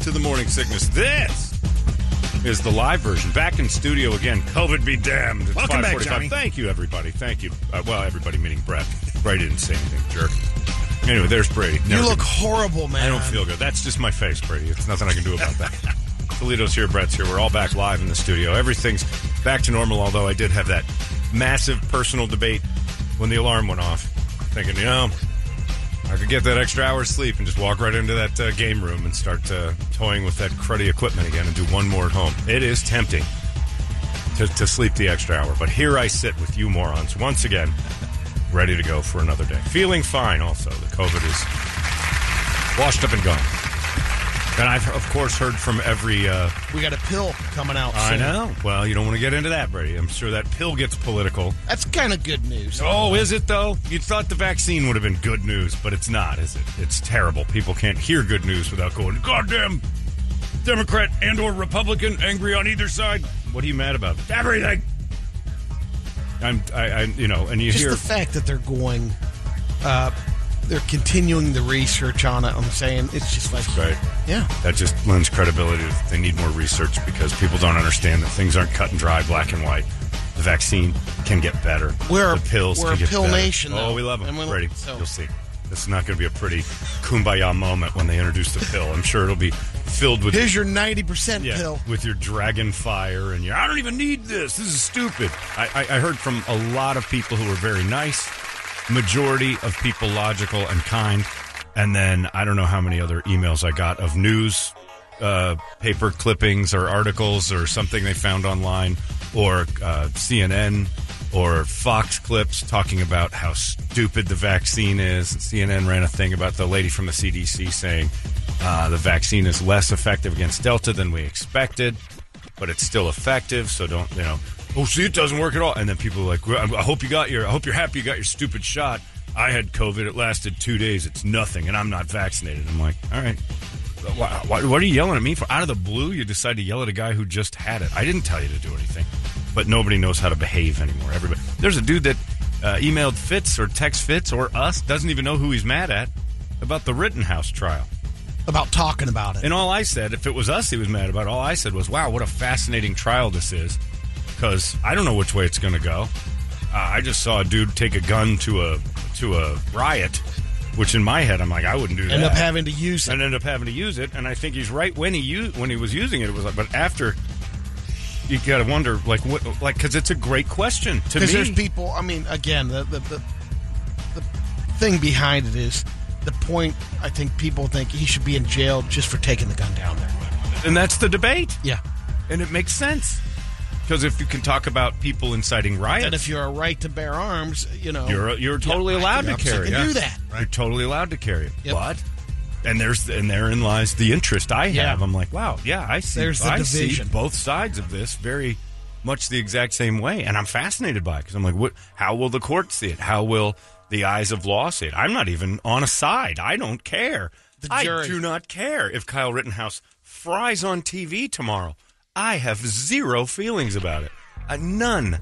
to the morning sickness. This is the live version. Back in studio again. COVID be damned. It's Welcome back, 5:45. Johnny. Thank you, everybody. Thank you. Uh, well, everybody, meaning Brett. Brady didn't say anything, jerk. Anyway, there's Brady. Never you look gonna- horrible, man. I don't feel good. That's just my face, Brady. It's nothing I can do about that. Toledo's here, Brett's here. We're all back live in the studio. Everything's back to normal, although I did have that massive personal debate when the alarm went off. Thinking, you know, I could get that extra hour of sleep and just walk right into that uh, game room and start uh, toying with that cruddy equipment again and do one more at home. It is tempting to, to sleep the extra hour, but here I sit with you morons once again, ready to go for another day. Feeling fine also. The COVID is washed up and gone. And I've, of course, heard from every. Uh, We got a pill coming out. I soon. know. Well, you don't want to get into that, Brady. I'm sure that pill gets political. That's kind of good news. Oh, is it though? You thought the vaccine would have been good news, but it's not, is it? It's terrible. People can't hear good news without going, "Goddamn Democrat and or Republican, angry on either side." What are you mad about? Everything. I'm, I, I you know, and you Just hear the fact that they're going, uh, they're continuing the research on it. I'm saying it's just like, right. yeah, That just lends credibility. to- They need more research because people don't understand that things aren't cut and dry, black and white. The vaccine can get better. We're a- the pills. we're can a get pill better. nation, though. Oh, we love them, And we- Brady. so- You'll see. This is not going to be a pretty kumbaya moment when they introduce the pill. I'm sure it'll be filled with here's your 90% yeah, pill. with your dragon fire and your I don't even need this. This is stupid. I, I, I heard from a lot of people who were very nice, majority of people logical and kind, and then I don't know how many other emails I got of news uh, paper clippings or articles or something they found online or uh, CNN or Fox clips talking about how stupid the vaccine is. CNN ran a thing about the lady from the CDC saying uh, the vaccine is less effective against Delta than we expected, but it's still effective. So don't you know? Oh, see, it doesn't work at all. And then people are like, well, I I hope you got your, I hope you're happy you got your stupid shot. I had COVID. It lasted two days. It's nothing, and I'm not vaccinated. I'm like, all right. Why, why, what are you yelling at me for? Out of the blue, you decide to yell at a guy who just had it. I didn't tell you to do anything, but nobody knows how to behave anymore. Everybody, there's a dude that uh, emailed Fitz or text Fitz or us doesn't even know who he's mad at about the Rittenhouse trial. About talking about it. And all I said, if it was us he was mad about, all I said was, wow, what a fascinating trial this is. Because I don't know which way it's going to go. Uh, I just saw a dude take a gun to a to a riot, which in my head, I'm like, I wouldn't do that. End up having to use it. and end up having to use it. And I think he's right when he used, when he was using it. It was like, but after, you got to wonder, like, what, like, because it's a great question to me. Because there's people, I mean, again, the, the, the, the thing behind it is the point I think people think he should be in jail just for taking the gun down there. and that's the debate, Yeah. and it makes sense because if you can talk about people inciting riots, And if you're a right to bear arms, you know. You're you're totally Yeah, I allowed think to I'm carry. saying it. do that. You're totally allowed to carry it. Yep. But and there's and therein lies the interest I have. Yeah. I'm like, wow, yeah, I see. There's the I division. see both sides of this very much the exact same way, and I'm fascinated by it because I'm like, what? How will the court see it? How will the eyes of law see it? I'm not even on a side. I don't care. The I jury. do not care if Kyle Rittenhouse fries on TV tomorrow. I have zero feelings about it. Uh, none.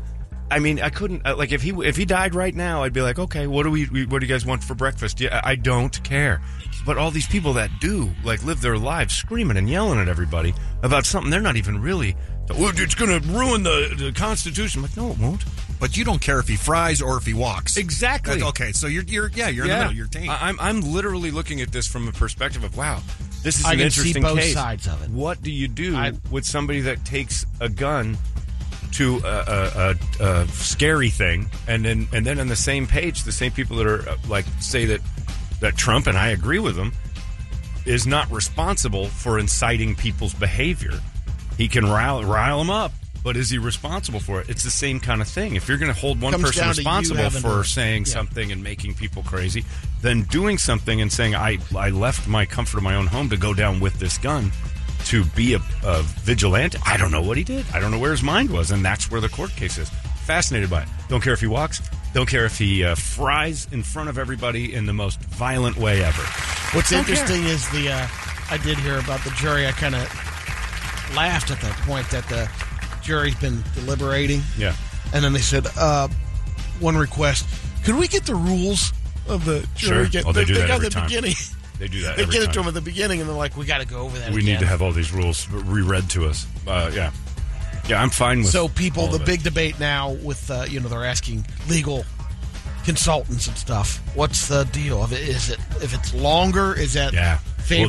I mean, I couldn't uh, like if he if he died right now, I'd be like, okay, what do we, we what do you guys want for breakfast? Yeah, I I don't care. But all these people that do like live their lives screaming and yelling at everybody about something they're not even really. "Well, It's going to ruin the, the Constitution. I'm like, no, it won't. But you don't care if he fries or if he walks. Exactly. Uh, That- okay, so you're you're yeah, you're in the middle. You're tame. I, am I'm literally looking at this from a perspective of wow, this is I an can see interesting both case. sides of it. What do you do I- with somebody that takes a gun to a, a, a, a scary thing, and then and then on the same page, the same people that are uh, like say that that Trump and I agree with them is not responsible for inciting people's behavior. He can rile, rile them up, but is he responsible for it? It's the same kind of thing. If you're going to hold one Comes person down to you responsible having for to- saying yeah. something and making people crazy, then doing something and saying I I left my comfort of my own home to go down with this gun to be a, a vigilante. I don't know what he did. I don't know where his mind was, and that's where the court case is. Fascinated by it. Don't care if he walks. Don't care if he uh, fries in front of everybody in the most violent way ever. What's Don't care. interesting is the uh, I did hear about the jury. I kind of laughed at the point that the jury's been deliberating, Yeah. and then they said, uh, "One request: Could we get the rules of the jury? Sure. Get, Oh, they do that got every the time. beginning. They do that. They every get it time. to them at the beginning, and they're like, "We got to go over that." We again. need to have all these rules reread to us. Uh, yeah, yeah, I'm fine with. So people, all the of it. big debate now with uh, you know they're asking legal consultants and stuff. What's the deal? If it- Is it if it's longer? Is that Yeah. favor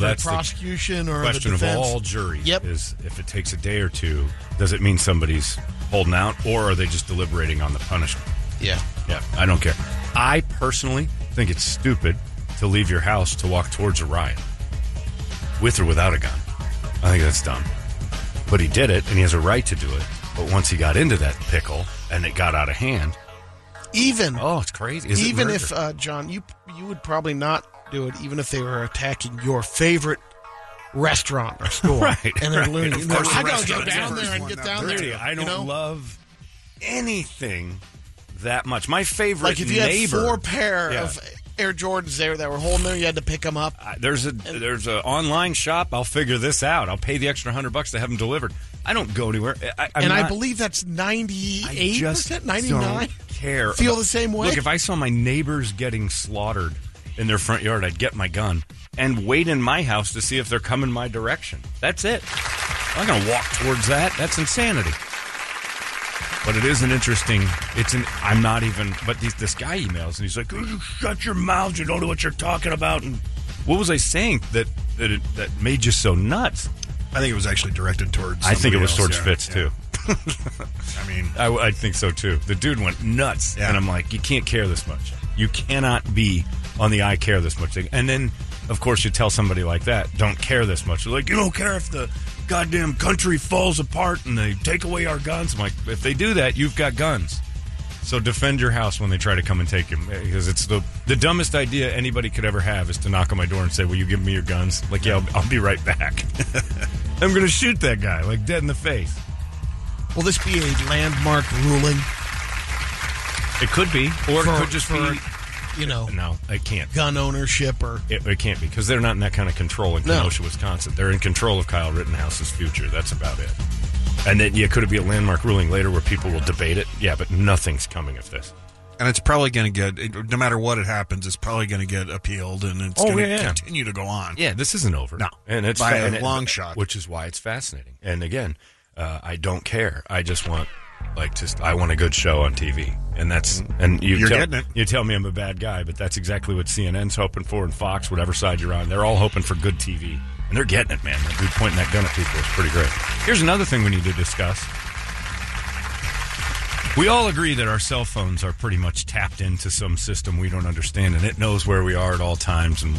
Well, that's the prosecution or question the of defense? all juries Yep. is if it takes a day or two, does it mean somebody's holding out, or are they just deliberating on the punishment? yeah. Yeah, I don't care. I personally think it's stupid to leave your house to walk towards a riot with or without a gun. I think that's dumb. But he did it, and he has a right to do it. But once he got into that pickle and it got out of hand, Even oh, it's crazy. Is it even murder? if uh, John, you you would probably not do it, even if they were attacking your favorite restaurant or store, Right, And they're right. looting. Of And they're course like, the I gotta restaurant get is down the there first and one get out down there. Dirty. there. I you don't know? love anything that much. My favorite like if you had neighbor. four pair Yeah. of Air Jordans there that were holding there, you had to pick them up. I- there's a there's an online shop. I'll figure this out. I'll pay the extra hundred bucks to have them delivered. I don't go anywhere. I, I'm and I not- believe that's I 98%, just 99 don't care. Feel about- the same way? Look, if I saw my neighbors getting slaughtered in their front yard, I'd get my gun and wait in my house to see if they're coming my direction. That's it. I'm not going to walk towards that. That's insanity. But it is an interesting. It's an. I'm not even. But these, this guy emails and he's like, "Will you "Shut your mouth! You don't know what you're talking about." And what was I saying that that it, that made you so nuts? I think it was actually directed towards. I think it somebody was else, towards yeah. Fitz Yeah. too. I mean, I, I think so too. The dude went nuts, Yeah. and I'm like, you can't care this much. You cannot be on the I care this much thing. And then, of course, you tell somebody like that, don't care this much. They're like, you don't care if the goddamn country falls apart and they take away our guns. I'm like, if they do that, you've got guns. So defend your house when they try to come and take them because it's the the dumbest idea anybody could ever have is to knock on my door and say, "Will you give me your guns?" Like, yeah, I'll, I'll be right back. I'm going to shoot that guy like dead in the face. Will this be a landmark ruling? It could be, or For- it could just for- be You know, No, it can't. gun ownership or It, it can't be because they're not in that kind of control in No. Kenosha, Wisconsin. They're in control of Kyle Rittenhouse's future. That's about it. And then, yeah, could it be a landmark ruling later where people will debate it? Yeah, but nothing's coming of this. and it's probably going to get it- no matter what it happens, it's probably going to get appealed, and it's Oh, going to yeah, yeah. continue to go on. Yeah, this isn't over. No. and it's By a and it- long shot. which is why it's fascinating. And again, uh, I don't care. I just want like just I want a good show on TV, and that's and you Mm-hmm. You're tell, getting it. You tell me I'm a bad guy, but that's exactly what CNN's hoping for, and Fox, whatever side you're on, they're all hoping for good TV, and they're getting it, man. That dude pointing that gun at people is pretty great. Here's another thing we need to discuss. We all agree that our cell phones are pretty much tapped into some system we don't understand, and it knows where we are at all times. And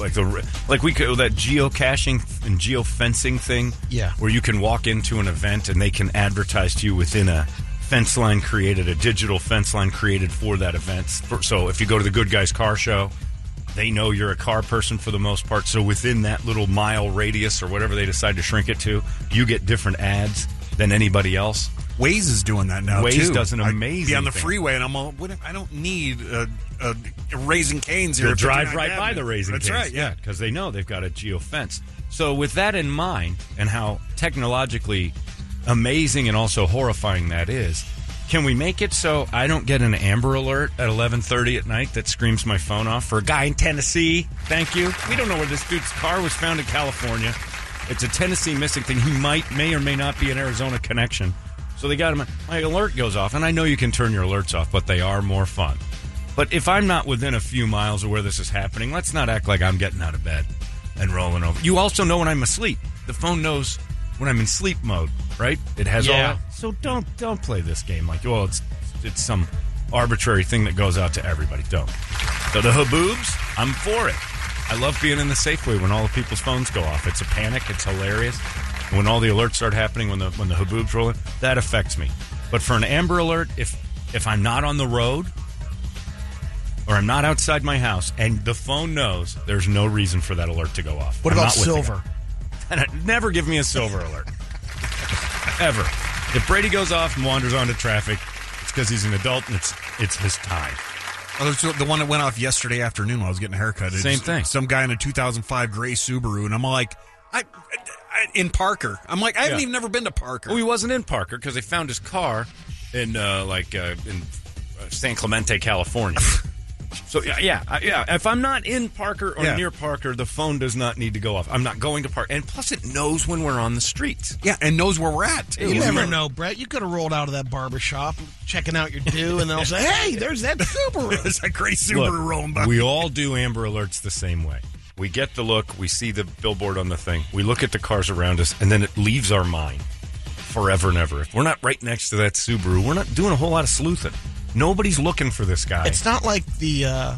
like the like we could that geocaching and geofencing thing, Yeah. where you can walk into an event and they can advertise to you within a fence line created, a digital fence line created for that event. For- So if you go to the Good Guys Car Show, they know you're a car person for the most part. So within that little mile radius or whatever they decide to shrink it to, you get different ads than anybody else. Waze is doing that now. Waze too. does an I'd amazing Be on the thing. freeway, and I'm all. What, if- I don't need uh, uh, raising canes here. They'll at drive 59th right by Avenue. the raising That's Cane's. right. Yeah. because they know they've got a geo fence. So with that in mind, and how technologically amazing and also horrifying that is, can we make it so I don't get an Amber Alert at 11:30 at night that screams my phone off for a guy in Tennessee? Thank you. We don't know where this dude's car was found in California. It's a Tennessee missing thing. He might, may or may not be an Arizona connection. So they got him. My alert goes off, and I know you can turn your alerts off, but they are more fun. But if I'm not within a few miles of where this is happening, let's not act like I'm getting out of bed and rolling over. You also know when I'm asleep. The phone knows when I'm in sleep mode, right? It has all Yeah. that. So don't don't play this game like well it's it's some arbitrary thing that goes out to everybody. Don't. So the haboobs, I'm for it. I love being in the Safeway when all the people's phones go off. It's a panic. It's hilarious. And when all the alerts start happening, when the when the haboobs roll in, that affects me. But for an Amber Alert, if if I'm not on the road, or I'm not outside my house, and the phone knows there's no reason for that alert to go off. what I'm not about with the guy. silver? Never give me a silver alert. Ever. If Brady goes off and wanders onto traffic, it's because he's an adult and it's it's his time. Oh, there's the one that went off yesterday afternoon while I was getting a haircut. It's Same just thing. Some guy in a 2005 gray Subaru, and I'm like, I, I in Parker. I'm like, I haven't Yeah. even never been to Parker. Well, he wasn't in Parker because they found his car in uh, like uh, in uh, San Clemente, California. So yeah, yeah, I- yeah. If I'm not in Parker or Yeah. near Parker, the phone does not need to go off. I'm not going to Park, and plus, it knows when we're on the streets. Yeah, and knows where we're at. too. You never know, Brett. You could have rolled out of that barber shop, checking out your due, and then I'll say, "Hey, there's that Subaru." There's that gray Subaru Look, rolling by. we all do Amber Alerts the same way. We get the look, we see the billboard on the thing, we look at the cars around us, and then it leaves our mind forever and ever. If we're not right next to that Subaru, we're not doing a whole lot of sleuthing. Nobody's looking for this guy. It's not like the uh,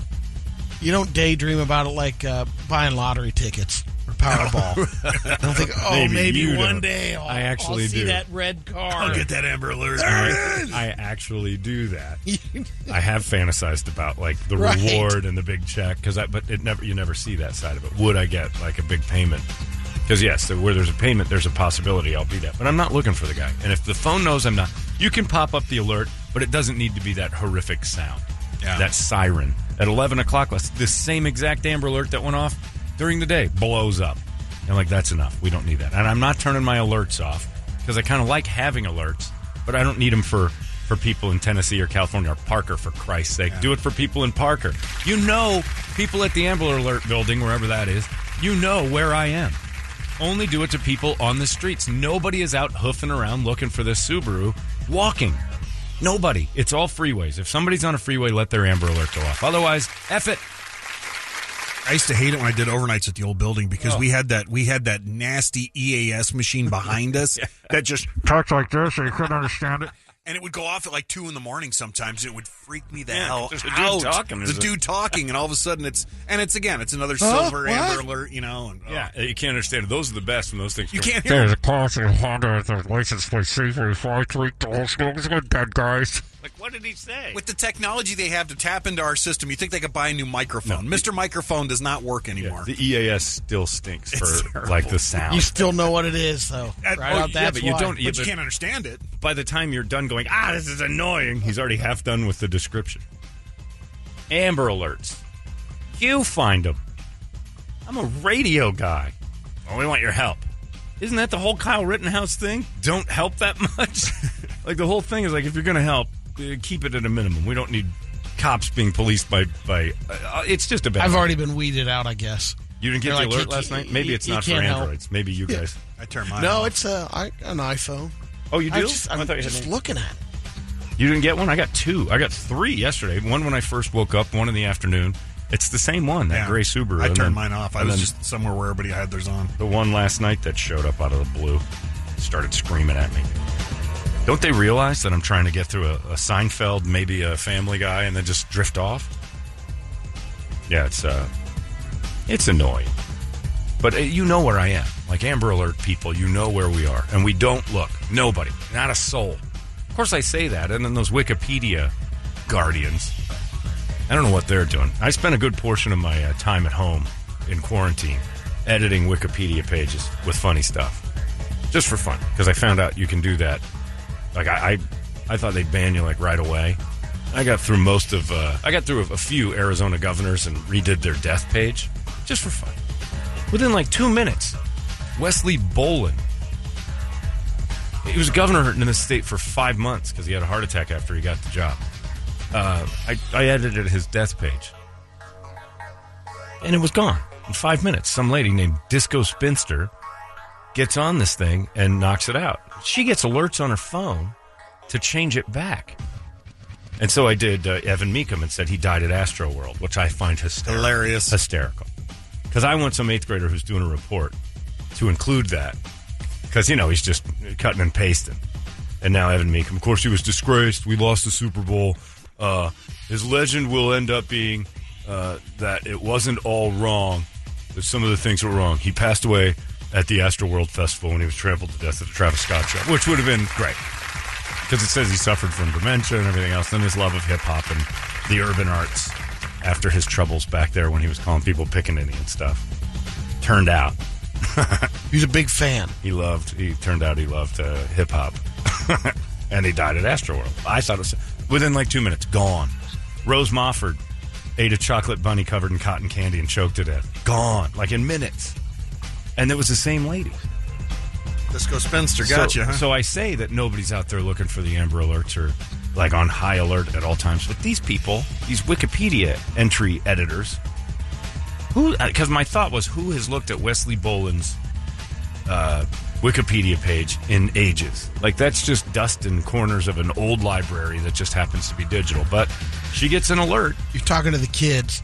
you don't daydream about it like uh, buying lottery tickets or Powerball. I don't think, oh, Maybe maybe, you one don't. day I'll, I actually I'll see do. that red car. I'll get that Amber Alert. I, I actually do that. I have fantasized about like the Right. reward and the big check because I but it never you never see that side of it. Would I get like a big payment? Because yes, where there's a payment, there's a possibility I'll be that. But I'm not looking for the guy. And if the phone knows I'm not, you can pop up the alert, but it doesn't need to be that horrific sound, Yeah. that siren at 11 o'clock. Let's the same exact Amber Alert that went off during the day blows up. And like that's enough. We don't need that. And I'm not turning my alerts off because I kind of like having alerts, but I don't need them for for people in Tennessee or California or Parker for Christ's sake. Do it for people in Parker. You know, people at the Amber Alert building, wherever that is, you know where I am. Only do it to people on the streets. Nobody is out hoofing around looking for this Subaru walking. Nobody. It's all freeways. If somebody's on a freeway, let their Amber Alert go off. Otherwise, F it. I used to hate it when I did overnights at the old building because Oh. we had that we had that nasty EAS machine behind us that just talked like this, so you couldn't understand it. and it would go off at like two in the morning sometimes. It would freak me the Yeah, hell there's a dude out. talking, the there's a- dude talking, and all of a sudden it's and it's again it's another Huh? silver What? Amber Alert, you know. And, oh. uh, you can't understand it. Those are the best when those things. you come- can't hear. There's it. a car from Honda with a license plate C353 Dolls. It's good, dead guys. Like, what did he say? With the technology they have to tap into our system, you think they could buy a new microphone? Mister Microphone does not work anymore. the EAS still stinks It's for terrible. like the sound. You still know what it is, though. At- right oh, out yeah, that's but you why. don't- yeah, but you can't understand it. by the time you're done going, ah, this is annoying, he's already half done with the description. Amber alerts. You find them. I'm a radio guy. Well, we want your help. Isn't that the whole Kyle Rittenhouse thing? Don't help that much. like the whole thing is like if you're going to help, uh, keep it at a minimum. We don't need cops being policed by by. Uh, it's just a bad. I've already been weeded out, I guess. You didn't get They're the like, alert you last can't- night. Maybe you- it's you not for can't help. androids. Maybe you guys. I turn mine. No, off. it's a, I, an iPhone. Oh, you do. I just, I'm thought you had just an- looking at it. You didn't get one? I got two. I got three yesterday. One when I first woke up, one in the afternoon. It's the same one, that Yeah. gray Subaru. I And turned then- mine off. I and was then just somewhere where everybody had theirs on. the one last night that showed up out of the blue. Started screaming at me. Don't they realize that I'm trying to get through a, a Seinfeld, maybe a Family Guy, and then just drift off? Yeah, it's uh, it's annoying. But uh, you know where I am. Like Amber Alert people, you know where we are. And we don't look. Nobody. Not a soul. Of course, I say that. And then those Wikipedia guardians. I don't know what they're doing. I spent a good portion of my uh, time at home in quarantine editing Wikipedia pages with funny stuff. Just for fun. Because I found out you can do that. Like, I, I, I thought they'd ban you, like, right away. I got through most of, uh, I got through a few Arizona governors and redid their death page just for fun within like two minutes. Wesley Bolin. He was governor in the state for five months because he had a heart attack after he got the job. Uh, I, I edited his death page. And it was gone in five minutes. Some lady named Disco Spinster gets on this thing and knocks it out. She gets alerts on her phone to change it back. And so I did uh, Evan Meekum and said he died at Astro World, which I find hysterical Hilarious. hysterical. Because I want some eighth grader who's doing a report to include that. Because, you know, he's just cutting and pasting. And now Evan Meekum, of course, he was disgraced. We lost the Super Bowl. Uh, his legend will end up being uh, that it wasn't all wrong. That some of the things were wrong. He passed away at the Astroworld Festival when he was trampled to death at the Travis Scott show, which would have been great because it says he suffered from dementia and everything else, and his love of hip hop and the urban arts after his troubles back there when he was calling people Pickaninny and stuff. Turned out He's a big fan. he loved. He turned out he loved uh, hip hop, and he died at Astroworld. I thought it was within like two minutes. Gone. Rose Mofford ate a chocolate bunny covered in cotton candy and choked to death. Gone. Like in minutes. And it was the same lady. Disco Spinster So, so I say that nobody's out there looking for the Amber Alerts or like on high alert at all times. But these people, these Wikipedia entry editors, who? Because my thought was, who has looked at Wesley Boland's uh, Wikipedia page in ages? Like that's just dust in corners of an old library that just happens to be digital. But she gets an alert. You're talking to the kids.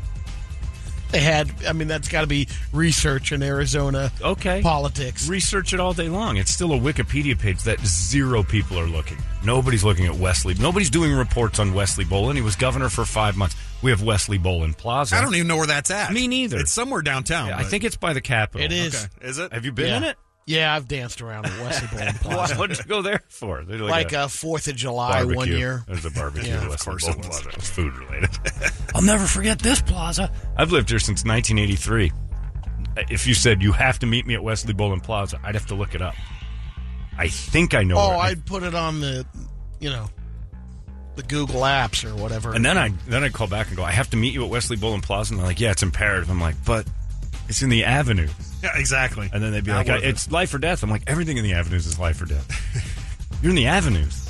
They had, I mean, that's got to be research in Arizona Okay. politics. Research it all day long. It's still a Wikipedia page that zero people are looking. Nobody's looking at Wesley. Nobody's doing reports on Wesley Boland. He was governor for five months. We have Wesley Boland Plaza. I don't even know where that's at. Me neither. It's somewhere downtown. I but- think it's by the Capitol. It is. Is it? Have you been Yeah. in it? Yeah, I've danced around at Wesley Boland Why, Plaza. what did you go there for? They did like a Fourth of July barbecue. one year. There's a barbecue. Yeah, at of Wesley course Boland it was. Plaza. It was food related. I'll never forget this plaza. I've lived here since 1983. If you said you have to meet me at Wesley Boland Plaza, I'd have to look it up. I think I know. Oh, where- I I'd put it on the, you know, the Google apps or whatever. And then I then I call back and go, I have to meet you at Wesley Boland Plaza. And they're like, Yeah, it's imperative. I'm like, But it's in the Avenue. Yeah, exactly. And then they'd be Not like, worth it. It's life or death. I'm like, Everything in the Avenues is life or death. You're in the Avenues.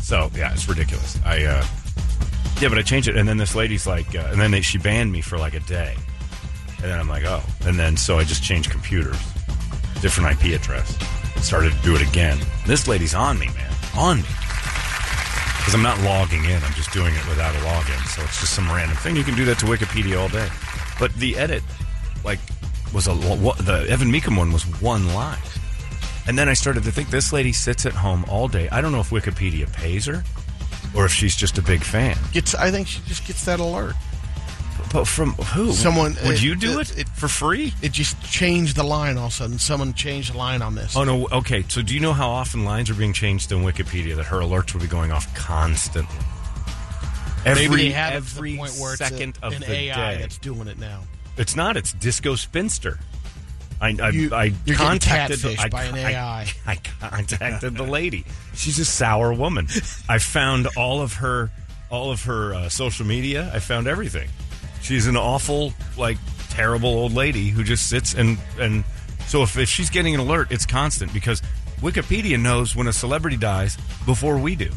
So yeah, it's ridiculous. I uh, yeah, but I changed it. And then this lady's like, uh, and then they, she banned me for like a day. And then I'm like, oh. And then so I just changed computers, different IP address, started to do it again. This lady's on me, man, on me. Because I'm not logging in, I'm just doing it without a login. So it's just some random thing. You can do that to Wikipedia all day. But the edit, like, was a lo- what, the Evan Meekum one was one line. And then I started to think this lady sits at home all day. I don't know if Wikipedia pays her or if she's just a big fan. gets, I think she just gets that alert. But from who? Someone- would it- you do it, it- it- for free? It just changed the line all of a sudden. Someone changed the line on this. Oh no. Okay. So do you know how often lines are being changed in Wikipedia that her alerts will be going off constantly? Every Maybe they have it to every the point where it's second a, of an the AI day. that's doing it now. It's not. It's Disco Spinster. I I, You- I you're getting contacted the, catfished I, by an I- AI. I contacted the lady. She's a sour woman. I found all of her all of her uh, social media. I found everything. She's an awful, like terrible old lady who just sits and and so if, if she's getting an alert, it's constant because Wikipedia knows when a celebrity dies before we do.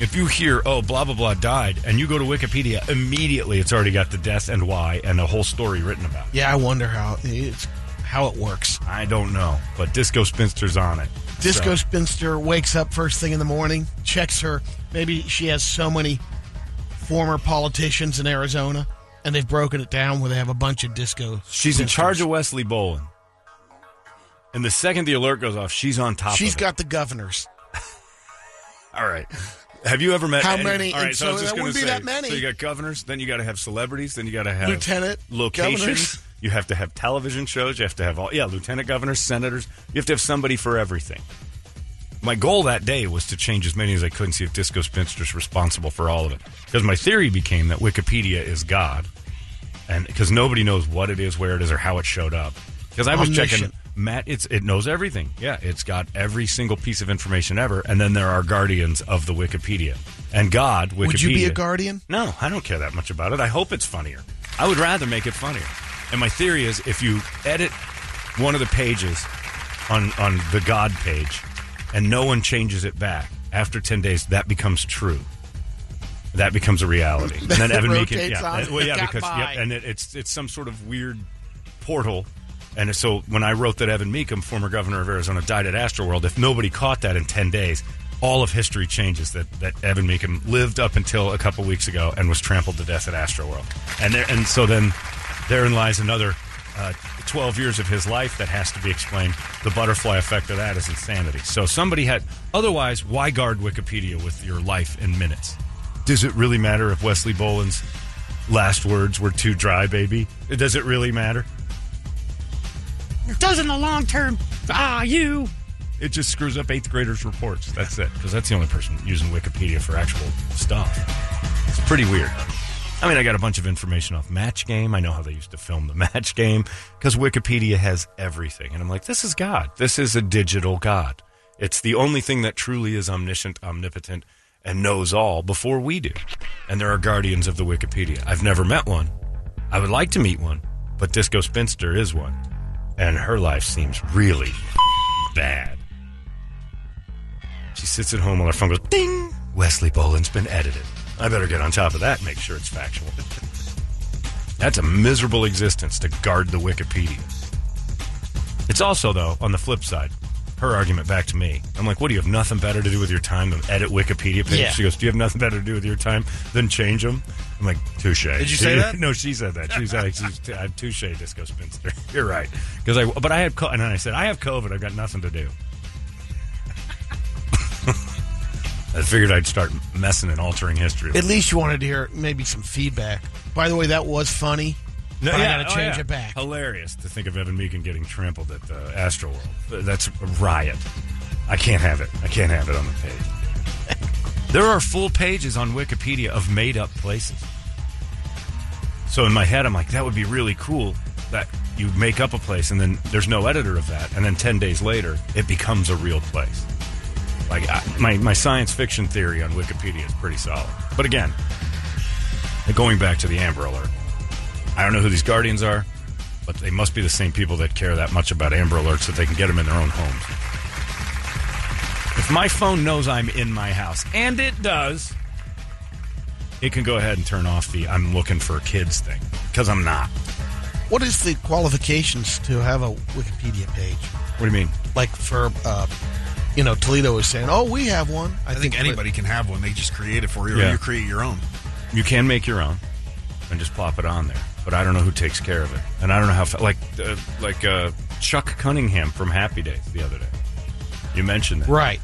If you hear, oh, blah, blah, blah died, and you go to Wikipedia, immediately it's already got the death and why and a whole story written about it. Yeah, I wonder how it's how it works. I don't know, but Disco Spinster's on it. Disco So, Spinster wakes up first thing in the morning, checks her. Maybe she has so many former politicians in Arizona, and they've broken it down where they have a bunch of disco. she's in Spinsters. charge of Wesley Boland. And the second the alert goes off, she's on top She's of got the governors. it. All right. Have you ever met How any- many? All right, And so, I was so just that gonna wouldn't say, be that many. So you got governors, then you got to have celebrities, then you got to have Lieutenant locations. governors. You have to have television shows. You have to have all yeah, lieutenant governors, senators. You have to have somebody for everything. My goal that day was to change as many as I could and see if Disco Spinster's responsible for all of it. Because my theory became that Wikipedia is God, and because nobody knows what it is, where it is, or how it showed up. Because I was checking Omniscient. Matt, it's it knows everything. Yeah, it's got every single piece of information ever, and then there are guardians of the Wikipedia and God. Wikipedia. Would you be a guardian? No, I don't care that much about it. I hope it's funnier. I would rather make it funnier. And my theory is if you edit one of the pages on, on the God page and no one changes it back after 10 days, that becomes true. That becomes a reality. And then Evan Meakin. Rotates Yeah, on. and- well, yeah Got because by. yep, and it, it's, it's some sort of weird portal. And so when I wrote that Evan Meekum, former governor of Arizona, died at Astroworld, if nobody caught that in 10 days, all of history changes that, that Evan Meekum lived up until a couple weeks ago and was trampled to death at Astroworld. And, there, and so then therein lies another uh, 12 years of his life that has to be explained. The butterfly effect of that is insanity. So somebody had, otherwise, why guard Wikipedia with your life in minutes? Does it really matter if Wesley Boland's last words were too dry, baby? Does it really matter? does in the long term. Ah, you. It just screws up eighth graders' reports. That's it. Because that's the only person using Wikipedia for actual stuff. It's pretty weird. I mean, I got a bunch of information off Match Game. I know how they used to film the Match Game because Wikipedia has everything. And I'm like, this is God. This is a digital God. It's the only thing that truly is omniscient, omnipotent, and knows all before we do. And there are guardians of the Wikipedia. I've never met one. I would like to meet one, but Disco Spinster is one. And her life seems really bad. She sits at home on her phone, goes ding. Wesley Boland's been edited. I better get on top of that and make sure it's factual. That's a miserable existence to guard the Wikipedia. It's also, though, on the flip side, her argument back to me. I'm like, what do you have nothing better to do with your time than edit Wikipedia pages? Yeah. She goes, do you have nothing better to do with your time than change them? I'm like, touche. Did you say that? No, she said that. She was like, she's, I'm touche, disco spinster. You're right. Because I, but I had, co- and then I said, I have COVID. I've got nothing to do. I figured I'd start messing and altering history. At least you wanted to hear maybe some feedback. By the way, that was funny. No, I yeah, gotta oh, change yeah. it back. Hilarious to think of Evan Meekin getting trampled at the Astroworld. Th- That's a riot. I can't have it. I can't have it on the page. there are full pages on Wikipedia of made up places. So in my head, I'm like, that would be really cool that you make up a place and then there's no editor of that. And then 10 days later, it becomes a real place. Like, I, my, my science fiction theory on Wikipedia is pretty solid. But again, going back to the Amber Alert. I don't know who these guardians are, but they must be the same people that care that much about Amber Alerts that they can get them in their own homes. If my phone knows I'm in my house, and it does, it can go ahead and turn off the I'm looking for kids thing because I'm not. What is the qualifications to have a Wikipedia page? What do you mean? Like for, uh, you know, Toledo was saying, "Oh, we have one." I think anybody can have one. They just create it for you, Yeah. or you create your own. You can make your own and just plop it on there, but I don't know who takes care of it, and I don't know how. fa- Like uh, like uh, Chuck Cunningham from Happy Days the other day. You mentioned that. right?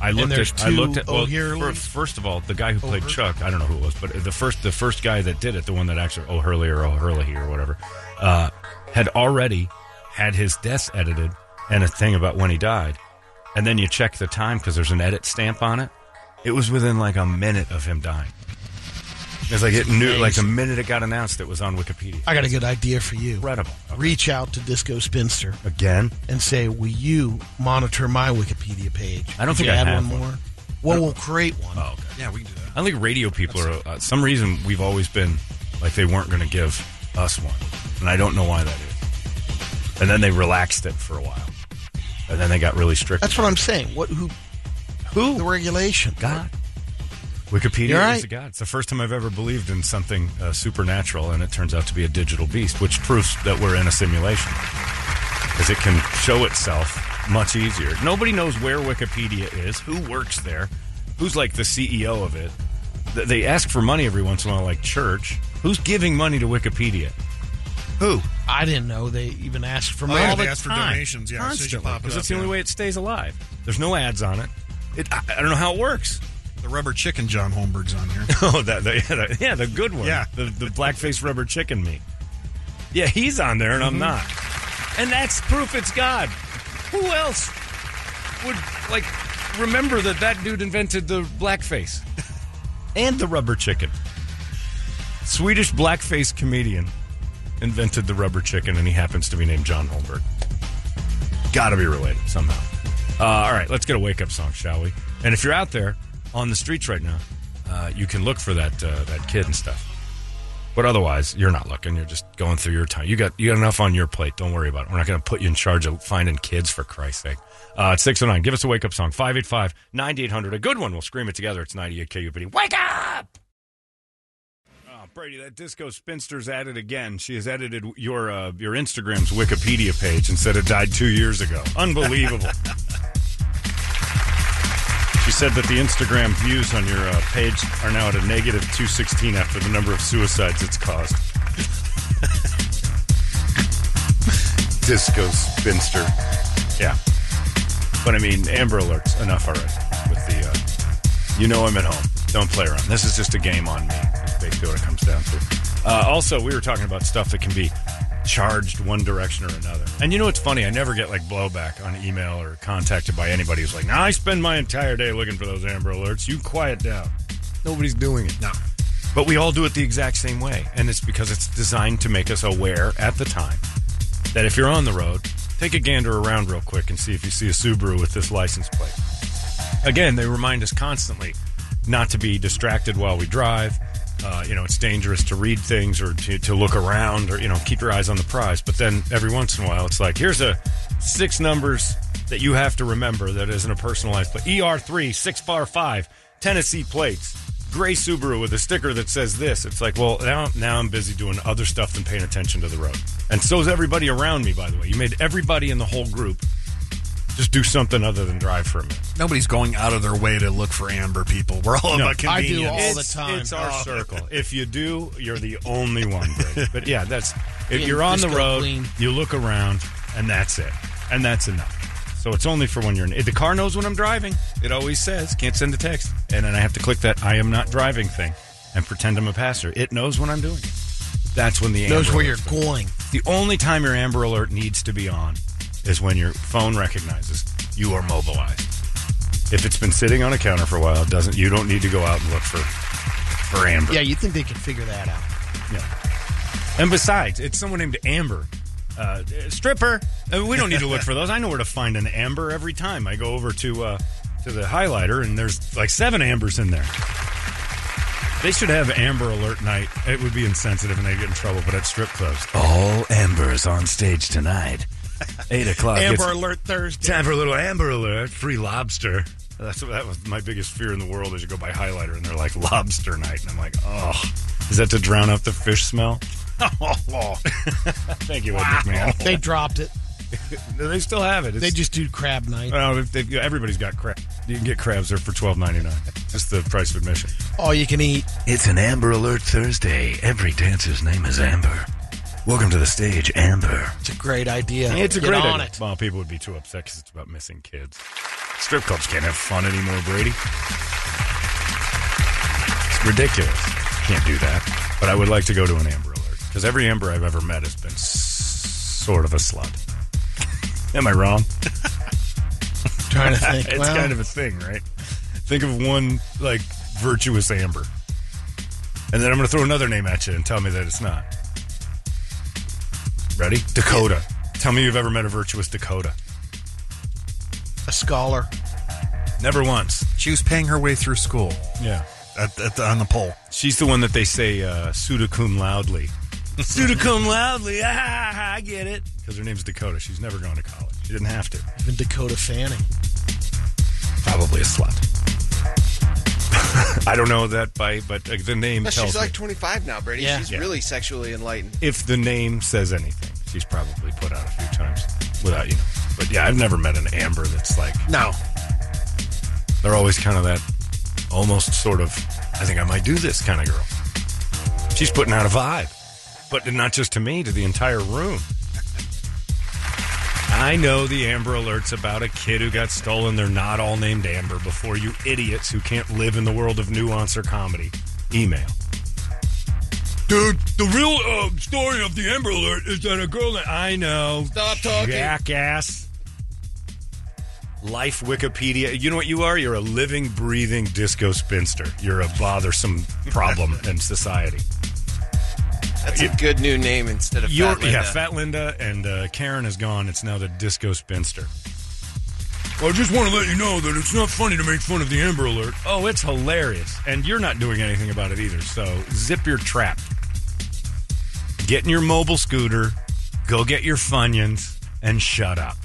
I looked there's at. I looked two at. Well, O'Hurleys? fir- first of all, the guy who played O'Hur- Chuck, I don't know who it was, but the first the first guy that did it, the one that actually O'Hurley or O'Hurley or whatever, uh, had already had his death edited and a thing about when he died, and then you check the time because there's an edit stamp on it. It was within like a minute of him dying. It's like it knew, like the minute it got announced, it was on Wikipedia. I got a good idea for you. Incredible. Reach out to Disco Spinster Again, and say, "Will you monitor my Wikipedia page?" I don't Could think you I add have one, one. more. Well, we'll create one. oh, okay. Yeah, we can do that. I think radio people are uh, some reason we've always been like they weren't going to give us one, and I don't know why that is. And then they relaxed it for a while, and then they got really strict. That's what I'm saying. What? Who? Who? The regulation. God. Wikipedia You're right. is a god. It's the first time I've ever believed in something uh, supernatural, and it turns out to be a digital beast, which proves that we're in a simulation because it can show itself much easier. Nobody knows where Wikipedia is, who works there, who's like the CEO of it. Th- They ask for money every once in a while, like church. Who's giving money to Wikipedia? Who? I didn't know they even asked for Oh, money. yeah, they ask for donations. Yeah, as soon as you Constantly, pop it 'cause up, it's the only yeah. way it stays alive. There's no ads on it. it I, I don't know how it works. The rubber chicken John Holmberg's on here. Oh, that, that- yeah, the, yeah, the good one. Yeah. the the blackface rubber chicken meat. Yeah, he's on there, and I'm not. And that's proof it's God. Who else would like remember that that dude invented the blackface and the rubber chicken? Swedish blackface comedian invented the rubber chicken, and he happens to be named John Holmberg. Got to be related somehow. Uh, all right, let's get a wake up song, shall we? And if you're out there on the streets right now, uh, you can look for that uh, that kid and stuff. But otherwise, you're not looking. You're just going through your time. You got you got enough on your plate. Don't worry about it. We're not going to put you in charge of finding kids for Christ's sake. Uh, it's 609. Give us a wake up song. 585 9800. A good one. We'll scream it together. It's 98 KUPD. Wake up! Oh, Brady, that disco spinster's at it again. She has edited your uh, your Instagram's Wikipedia page and said it died two years ago. Unbelievable. she said that the Instagram views on your uh, page are now at a negative 216 after the number of suicides it's caused. disco spinster. Yeah. But I mean, Amber Alerts, enough already with the. Uh, you know I'm at home. Don't play around. This is just a game on me. That's basically what it comes down to. Uh, also, we were talking about stuff that can be charged one direction or another. And you know what's funny? I never get like blowback on email or contacted by anybody who's like, nah, I spend my entire day looking for those Amber Alerts. You quiet down. Nobody's doing it. No. But we all do it the exact same way. And it's because it's designed to make us aware at the time that if you're on the road, take a gander around real quick and see if you see a Subaru with this license plate again, they remind us constantly not to be distracted while we drive, Uh, you know, it's dangerous to read things or to, to look around or, you know, keep your eyes on the prize. But then every once in a while, it's like, here's a six numbers that you have to remember that isn't a personalized plate. ER3, 645, Tennessee plates, gray Subaru with a sticker that says this. It's like, well, now, now I'm busy doing other stuff than paying attention to the road. And so is everybody around me, by the way. You made everybody in the whole group just do something other than drive for a minute. Nobody's going out of their way to look for Amber people. We're all about I do convenience. all the time. It's our Oh. circle. If you do, you're the only one. Greg. But yeah, that's if Yeah, you're on just the go road, clean. you look around, and that's it, and that's enough. So it's only for when you're in. The car knows when I'm driving. It always says, "Can't send a text," and then I have to click that "I am not driving" thing and pretend I'm a passer. It knows when I'm doing it. That's when the Amber knows where you're Alert's on. going. The only time your Amber Alert needs to be on is when your phone recognizes you are mobilized. If it's been sitting on a counter for a while, it doesn't you don't need to go out and look for for Amber. Yeah, you think they could figure that out? And besides, it's someone named Amber. Uh, stripper. I mean, we don't need to look for those. I know where to find an amber every time. I go over to uh, to the highlighter, and there's like seven ambers in there. They should have Amber Alert night. It would be insensitive, and they'd get in trouble. But at strip clubs, all ambers on stage tonight, eight o'clock. It's- Amber Alert Thursday. Time for a little Amber Alert, free lobster. That's that was my biggest fear in the world. Is you go by highlighter and they're like lobster night, and I'm like, oh, is that to drown out the fish smell? Thank you, Ed McMahon. They dropped it. No, They still have it. It's, They just do crab night. Uh. Oh, if they, everybody's got crab. You can get crabs there for twelve ninety nine. Just the price of admission. All you can eat. It's an Amber Alert Thursday. Every dancer's name is Amber. Welcome to the stage, Amber. It's a great idea. It's a Get great on idea. it. Well, people would be too upset because it's about missing kids. Strip clubs can't have fun anymore, Brady. It's ridiculous. Can't do that. But I would like to go to an Amber Alert because every Amber I've ever met has been s- sort of a slut. Am I wrong? Trying to think. It's well, kind of a thing, right? Think of one like virtuous Amber, and then I'm going to throw another name at you and tell me that it's not. Ready? Dakota. Tell me you've ever met a virtuous Dakota. a scholar. Never once. She was paying her way through school Yeah. at, at the, on the pole. She's the one that they say uh, pseudo cum loudly. pseudo cum loudly. Ah, I get it. Because her name's Dakota. She's never gone to college. She didn't have to. Even Dakota Fanning. Probably a slut. I don't know that by, but uh, the name No, tells she's me. like 25 now, Brady. Yeah. She's Yeah. really sexually enlightened. if the name says anything, she's probably put out a few times without you. Know. But yeah, I've never met an Amber that's like No. they're always kind of that almost sort of I think I might do this kind of girl. She's putting out a vibe, but not just to me, to the entire room. I know the Amber Alert's about a kid who got stolen. They're not all named Amber. Before you idiots who can't live in the world of nuance or comedy, email. Dude, the real uh, story of the Amber Alert is that a girl that I know. Stop talking. Jackass. Life Wikipedia. You know what you are? You're a living, breathing disco spinster. You're a bothersome problem in society. That's a good new name instead of You're, Fat Linda. Yeah, Fat Linda and uh, Karen is gone. It's now the Disco Spinster. I just want to let you know that it's not funny to make fun of the Amber Alert. Oh, it's hilarious. And you're not doing anything about it either. So zip your trap. Get in your mobile scooter, go get your Funyuns, and shut up.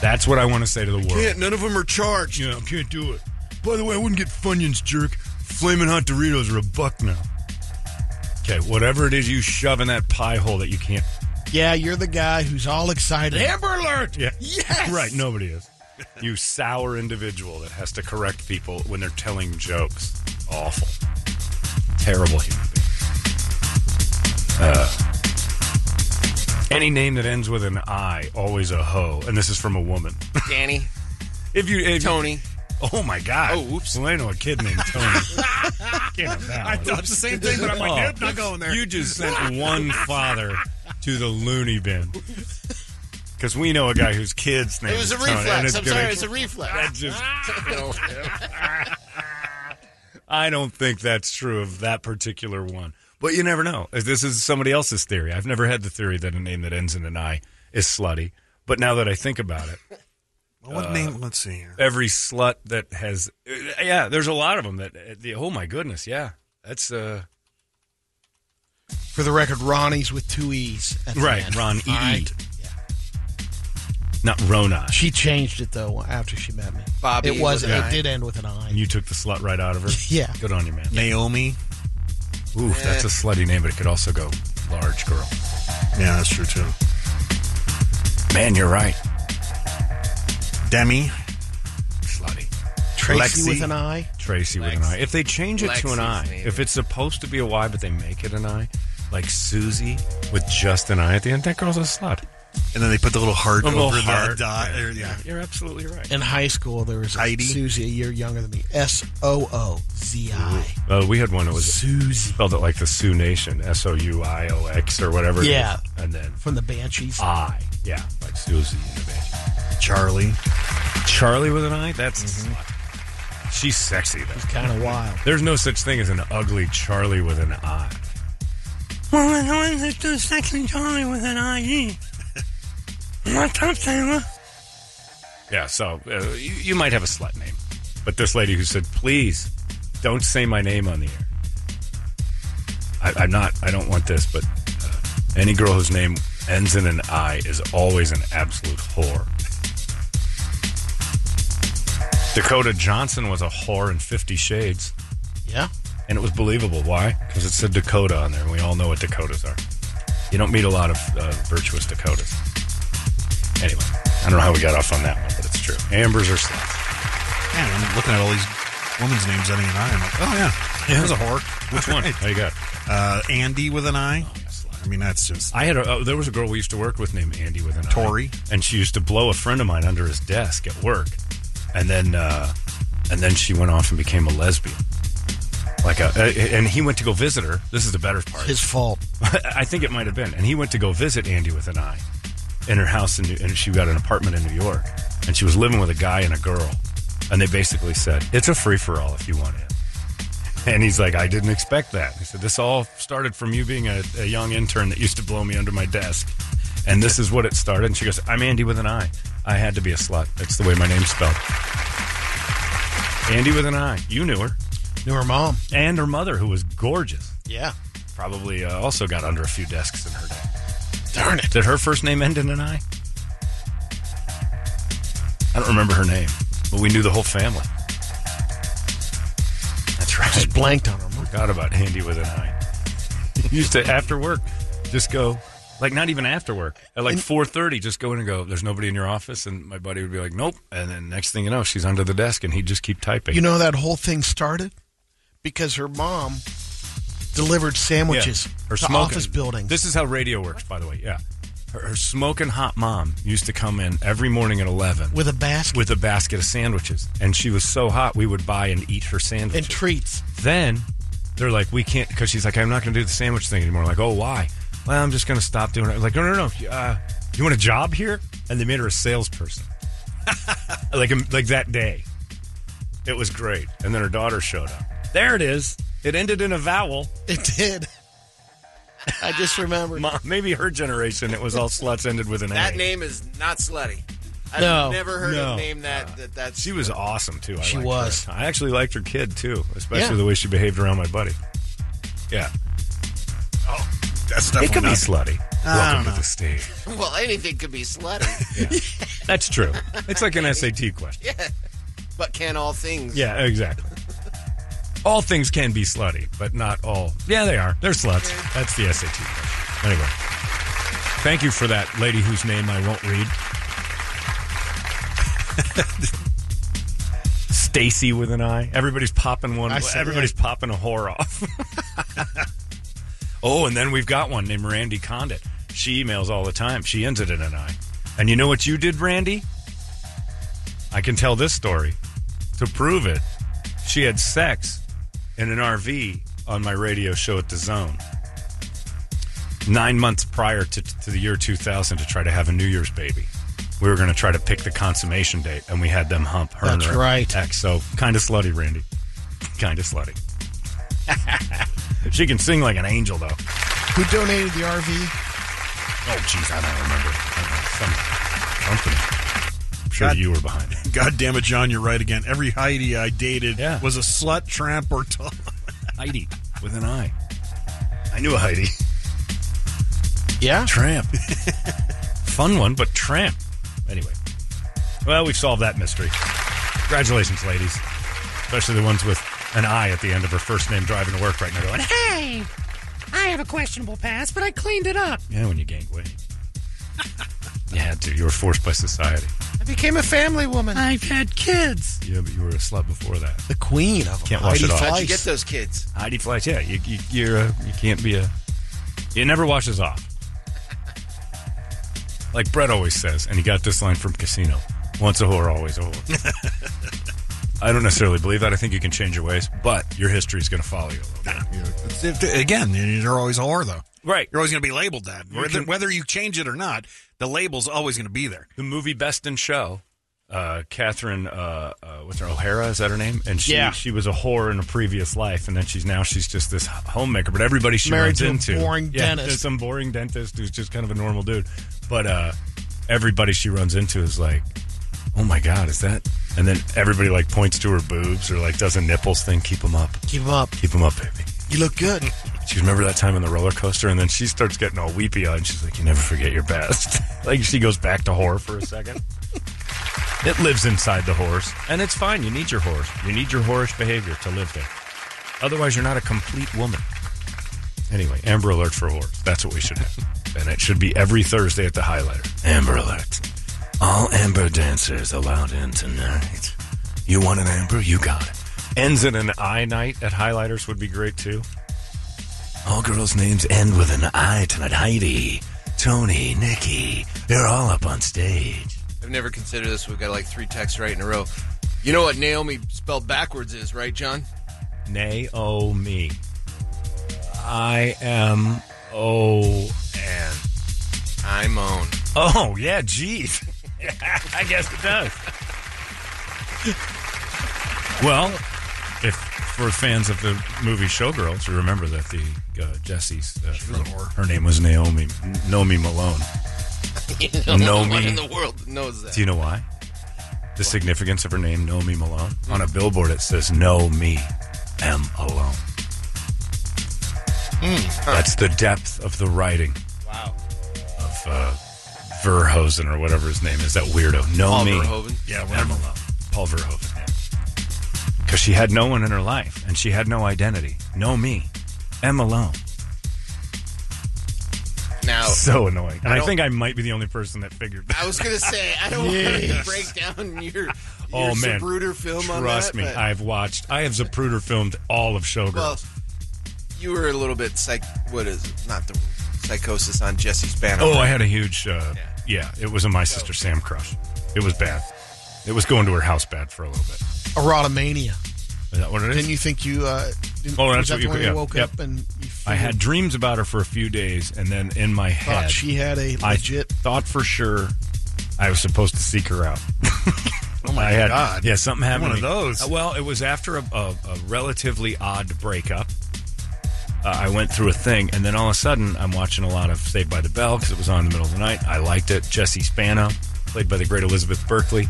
That's what I want to say to the world. none of them are charged. Yeah, I can't do it. By the way, I wouldn't get Funyuns, jerk. Flaming hot Doritos are a buck now. Okay, whatever it is you shove in that pie hole that you can't. Yeah, you're the guy who's all excited. Amber Alert. Yeah. Yes. Right, nobody is. You sour individual that has to correct people when they're telling jokes. Awful. Terrible human being. Uh, any name that ends with an I, always a hoe. And this is from a woman. Danny, if you. If, Tony. Oh my God! Oh, oops. Well, I know a kid named Tony. Can't have that one. That's the same thing, but I'm like, Oh. nope, not going there. You just sent one father to the loony bin. Because we know a guy whose kid's name It is was a Tony, and reflex. I'm gonna- sorry, Oh, it's a reflex. that just killed him. I don't think that's true of that particular one. But you never know. This is somebody else's theory. I've never had the theory that a name that ends in an I is slutty. But now that I think about it, What name? Let's see here. every slut that has uh, yeah there's a lot of them that uh, the, oh my goodness yeah that's uh For the record, Ronnie's with two E's. At the Right, end. Ron, E-E. All right. not rona She changed it though after she met me. Bobby it was with an it I. did end with an I. and you took the slut right out of her Yeah. good on you man Naomi. oof that's a slutty name but it could also go large girl Yeah, that's true too. Man, you're right. Demi. slutty Tracy Lexi. with an I. tracy with an i if they change it to Lexi's an i name. if it's supposed to be a y but they make it an i like susie with just an i at the end that girl's a slut And then they put the little heart A little over heart. the dot. or, yeah. you're absolutely right In high school, there was a Heidi. Susie a year younger than me. S O O Z I. uh, we had one that was Susie spelled it like the sioux nation s-o-u-i-o-x or whatever it is. Yeah. and then from the Banshees. I. Yeah, like Susie in the band. Charlie. Charlie with an I? That's Mm-hmm. a slut. She's sexy, though. kind of wild. There's no such thing as an ugly Charlie with an I. Well, when I was too sexy Charlie with an E. IE. What's up, Taylor? Yeah, so uh, you, you might have a slut name. But this lady who said, please don't say my name on the air. I, I'm not, I don't want this, but uh, any girl whose name ends in an I is always an absolute whore. Dakota Johnson was a whore in Fifty Shades. Yeah. and it was believable. Why? Because it said Dakota on there, and we all know what Dakotas are. You don't meet a lot of uh, virtuous Dakotas. Anyway, I don't know how we got off on that one, but it's true. Ambers are sluts. Man, I'm looking at all these women's names ending in I. I'm like, oh yeah, yeah. there's a whore. Which one? How you got? Uh, Andy with an I. I mean, that's just I had a. Oh, there was a girl we used to work with named Andy with an I. Tori. and she used to blow a friend of mine under his desk at work, and then uh, and then she went off and became a lesbian. Like a, and he went to go visit her. This is the better part. His fault. I think it might have been. And he went to go visit Andy with an eye in her house, in New- and she got an apartment in New York. And she was living with a guy and a girl. And they basically said, It's a free for all if you want in. And he's like, I didn't expect that. He said, This all started from you being a, a young intern that used to blow me under my desk. And this is what it started. And she goes, I'm Andy with an eye. I had to be a slut. That's the way my name's spelled. Andy with an eye. You knew her. Knew her mom. And her mother, who was gorgeous Yeah. probably uh, also got under a few desks in her day. Darn it. Did her first name end in an I? I don't remember her name, but we knew the whole family. That's right. Just blanked on her mom. forgot about Handy with an I. Used to after work, just go like not even after work at like four thirty. Just go in and go. There's nobody in your office, and my buddy would be like, "Nope." And then next thing you know, she's under the desk, and he'd just keep typing. You know how that whole thing started because her mom delivered sandwiches Her to office buildings. This is how radio works, by the way. Yeah. Her, her smoking hot mom used to come in every morning at 11 with, with a basket a basket of sandwiches. And she was so hot, we would buy and eat her and sandwiches. treats. then they're like, we can't, because she's like, I'm not going to do the sandwich thing anymore. Like, oh, why? Well, I'm just going to stop doing it. Like, no, no, no. Uh, you want a job here? And they made her a salesperson. like, um, like that day. It was great. And then her daughter showed up. There it is. It ended in a vowel. It did. I just remembered. Mom, maybe her generation, it was all sluts ended with an That A. name is not slutty. I've No, never heard no. Uh, of name that, that that's She was awesome too. I She liked her. was. I actually liked her kid too, especially Yeah. the way she behaved around my buddy. Yeah, that's it could be definitely not- slutty. don't Welcome to know. the stage. well anything could be slutty. That's true. It's like an SAT question. but can all things Yeah, exactly. All things can be slutty, but not all. Yeah, they are. They're sluts. That's the SAT question. Anyway, thank you for that lady whose name I won't read. Stacy with an I. Everybody's popping one. I said, everybody's popping a whore off. oh, and then we've got one named Randy Condit. She emails all the time. She ends it in an I. And you know what you did, Randy? I can tell this story to prove it. She had sex in an RV on my radio show at the Zone nine months prior to, to the year 2000 to try to have a New Year's baby. We were going to try to pick the consummation date, and we had them hump her and That's her right. ex. So kind of slutty, Randy. Kind of slutty. she can sing like an angel, though. Who donated the RV? Oh, jeez, I don't remember. I don't know, Some company. I'm sure God- you were behind it. God damn it, John, you're right again. Every Heidi I dated Yeah. was a slut, tramp, or t- Heidi with an I. I knew a Heidi. Yeah? Tramp. Fun one, but tramp. Anyway. Well, we've solved that mystery. Congratulations, ladies. Especially the ones with an I at the end of her first name driving to work right now going, Hey, I have a questionable past, but I cleaned it up. Yeah, when you gained weight. you had to. You were forced by society. I became a family woman. I've had kids. Yeah, but you were a slut before that. The queen of them. Can't wash Heidi it off. How'd you Fleiss. get those kids? Heidi Fleiss, yeah, you, you, you're a, you can't be a. It never washes off. Like Brett always says, and he got this line from Casino once a whore, always a whore. I don't necessarily believe that. I think you can change your ways, but your history is going to follow you a little bit. Again, you're always a whore, though. Right. You're always going to be labeled that. Whether, whether you change it or not, the label's always going to be there. The movie Best in Show, uh, Catherine, uh, uh, what's her, O'Hara, is that her name? And she, Yeah. she was a whore in a previous life, and then she's now she's just this homemaker, but everybody she Married runs to a into. boring yeah, dentist. there's some boring dentist who's just kind of a normal dude. But uh, everybody she runs into is like, oh my God, is that? And then everybody like points to her boobs or like does a nipples thing, keep them up, Keep them up. keep them up, baby. You look good. She remember that time on the roller coaster, and then she starts getting all weepy eyed, and she's like, "You never forget your best." like she goes back to horror for a second. it lives inside the horse, and it's fine. You need your horse. You need your whorish behavior to live there. Otherwise, you're not a complete woman. Anyway, Amber Alert for whores. That's what we should have, and it should be every Thursday at the highlighter. Amber Alert. All Amber dancers allowed in tonight. You want an Amber? You got it. Ends in an I night at highlighters would be great too. All girls' names end with an I tonight. Heidi, Tony, Nikki, they're all up on stage. I've never considered this. We've got like three texts right in a row. You know what Naomi spelled backwards is, right, John? Naomi. I am O N. I'm on. Oh, yeah, geez. I guess it does. well, if for fans of the movie Showgirls, you remember that the uh, Jesse's, uh, her, her name was Naomi, Naomi Malone. No one Naomi. in the world that knows that. Do you know why? The significance of her name, Naomi Malone. On a billboard, it says, No me, am alone. That's the depth of the writing. Wow. Of uh, Verhoeven or whatever his name is, that weirdo. No Paul me. Verhoeven. Yeah, am alone. Paul Verhoeven. Because she had no one in her life and she had no identity. No me, am alone. Now, So annoying. And I, Oh. don't- think I might be the only person that figured that. I was going to say, I don't want to break down your, your Oh man, Zapruder film Trust on me, that. but- I've watched. I have Zapruder filmed all of Showgirls. Well, you were a little bit psych. What is it? Not the psychosis on Jesse's banner. oh, I had a huge. Uh, Yeah. yeah. it was a my sister Sam crush. It was bad. It was going to her house bad for a little bit. Erotomania. Is that what it is? Didn't you think you, uh, didn't, Oh, was that's that what the you- one yeah, woke yep. up and you I had figured- dreams about her for a few days, and then in Oh, my thought head, she had a I legit. thought for sure I was supposed to seek her out. Oh, I my had, God. Yeah, something happened. One to of me. those. Uh, well, it was after a, a, a relatively odd breakup. Uh, I went through a thing, and then all of a sudden, I'm watching a lot of Saved by the Bell because it was on in the middle of the night. I liked it. Jesse Spano, played by the great Elizabeth Berkley.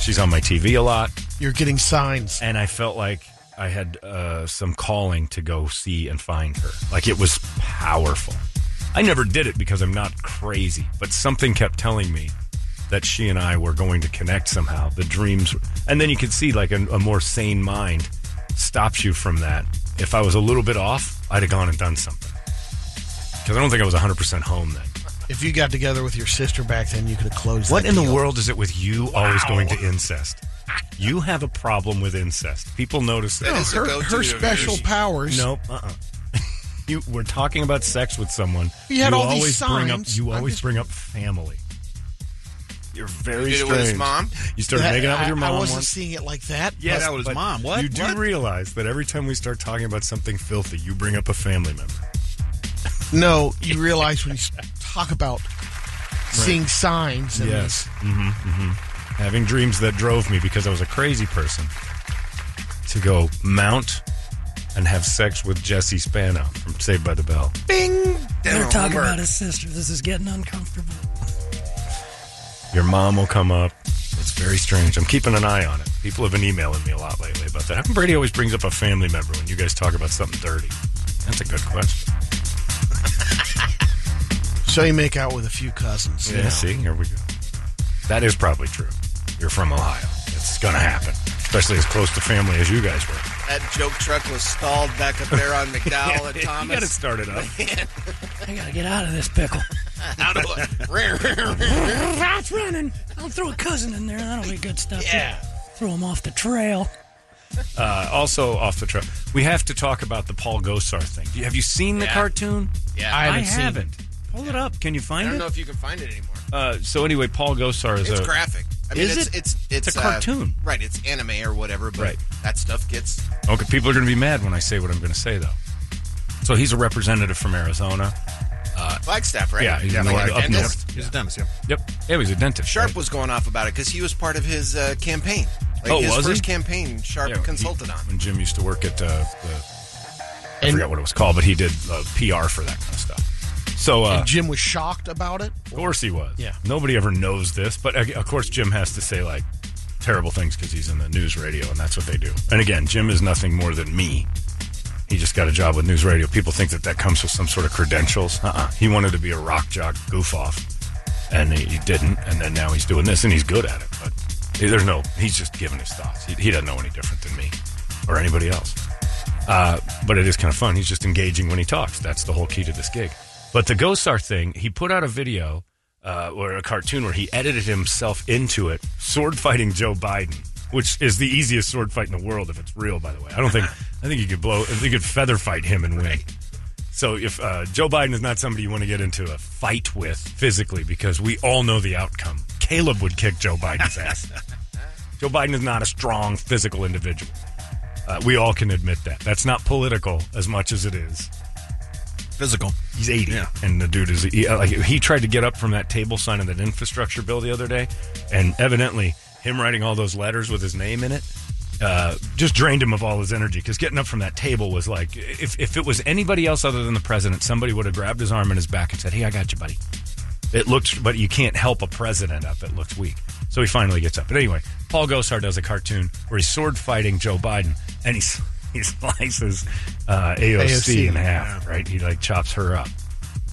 She's on my TV a lot, You're getting signs. and I felt like I had uh, some calling to go see and find her. Like it was powerful. I never did it because I'm not crazy, but something kept telling me that she and I were going to connect somehow. The dreams, and then you could see like a, a more sane mind stops you from that. If I was a little bit off, I'd have gone and done something because I don't think I was 100 percent home then. If you got together with your sister back then, you could have closed. What that in the deal. world is it with you always going to incest? You have a problem with incest. People notice that. That is a Her, go-to her of special yours. powers. Nope. Uh. uh You we're talking about sex with someone. You had all always these bring up. signs. You I'm always just- bring up family. You're very You did it strange. with his mom? You started That- making out with I- your mom I wasn't once. seeing it like that. Yeah, that was but mom. What? You do What? realize that every time we start talking about something filthy, you bring up a family member. but No, you realize when you s- talk about seeing signs. And hmm hmm Having dreams that drove me because I was a crazy person to go mount and have sex with Jesse Spano from Saved by the Bell. They're talking about his sister. This is getting uncomfortable. Your mom will come up. It's very strange. I'm keeping an eye on it. People have been emailing me a lot lately about that. How come Brady always brings up a family member when you guys talk about something dirty? That's a good question. So you make out with a few cousins. Yeah, see, here we go. That is probably true. You're from Ohio. It's going to happen, especially as close to family as you guys were. That joke truck was stalled back up there on McDowell and You got to Thomas. start it up. I gotta get out of this pickle. Out of a- That's running. I'll throw a cousin in there. That'll be good stuff. Yeah. Throw him off the trail. Uh, also off the track, we have to talk about the Paul Gosar thing. Do you- Have you seen the Yeah. cartoon? Yeah. I I, haven't seen haven't. Pull it up. Can you I find don't it? know if you can find it anymore. Uh, so anyway, Paul Gosar is It's a graphic. I mean, Is it's, it? It's, it's a uh, cartoon. right? It's anime or whatever. But Right. that stuff gets Okay, people are going to be mad when I say what I'm going to say, though. So he's a representative from Arizona. Flagstaff, right? Yeah, he's like north- a up dentist. north. He's a dentist, yeah. Yep. Yeah, he's a dentist. Sharp right? was going off about it because he was part of his uh, campaign. Like Oh, his was he? first campaign, Sharp Yeah, he- consulted on. When Jim used to work at, uh, the, I And- forgot what it was called, but he did uh, PR for that kind of stuff. So, uh, And Jim was shocked about it. of course he was. Yeah. Nobody ever knows this, but uh, of course Jim has to say, like, terrible things because he's in the news radio, and that's what they do. And again, Jim is nothing more than me. He just got a job with news radio. People think that that comes with some sort of credentials. Uh-uh. He wanted to be a rock jock goof off, and he, he didn't. And then now he's doing this, and he's good at it. But he- there's no, he's just giving his thoughts. He, he doesn't know any different than me or anybody else. Uh, but it is kind of fun. He's just engaging when he talks. That's the whole key to this gig. But the Gosar thing, he put out a video uh, or a cartoon where he edited himself into it, sword fighting Joe Biden, which is the easiest sword fight in the world if it's real. By the way, I don't think I think you could blow, I think you could feather fight him and win. So if uh, Joe Biden is not somebody you want to get into a fight with physically, because we all know the outcome. Caleb would kick Joe Biden's ass. Joe Biden is not a strong physical individual. Uh, we all can admit that. That's not political as much as it is. Physical. He's 80, Yeah. and the dude is he, uh, like he tried to get up from that table sign of that infrastructure bill the other day, and evidently him writing all those letters with his name in it uh, just drained him of all his energy because getting up from that table was like if if it was anybody else other than the president, somebody would have grabbed his arm and his back and said, "Hey, I got you, buddy." It looks, but you can't help a president up. It looks weak. So he finally gets up. But anyway, Paul Gosar does a cartoon where he's sword fighting Joe Biden, and he s- he slices uh, AOC, AOC, in half. Right? He like chops her up,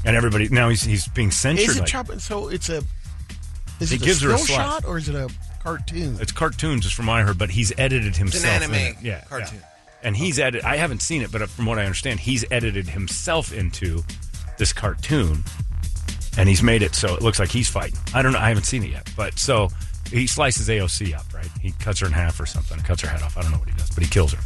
and everybody now he's he's being censored. Is it like- chopping? So it's a. Is He it gives a her a still slice. shot or is it a cartoon? It's cartoons, is from what I heard, but he's edited himself. in anime it. yeah, cartoon. yeah. And he's edited. I haven't seen it, but from what I understand, he's edited himself into this cartoon, and he's made it so it looks like he's fighting. I don't know. I haven't seen it yet, but so he slices AOC up, right? He cuts her in half or something, cuts her head off. I don't know what he does, but he kills her.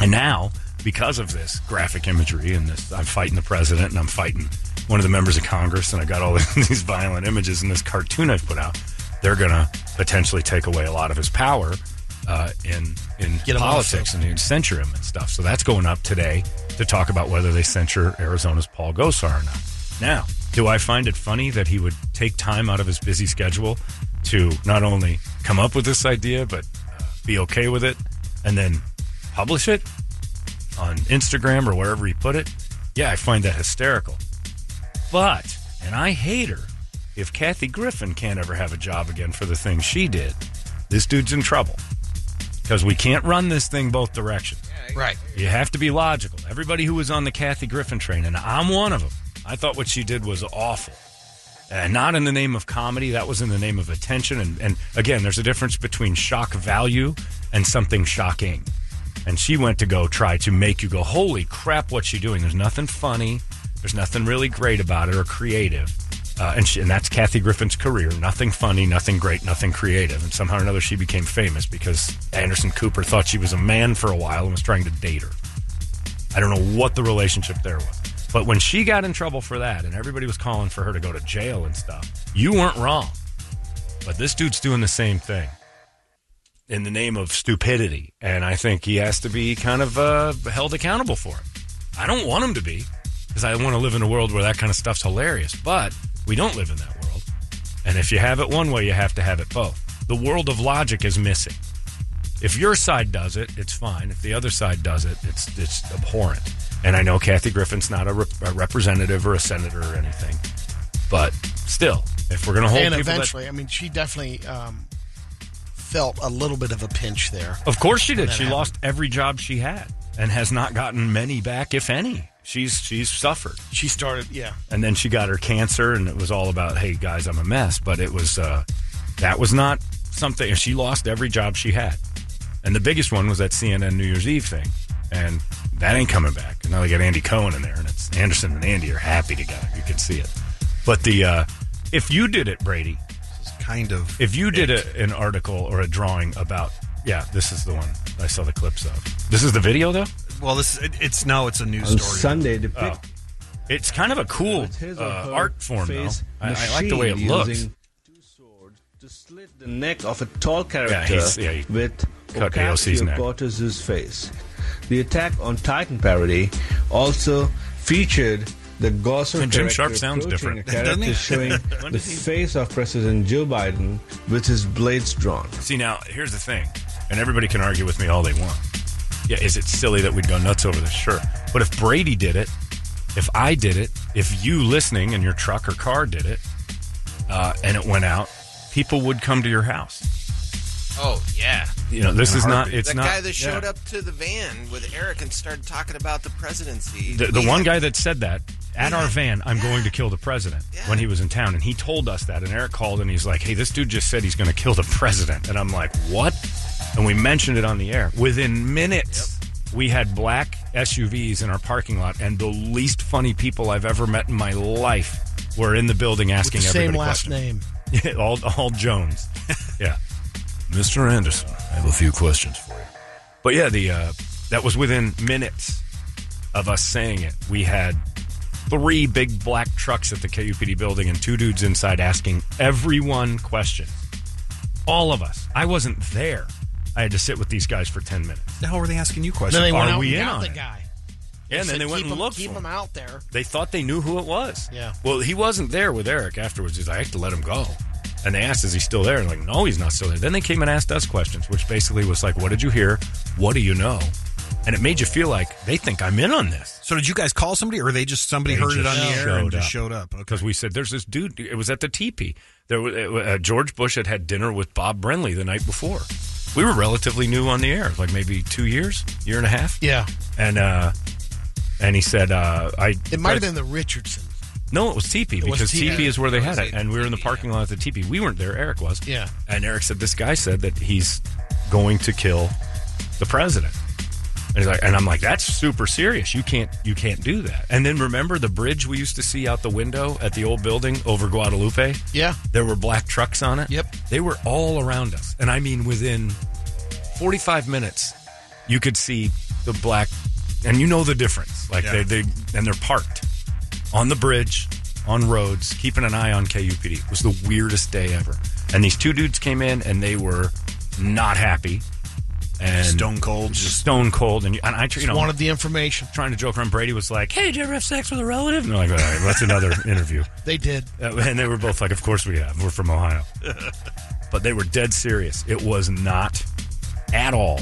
And now, because of this graphic imagery and this, I'm fighting the president and I'm fighting one of the members of Congress, and I got all these violent images in this cartoon I've put out. They're going to potentially take away a lot of his power uh, in in Get him off politics and censure him and stuff. So that's going up today to talk about whether they censure Arizona's Paul Gosar or not. Now, do I find it funny that he would take time out of his busy schedule to not only come up with this idea but uh, be okay with it and then publish it on Instagram or wherever he put it. Yeah, I find that hysterical. But, and I hate her, if Kathy Griffin can't ever have a job again for the thing she did, this dude's in trouble. Because we can't run this thing both directions. Right. You have to be logical. Everybody who was on the Kathy Griffin train, and I'm one of them, I thought what she did was awful. And Uh, not in the name of comedy, that was in the name of attention. And, and again, there's a difference between shock value and something shocking. And she went to go try to make you go, holy crap, what's she doing? There's nothing funny. There's nothing really great about it or creative. Uh, and, she, and that's Kathy Griffin's career. Nothing funny, nothing great, nothing creative. And somehow or another, she became famous because Anderson Cooper thought she was a man for a while and was trying to date her. I don't know what the relationship there was. But when she got in trouble for that and everybody was calling for her to go to jail and stuff, you weren't wrong. But this dude's doing the same thing in the name of stupidity. And I think he has to be kind of uh, held accountable for it. I don't want him to be because I want to live in a world where that kind of stuff's hilarious. But we don't live in that world. And if you have it one way, you have to have it both. The world of logic is missing. If your side does it, it's fine. If the other side does it, it's it's abhorrent. And I know Kathy Griffin's not a, rep- a representative or a senator or anything, but still, if we're going to hold and people that- eventually, I mean, she definitely um, felt a little bit of a pinch there. Of course she did. that She happened. lost every job she had and has not gotten many back, if any. She's she's suffered. She started, yeah. And then she got her cancer, and it was all about, hey guys, I'm a mess. But it was uh, that was not something. She lost every job she had, and the biggest one was that CNN New Year's Eve thing, and that ain't coming back. And now they got Andy Cohen in there, and it's Anderson and Andy are happy together. You can see it. But the uh, if you did it, Brady, kind of. if you did a, an article or a drawing about, yeah, this is the one I saw the clips of. This is the video though. Oh. Well, this it, it's now it's a news on story. Sunday to pick It's kind of a Uh, cool his or uh, her art form though. face I, I like the way it machine looks. using two swords to slit the neck of a tall character he's- yeah, he with cut AOC's neck. Ocasio Cortez's face. The Attack on Titan parody also featured the Gosser And Jim character Sharp sounds approaching different, a doesn't he? character showing the face of President Joe Biden with his blades drawn. See now, here's the thing, and everybody can argue with me all they want. Yeah, is it silly that we'd go nuts over this? Sure, but if Brady did it, if I did it, if you listening in your truck or car did it, uh, and it went out, people would come to your house. Oh yeah, You know, this In a is not. heartbeat. It's that not guy that showed yeah. up to the van with Eric and started talking about the presidency. The, the We one had- guy that said that at our van, I'm going to kill the president when he was in town, and he told us that. And Eric called and he's like, "Hey, this dude just said he's going to kill the president," and I'm like, "What?" And we mentioned it on the air. Within minutes, we had black SUVs in our parking lot, and the least funny people I've ever met in my life were in the building With asking the same everybody last questions. name. Yeah, all, all Jones. yeah. Mr. Anderson, I have a few questions for you. But yeah, the uh, that was within minutes of us saying it. We had three big black trucks at the KUPD building and two dudes inside asking everyone questions. All of us. I wasn't there. I had to sit with these guys for ten minutes. the hell were they asking you Then questions? they went Are out we and in got on the it? guy. and then said, they went keep and him, looked Keep for him out there. They thought they knew who it was. Yeah. Well, he wasn't there with Eric afterwards. He's like, I had to let him go. And they asked, is he still there? And like, no, he's not still there. Then they came and asked us questions, which basically was like, what did you hear? What do you know? And it made you feel like they think I'm in on this. so did you guys call somebody, or they just somebody They heard it just on the air showed and just up. showed up? Okay. because we said there's this dude. It was at the teepee. There, was, uh, George Bush had had dinner with Bob Brenly the night before. We were relatively new on the air, like maybe two years, year and a half. Yeah. And uh, and he said, uh, I It might have been the Richardson. no, it was teepee was because teepee. teepee is where they had it, and we were in the parking lot at the teepee. We weren't there. Eric was. Yeah. And Eric said this guy said that he's going to kill the president. And he's like, and I'm like, that's super serious. You can't, you can't do that. And then remember the bridge we used to see out the window at the old building over Guadalupe. Yeah. There were black trucks on it. Yep. They were all around us, and I mean within 45 minutes, you could see the black, and you know the difference. Like Yeah. they, they, and they're parked on the bridge, on roads, keeping an eye on KUPD. It was the weirdest day ever. And these two dudes came in, and they were not happy. And Stone cold, just just stone cold. And, you, and I, you know, Wanted the information. trying to joke around. Brady was like, "Hey," Hey, did you ever have sex with a relative? and they're like, "All right, well, that's another interview." They did. Uh, and they were both like, "Of course we have. We're from Ohio." but they were dead serious. It was not at all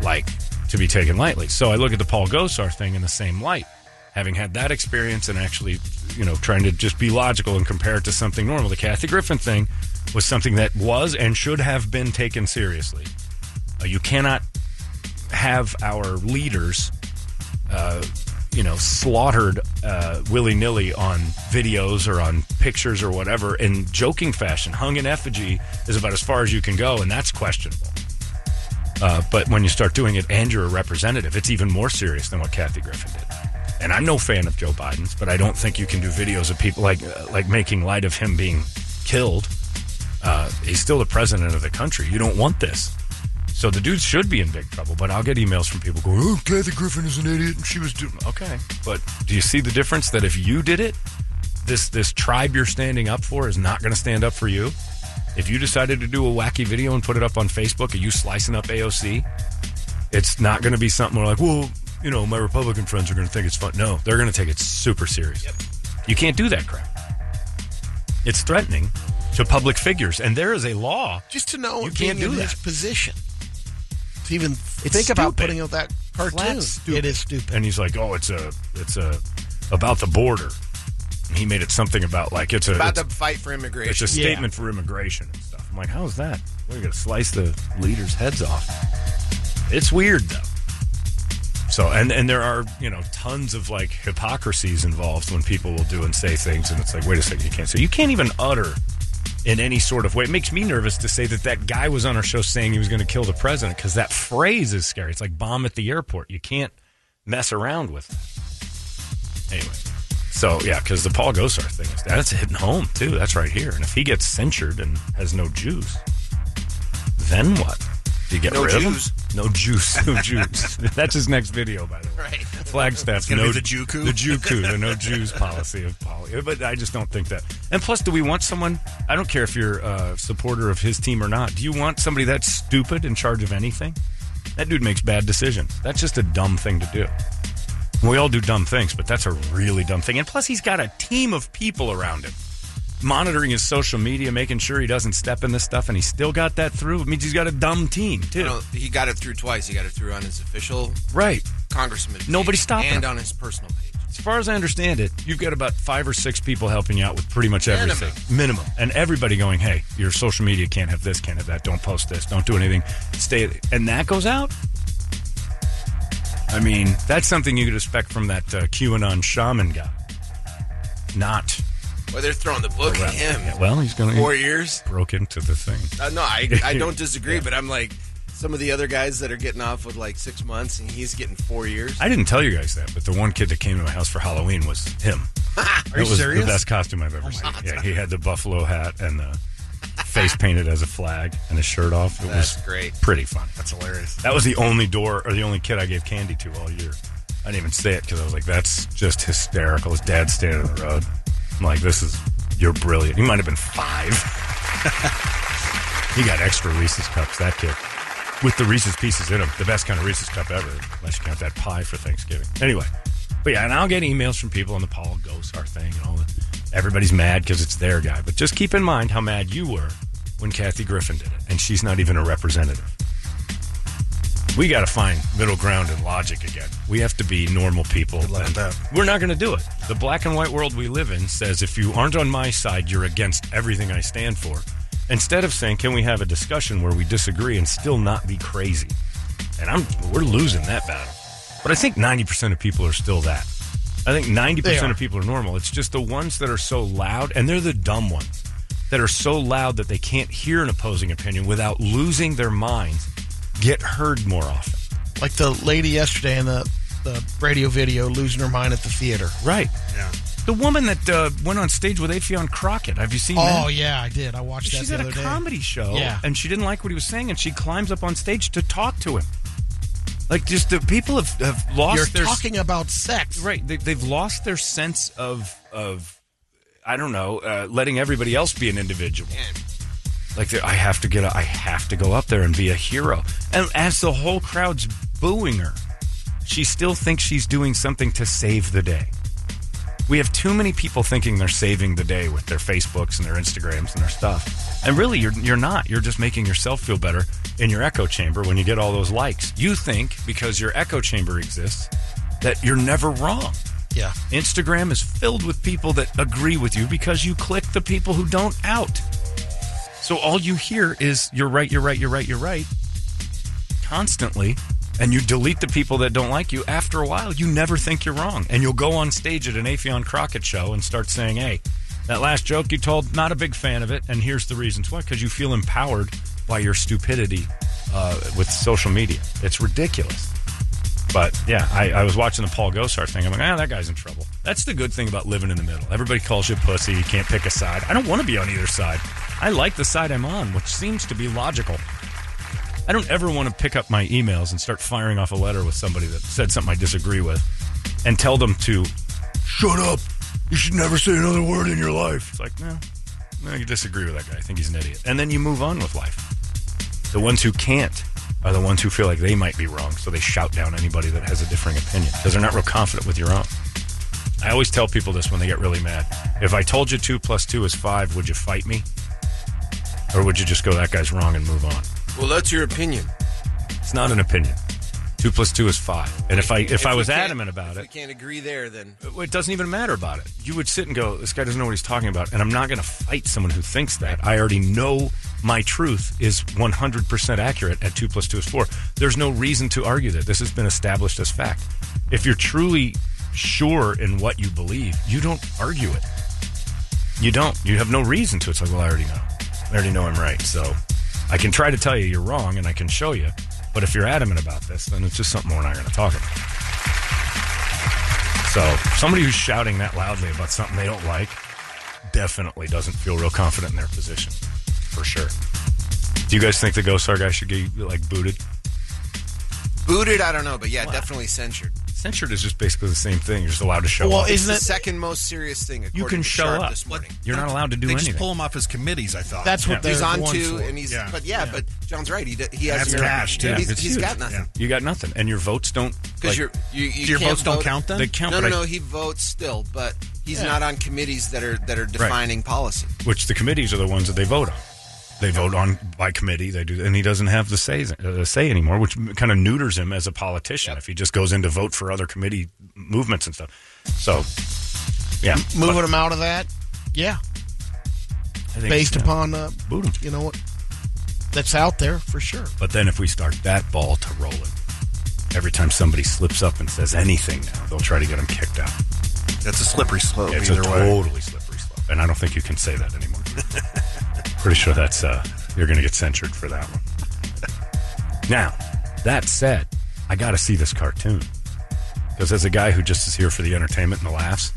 like to be taken lightly. So I look at the Paul Gosar thing in the same light, having had that experience and actually, you know, trying to just be logical and compare it to something normal. The Kathy Griffin thing was something that was and should have been taken seriously. Uh, you cannot have our leaders you know, slaughtered uh, willy nilly on videos or on pictures or whatever in joking fashion. Hung in effigy is about as far as you can go, and that's questionable. Uh, but when you start doing it and you're a representative, it's even more serious than what Kathy Griffin did. And I'm no fan of Joe Biden's, but I don't think you can do videos of people like uh, like making light of him being killed. Uh, he's still the president of the country. You don't want this. So the dude should be in big trouble, but I'll get emails from people going, oh, Kathy Griffin is an idiot and she was doing. Okay. But do you see the difference that if you did it, this, this tribe you're standing up for is not going to stand up for you? If you decided to do a wacky video and put it up on Facebook, are you slicing up AOC? It's not going to be something where, like, well, you know, my Republican friends are going to think it's fun. No, they're going to take it super serious. You can't do that crap. It's threatening to public figures. And there is a law. Just to know You being can't do in his that. position. To even think about stupid. putting out that Flat cartoon. stupid. It is stupid. and he's like, "Oh, it's a, it's a, about the border." And he made it something about like it's a, about it's, to fight for immigration. it's a statement for immigration and stuff. I'm like, "How's that?" We're going to slice the leaders' heads off. It's weird though. So and and there are you know tons of like hypocrisies involved when people will do and say things, and it's like, wait a second, you can't say you can't even utter in any sort of way. It makes me nervous to say that that guy was on our show saying he was going to kill the president because that phrase is scary. It's like bomb at the airport. You can't mess around with. That. Anyway, so yeah, because the Paul Gosar thing is that's hitting home too. That's right here, and if he gets censured and has no juice, then what? Do you get No rid of him? juice. No juice. No juice. That's his next video, by the way. Right. Flagstaff. gonna no, be the Juku. The Juku, the no Jews policy of Polly. But I just don't think that. And plus, do we want someone? I don't care if you're a supporter of his team or not. Do you want somebody that's stupid in charge of anything? That dude makes bad decisions. That's just a dumb thing to do. We all do dumb things, but that's a really dumb thing. And plus, he's got a team of people around him monitoring his social media, making sure he doesn't step in this stuff, and he still got that through. It means he's got a dumb team, You too. know, he got it through twice. He got it through on his official Right. congressman. page Nobody stopping And him. on his personal page. As far as I understand it, you've got about five or six people helping you out with pretty much Minimum. everything. Minimum. And everybody going, hey, your social media can't have this, can't have that. Don't post this. Don't do anything. Stay. And that goes out? I mean, that's something you could expect from that uh, QAnon shaman guy. Not. Well, they're throwing the book at him. Yeah, well, he's going Four to years. broke into the thing. Uh, no, I, I don't disagree, but I'm like some of the other guys that are getting off with like six months, and he's getting four years. I didn't tell you guys that, but the one kid that came to my house for Halloween was him. Are you was serious? The best costume I've ever seen. Yeah, he had the buffalo hat and the face painted as a flag and his shirt off. It That's was great. Pretty fun. That's hilarious. That was the only door or the only kid I gave candy to all year. I didn't even say it because I was like, "That's just hysterical." His dad's standing on the road. I'm like, "This is you're brilliant." He might have been five. he got extra Reese's cups. That kid with the Reese's pieces in them, the best kind of Reese's cup ever, unless you count that pie for Thanksgiving. Anyway, but yeah, and I'll get emails from people on the Paul Gosar thing and all that. Everybody's mad because it's their guy, but just keep in mind how mad you were when Kathy Griffin did it, and she's not even a representative we got to find middle ground and logic again. We have to be normal people. and We're not going to do it. The black and white world we live in says if you aren't on my side, you're against everything I stand for. Instead of saying, can we have a discussion where we disagree and still not be crazy? And I'm we're losing that battle. But I think 90% of people are still that. I think 90% of people are normal. It's just the ones that are so loud, and they're the dumb ones that are so loud that they can't hear an opposing opinion without losing their minds get heard more often. Like the lady yesterday in the, the radio video losing her mind at the theater. Right. Yeah. The woman that uh, went on stage with Afion Crockett. Have you seen that? Oh, yeah, I did. I watched that She's the at other a day. comedy show, Yeah. and she didn't like what he was saying, and she climbs up on stage to talk to him. Like, just the people have, have lost You're their talking about sex. right. They, they've lost their sense of of I don't know, uh, letting everybody else be an individual. Like they're- I have to get, a, I have to go up there and be a hero. And as the whole crowd's booing her, she still thinks she's doing something to save the day. We have too many people thinking they're saving the day with their Facebooks and their Instagrams and their stuff. And really, you're, you're not. You're just making yourself feel better in your echo chamber when you get all those likes. You think because your echo chamber exists that you're never wrong. Yeah. Instagram is filled with people that agree with you because you click the people who don't out. So all you hear is you're right, you're right, you're right, you're right constantly and you delete the people that don't like you after a while you never think you're wrong and you'll go on stage at an Afion Crockett show and start saying hey that last joke you told not a big fan of it and here's the reasons why because you feel empowered by your stupidity uh, with social media it's ridiculous but yeah I, I was watching the Paul Gosar thing I'm like ah that guy's in trouble that's the good thing about living in the middle everybody calls you a pussy you can't pick a side I don't want to be on either side I like the side I'm on which seems to be logical I don't ever want to pick up my emails and start firing off a letter with somebody that said something I disagree with and tell them to shut up. You should never say another word in your life. It's like, no, no, you disagree with that guy. I think he's an idiot. And then you move on with life. The ones who can't are the ones who feel like they might be wrong, so they shout down anybody that has a differing opinion because they're not real confident with your own. I always tell people this when they get really mad. If I told you two plus two is five, would you fight me? Or would you just go, that guy's wrong and move on? Well, that's your opinion. It's not an opinion. Two plus two is five. And if I if, I we was can't- adamant about if it, we can't agree there. Then it doesn't even matter about it. You would sit and go, this guy doesn't know what he's talking about. And I'm not going to fight someone who thinks that. I already know my truth is 100% accurate at 2 plus 2 is 4. There's no reason to argue that. This has been established as fact. If you're truly sure in what you believe, you don't argue it. You don't. You have no reason to. It's like, well, I already know. I already know I'm right. So I can try to tell you you're wrong and I can show you. But if you're adamant about this, then it's just something we're not going to talk about. So somebody who's shouting that loudly about something they don't like definitely doesn't feel real confident in their position, for sure. Do you guys think the Gosar guy should get like booted? booted, I don't know, but yeah, definitely censured. Censured is just basically the same thing. You're just allowed to show Well, up. isn't the it- second most serious thing? you according can to show Sharp up. this morning. You're not allowed to do they anything. just pull him off his committees. I thought That's what He's they're on going two, for. and he's Yeah. but yeah, but John's right. He d- he has That's no- cash, too. He's, It's he's huge. got nothing you got nothing, and your votes don't. because like, you you your can't votes don't vote- count then. they count, No, no, but I- no. He votes still, but he's not on committees that are that are defining policy. which the committees are the ones that they vote on. They vote on by committee. They do, and he doesn't have the say uh, say anymore, which kind of neuters him as a politician if he just goes in to vote for other committee movements and stuff. So, yeah, Moving them out of that, yeah, I think, based yeah, upon uh, boot 'em. you know what that's out there for sure. But then if we start that ball to rolling, every time somebody slips up and says anything now, they'll try to get him kicked out. That's a slippery slope. It's a either way. totally slippery slope, and I don't think you can say that anymore. Pretty sure that's uh, you're going to get censured for that one. now, that said, I got to see this cartoon because as a guy who just is here for the entertainment and the laughs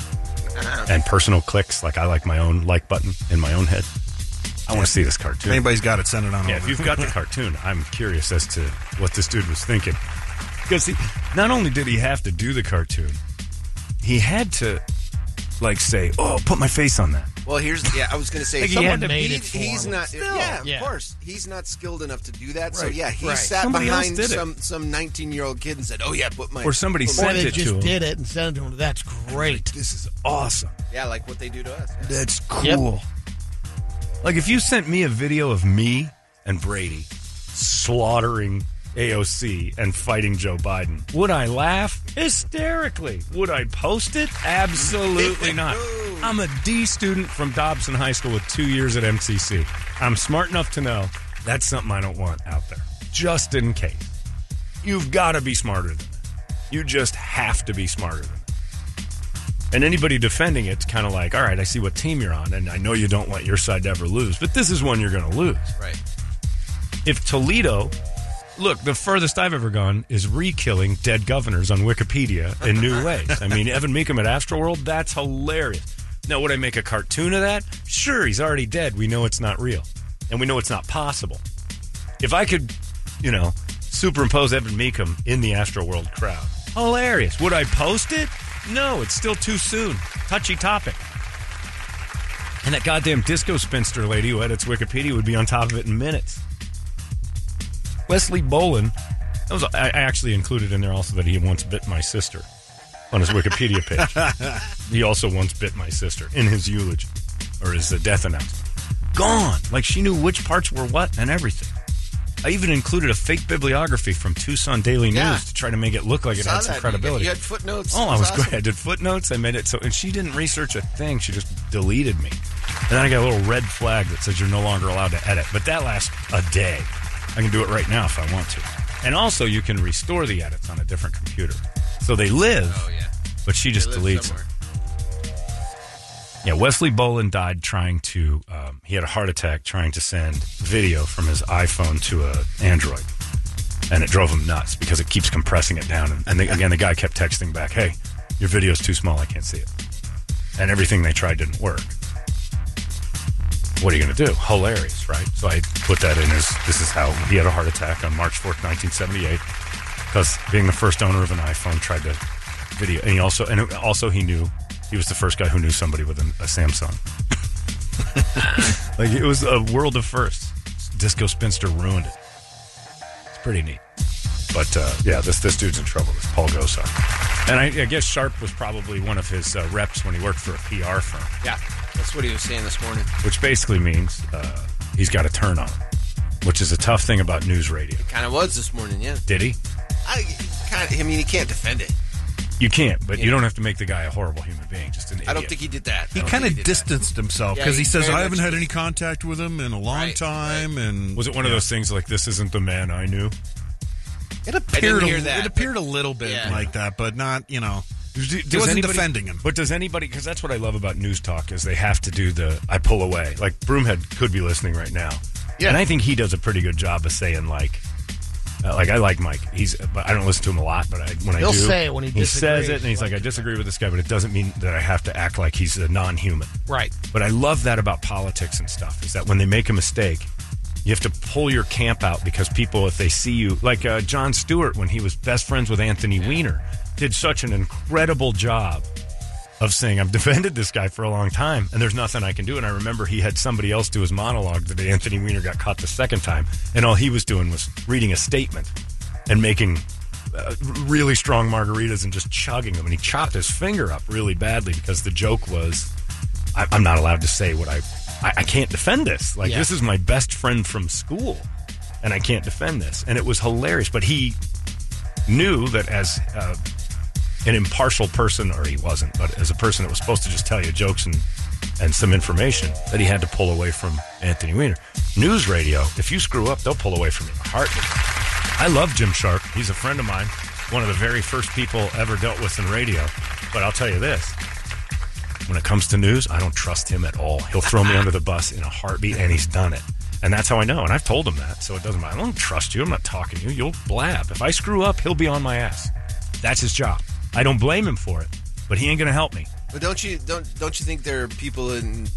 and personal clicks, like I like my own like button in my own head, I want to see this If cartoon. anybody's got it, send it on. Yeah, over. if you've got the cartoon, I'm curious as to what this dude was thinking. Because he, not only did he have to do the cartoon, he had to, like, say, oh, put my face on that. Well, here's yeah. I was going to say Like, he someone had to made it for he's him. not. yeah, Yeah. of course, he's not skilled enough to do that. So Right. yeah, he Right. sat Somebody else behind did it. some some 19 year old kid and said, "Oh yeah, put my Or somebody put my- Or sent they it to just him. did it and sent it to him. That's great. This is awesome. yeah, like what they do to us." yeah. That's Yep. cool. Like, if you sent me a video of me and Brady slaughtering AOC and fighting Joe Biden, would I laugh? Hysterically. Would I post it? Absolutely not. I'm a D student from Dobson High School with two years at MCC. I'm smart enough to know that's something I don't want out there, just in case. You've got to be smarter than that. You just have to be smarter than that. And anybody defending it's kind of like, all right, I see what team you're on, and I know you don't want your side to ever lose, but this is one you're going to lose. Right. If Toledo, look, the furthest I've ever gone is re-killing dead governors on Wikipedia in new ways. I mean, Evan Meekum at Astroworld, that's hilarious. Now, would I make a cartoon of that? Sure, he's already dead. We know it's not real, and we know it's not possible. If I could, you know, superimpose Evan Meekum in the Astroworld crowd, hilarious. Would I post it? No, it's still too soon. Touchy topic. And that goddamn disco spinster lady who edits Wikipedia would be on top of it in minutes. Wesley Bolin. That was I I actually included in there also that he once bit my sister on his Wikipedia page. he also once bit my sister in his eulogy or his uh, death announcement. Gone. Like she knew which parts were what and everything. I even included a fake bibliography from Tucson Daily News Yeah. to try to make it look like it Saw had some that. credibility. You had footnotes. Oh, It I was awesome. great. I did footnotes. I made it so, and she didn't research a thing. She just deleted me. And then I got a little red flag that says you're no longer allowed to edit. But that lasts a day. I can do it right now if I want to. And also, you can restore the edits on a different computer. So they live, Oh yeah. but she just They live deletes them. somewhere. Yeah, Wesley Bolin died trying to. Um, he had a heart attack trying to send video from his iPhone to a Android, and it drove him nuts because it keeps compressing it down. And, and the, again, the guy kept texting back, "Hey, your video's too small. I can't see it." And everything they tried didn't work. What are you going to do? Hilarious, right? So I put that in as this is how he had a heart attack on March fourth, nineteen seventy eight because being the first owner of an iPhone, tried to video, and he also and also he knew he was the first guy who knew somebody with an, a Samsung. like it was a world of firsts. Disco Spinster ruined it. It's pretty neat. But uh, yeah, this this dude's in trouble. This Paul Gosar, and I, I guess Sharp was probably one of his uh, reps when he worked for a PR firm Yeah, that's what he was saying this morning. which basically means uh, he's got a turn on, him, which is a tough thing about news radio. Kind of was this morning. Yeah. Did he? I kind of. I mean, he can't defend it. You can't, but you don't have to make the guy a horrible human being. Just an idiot. I don't think he did that. I He don't kind think of did distanced himself Yeah, because he he says, very "I haven't much had any contact with him in a long Right, right. time." And Was it one of those things like this isn't the man I knew? It that. I didn't appeared. hear A, that. it but- appeared a little bit Yeah. like that, but not. You know, Does he wasn't defending him. But does anybody? Because that's what I love about news talk is they have to do the I pull away. Like Broomhead could be listening right now. Yeah, and I think he does a pretty good job of saying like, uh, like I like Mike. He's but I don't listen to him a lot, but I, when I He'll do, say it when he says disagrees. it, and he's like, I disagree with this guy, but it doesn't mean that I have to act like he's a non-human. Right. But I love that about politics and stuff is that when they make a mistake, you have to pull your camp out because people, if they see you, like uh, John Stewart when he was best friends with Anthony Weiner, did such an incredible job of saying, I've defended this guy for a long time and there's nothing I can do. And I remember he had somebody else do his monologue the day Anthony Weiner got caught the second time. And all he was doing was reading a statement and making uh, really strong margaritas and just chugging them. And he chopped his finger up really badly because the joke was, I, I'm not allowed to say what I, I, I can't defend this. Like, Yeah. this is my best friend from school and I can't defend this. And it was hilarious. But he knew that as uh, an impartial person, or he wasn't, but as a person that was supposed to just tell you jokes and and some information that he had to pull away from Anthony Weiner. News radio, if you screw up, they'll pull away from you. Heartbeat. I love Jim Sharp. He's a friend of mine, one of the very first people ever dealt with in radio. But I'll tell you this. When it comes to news, I don't trust him at all. He'll throw me under the bus in a heartbeat, and he's done it. And that's how I know. And I've told him that, so it doesn't matter. I don't trust you. I'm not talking to you. You'll blab. If I screw up, he'll be on my ass. That's his job. I don't blame him for it, but he ain't going to help me. But don't you don't don't you think there are people in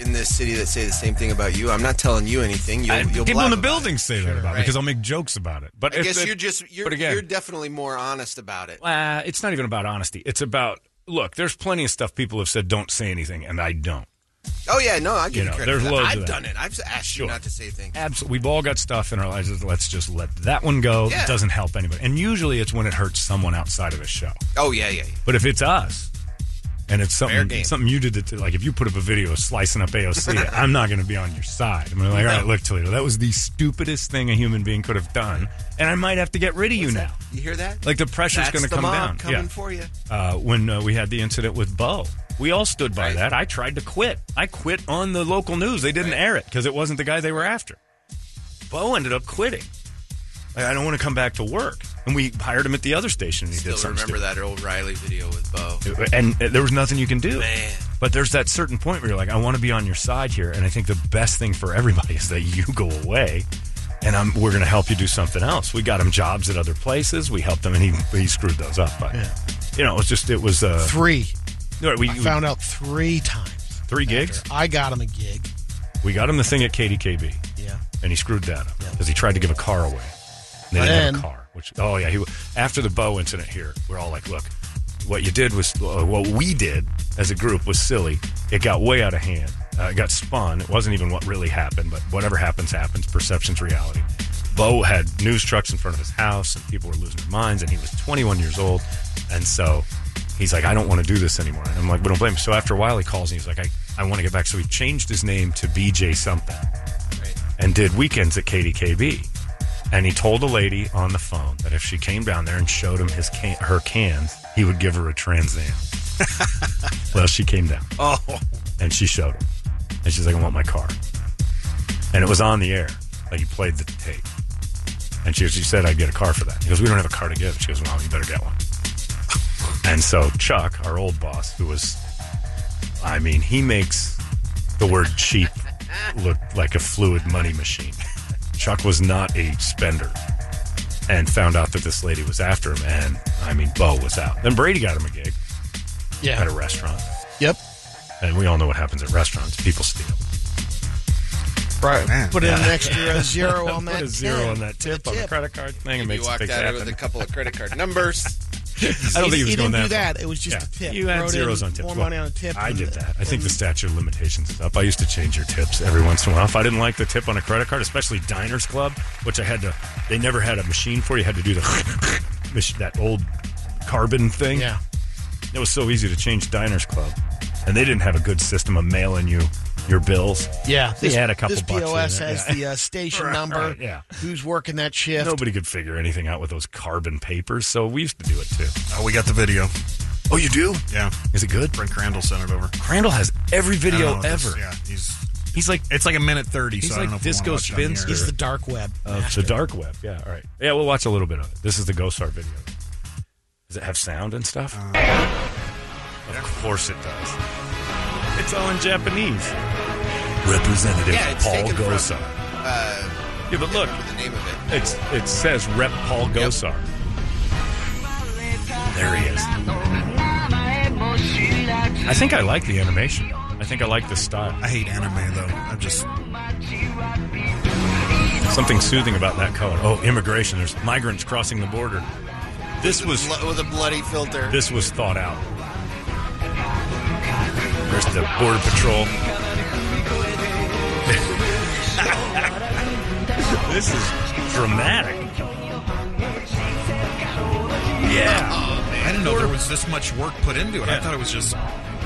in this city that say the same thing about you? I'm not telling you anything. You'll, I- you'll people in blab the about building it. say that about me right. because I'll make jokes about it. But I if guess it- you're just you're but again, you're definitely more honest about it. uh, it's not even about honesty. It's about look. There's plenty of stuff people have said. Don't say anything, and I don't. Oh yeah, no, I give You you, know, credit. there's for that. loads I've of that. done it. I've asked Sure. you not to say things. Absolutely, we've all got stuff in our lives. that Let's just let that one go. Yeah. It doesn't help anybody. And usually, it's when it hurts someone outside of the show. Oh yeah, yeah, yeah. But if it's us, and it's Fair something game. something you did that, like if you put up a video slicing up AOC, I'm not going to be on your side. I'm gonna be like, all right, look, Toledo, that was the stupidest thing a human being could have done, and I might have to get rid of you now. You hear that? Like the pressure's That's going to the come mob down. Coming yeah. for you. uh, when uh, we had the incident with Bo. We all stood by Right. that. I tried to quit. I quit on the local news. They didn't air it because it wasn't the guy they were after. Bo ended up quitting. Like, I don't want to come back to work. And we hired him at the other station. And he Still did something. remember that O'Reilly video with Bo. stupid. And uh, there was nothing you can do. Man. But there's that certain point where you're like, I want to be on your side here. And I think the best thing for everybody is that you go away and I'm, we're going to help you do something else. We got him jobs at other places. We helped him and he, he screwed those up. But, you know, it was just, it was. Uh, Three. no, we, I we- found out three times. Three gigs? I got him a gig. We got him the thing at KDKB, Yeah. and he screwed that up because he tried to give a car away. And they didn't have a Then- car. Which, oh yeah, he, after the Bow incident here, we're all like, look, what you did was uh, what we did as a group was silly. It got way out of hand. Uh, it got spun. It wasn't even what really happened, but whatever happens, happens. Perception's reality. Bo had news trucks in front of his house, and people were losing their minds, and he was 21 years old, and so he's like, I don't want to do this anymore. And I'm like, but don't blame him. So after a while, he calls and he's like, I, I want to get back. So he changed his name to BJ something and did weekends at KDKB. And he told a lady on the phone that if she came down there and showed him his can- her cans, he would give her a Trans Am. well, she came down. Oh. And she showed him. And she's like, I want my car. And it was on the air. Like, he played the tape. And she, she said, I'd get a car for that. He goes, We don't have a car to give. She goes, Well, you better get one. And so Chuck, our old boss, who was, I mean, he makes the word cheap look like a fluid money machine. Chuck was not a spender and found out that this lady was after him. And I mean, Bo was out. Then Brady got him a gig at a Yeah. restaurant. Yep. And we all know what happens at restaurants people steal. man. Put in an extra zero on that. Put a zero ten. on that tip, The on the tip. credit card thing and You makes walked things out happen. with a couple of credit card numbers. I don't think he was going didn't do that. far. that. It was just a tip. You had Wrote zeros in on tips. More Well, money on a tip. I and- did that. I think the and- statute of limitations is up. I used to change your tips every once in a while. If I didn't like the tip on a credit card, especially Diners Club, which I had to, they never had a machine for. You had to do the mach- that old carbon thing. Yeah. It was so easy to change Diners Club, and they didn't have a good system of mailing you your bills. Yeah, They had a couple This bucks in POS it, has yeah. the uh, station Right, number. right, yeah. who's working that shift? Nobody could figure anything out with those carbon papers, so we used to do it too. Oh, we got the video. Oh, you do? Yeah. Is it good? Brent Crandall sent it over. Crandall has every I video don't know if ever. it's- Yeah, he's He's like it's like a minute thirty. He's so I like don't know if Disco we wanna watch it on Spins. the air. He's the dark web. of the dark web. Yeah, all right. Yeah, we'll watch a little bit of it. This is the Ghost Art video. Does it have sound and stuff? Uh, of course it does. It's all in Japanese. Representative Yeah, it's Paul taken from- Gosar. Uh, yeah, but look, the name of it. it's it says Rep Paul Gosar. There he is. I think I like the animation. I think I like the style. I hate anime though. I'm just Something soothing about that color. Oh, immigration. There's migrants crossing the border. This was Blo- with a bloody filter. This was thought out. There's the Border Patrol. this is dramatic. Yeah. I didn't know there was this much work put into it. Yeah. I thought it was just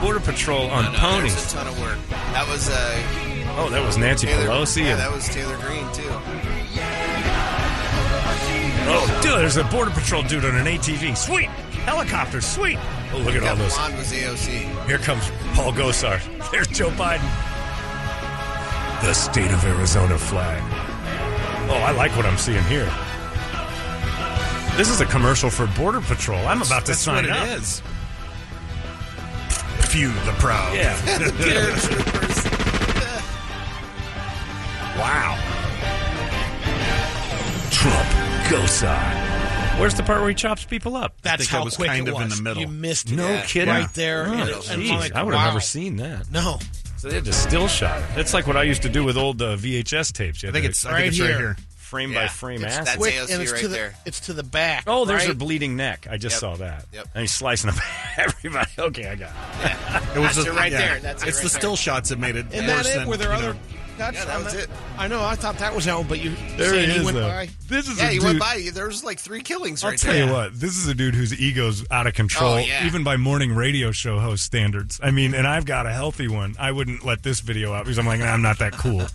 Border Patrol on No, there's ponies. a ton of work. That was uh, Oh, that was Nancy Taylor. Pelosi. yeah, and- that was Taylor Green too. oh, dude, there's a Border Patrol dude on an ATV. Sweet. Helicopter. Sweet. Oh, look at all That those. blonde was AOC. Here comes Paul Gosar. There's Joe Biden. The state of Arizona flag. Oh, I like what I'm seeing here. This is a commercial for Border Patrol. I'm about to that's sign what up. it is. Few the proud. Yeah. Paratroopers. wow. Trump Gosar. Where's the part where he chops people up? That's think how that was quick kind it of was. in the middle. You missed it. No Yeah. kidding. Right there. Oh, And- and jeez, like, I would have wow. never seen that. No. So they had to still shot it. That's like what I used to do with old uh, VHS tapes. You had I think to it's I Right think it's right here. here. frame by Yeah. frame. It's- ass. that's Quick, AOC and it's right to the there. it's to the back. Oh, there's a Right? bleeding neck. I just Yep. saw that. Yep. And he's slicing up everybody. Okay, I got it. It was That's just- it right yeah. there. That's it it's right the there. still shots that made it. And that worse it? than, Were there you know, other cuts? Yeah, that I'm was not- it. I know. I thought that was out, but you saying he went by. This is Yeah, a he dude. went by. There's like three killings I'll right tell there. you what. This is a dude whose ego's out of control, Oh, yeah. even by morning radio show host standards. I mean, and I've got a healthy one. I wouldn't let this video out because I'm like, nah, I'm not that cool.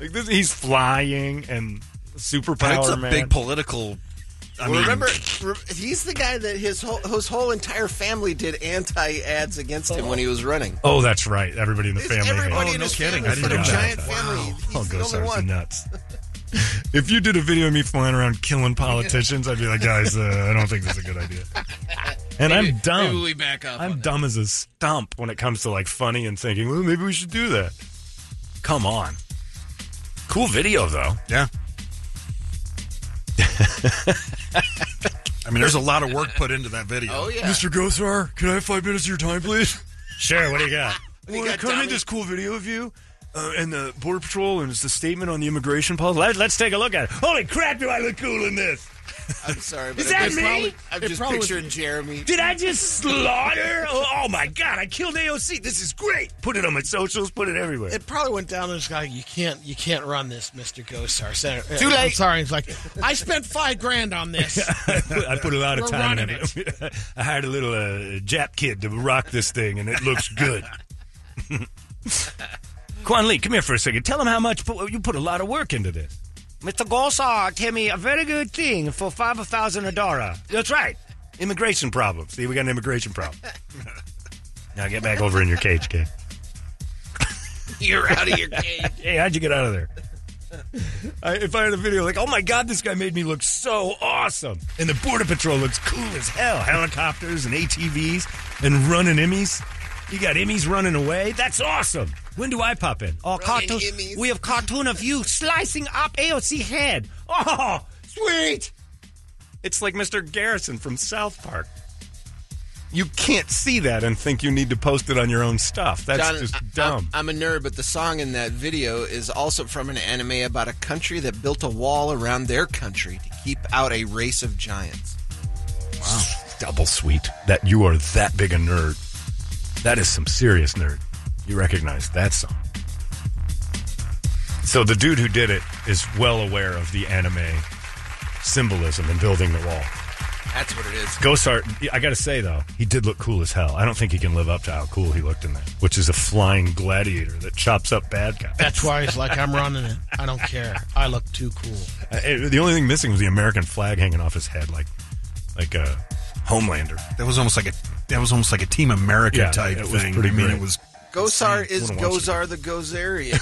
like this, he's flying and superpower But it's a man. big political. I Well, mean, remember, re- he's the guy that his whole, his whole entire family did anti ads against him when he was running. oh, that's right. Everybody in the It's family. hates everybody him. in no his kidding. family. I didn't for the know that. giant family. He's Paul the only Gosar's one. nuts. if you did a video of me flying around killing politicians, I'd be like, guys, uh, I don't think this is a good idea. And I'm dumb. Maybe we back up. I'm dumb as a stump when it comes to like funny and thinking, well, maybe we should do that. Come on. Cool video though. yeah. I mean, there's a lot of work put into that video. Oh yeah, Mr. Gosar, can I have five minutes of your time, please? sure, what do you got? you Well, I got, come in Tommy? this cool video of you uh, and the Border Patrol and it's the statement on the immigration policy. Let, let's take a look at it. Holy crap, do I look cool in this? I'm sorry. Is But I'm that just- me? probably- I'm It just probably was- picturing Jeremy. Did I just slaughter? Oh, oh my God, I killed AOC. This is great. Put it on my socials, put it everywhere. It probably went down. This guy, you can't, you can't run this, Mister Gosar. Senator, Too I'm late. sorry. He's like, I spent five grand on this. I put, I put a lot of We're time in running it. I hired a little uh, Jap kid to rock this thing, and it looks good. Quan Lee, come here for a second. Tell him how much you put a lot of work into this. Mr. Gosar gave me a very good thing for five thousand adora. That's right. Immigration problem. See, we got an immigration problem. now get back over in your cage, kid. You're out of your game. Hey, how'd you get out of there? I, if I had a video like, oh my god, this guy made me look so awesome, and the border patrol looks cool as hell, helicopters and ATVs and running Emmys. You got Emmys running away. That's awesome. When do I pop in? Oh, Running cartoon- Emmys. we have cartoon of you slicing up AOC head. Oh, sweet! It's like Mr. Garrison from South Park. You can't see that and think you need to post it on your own stuff. That's John, I- just dumb. I'm, I'm a nerd, but the song in that video is also from an anime about a country that built a wall around their country to keep out a race of giants. double sweet that you are that big a nerd. That is some serious nerd. You recognize that song. So the dude who did it is well aware of the anime symbolism in building the wall. That's what it is. Gosart, I got to say though, he did look cool as hell. I don't think he can live up to how cool he looked in that, which is a flying gladiator that chops up bad guys. That's why he's like, I'm running it. I don't care. I look too cool. Uh, eh, the only thing missing was the American flag hanging off his head, like like a Homelander. That was almost like a that was almost like a Team America Yeah, type it was thing. pretty I mean, great. it was Gosar is Wouldn't watch Gozar the Gozarian.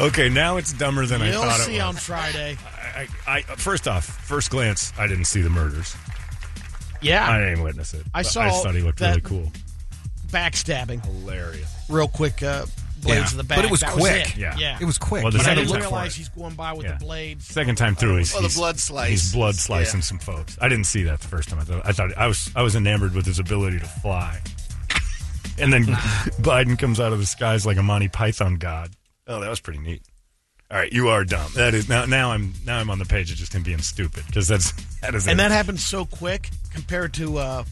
Okay, now it's dumber than I You'll thought see it on was. Friday. I, I, I, first off, first glance, I didn't see the murders. Yeah. I didn't witness it. I but saw I just thought he looked that- really cool. backstabbing. Hilarious. Real quick uh, blades Yeah. of the back. But it was that quick. it. Yeah. yeah. it was quick. Well, the But I second didn't time for realize it. he's going by with Yeah. the blades. Second time through, he's Well, the he's- blood slice. He's blood slicing Yeah. some folks. I didn't see that the first time. I thought I thought I was I was enamored with his ability to fly. And then Biden comes out of the skies like a Monty Python god. Oh, that was pretty neat. All right, you are dumb. That is now. Now I'm now I'm on the page of just him being stupid because that's that is and it. that happened so quick compared to uh,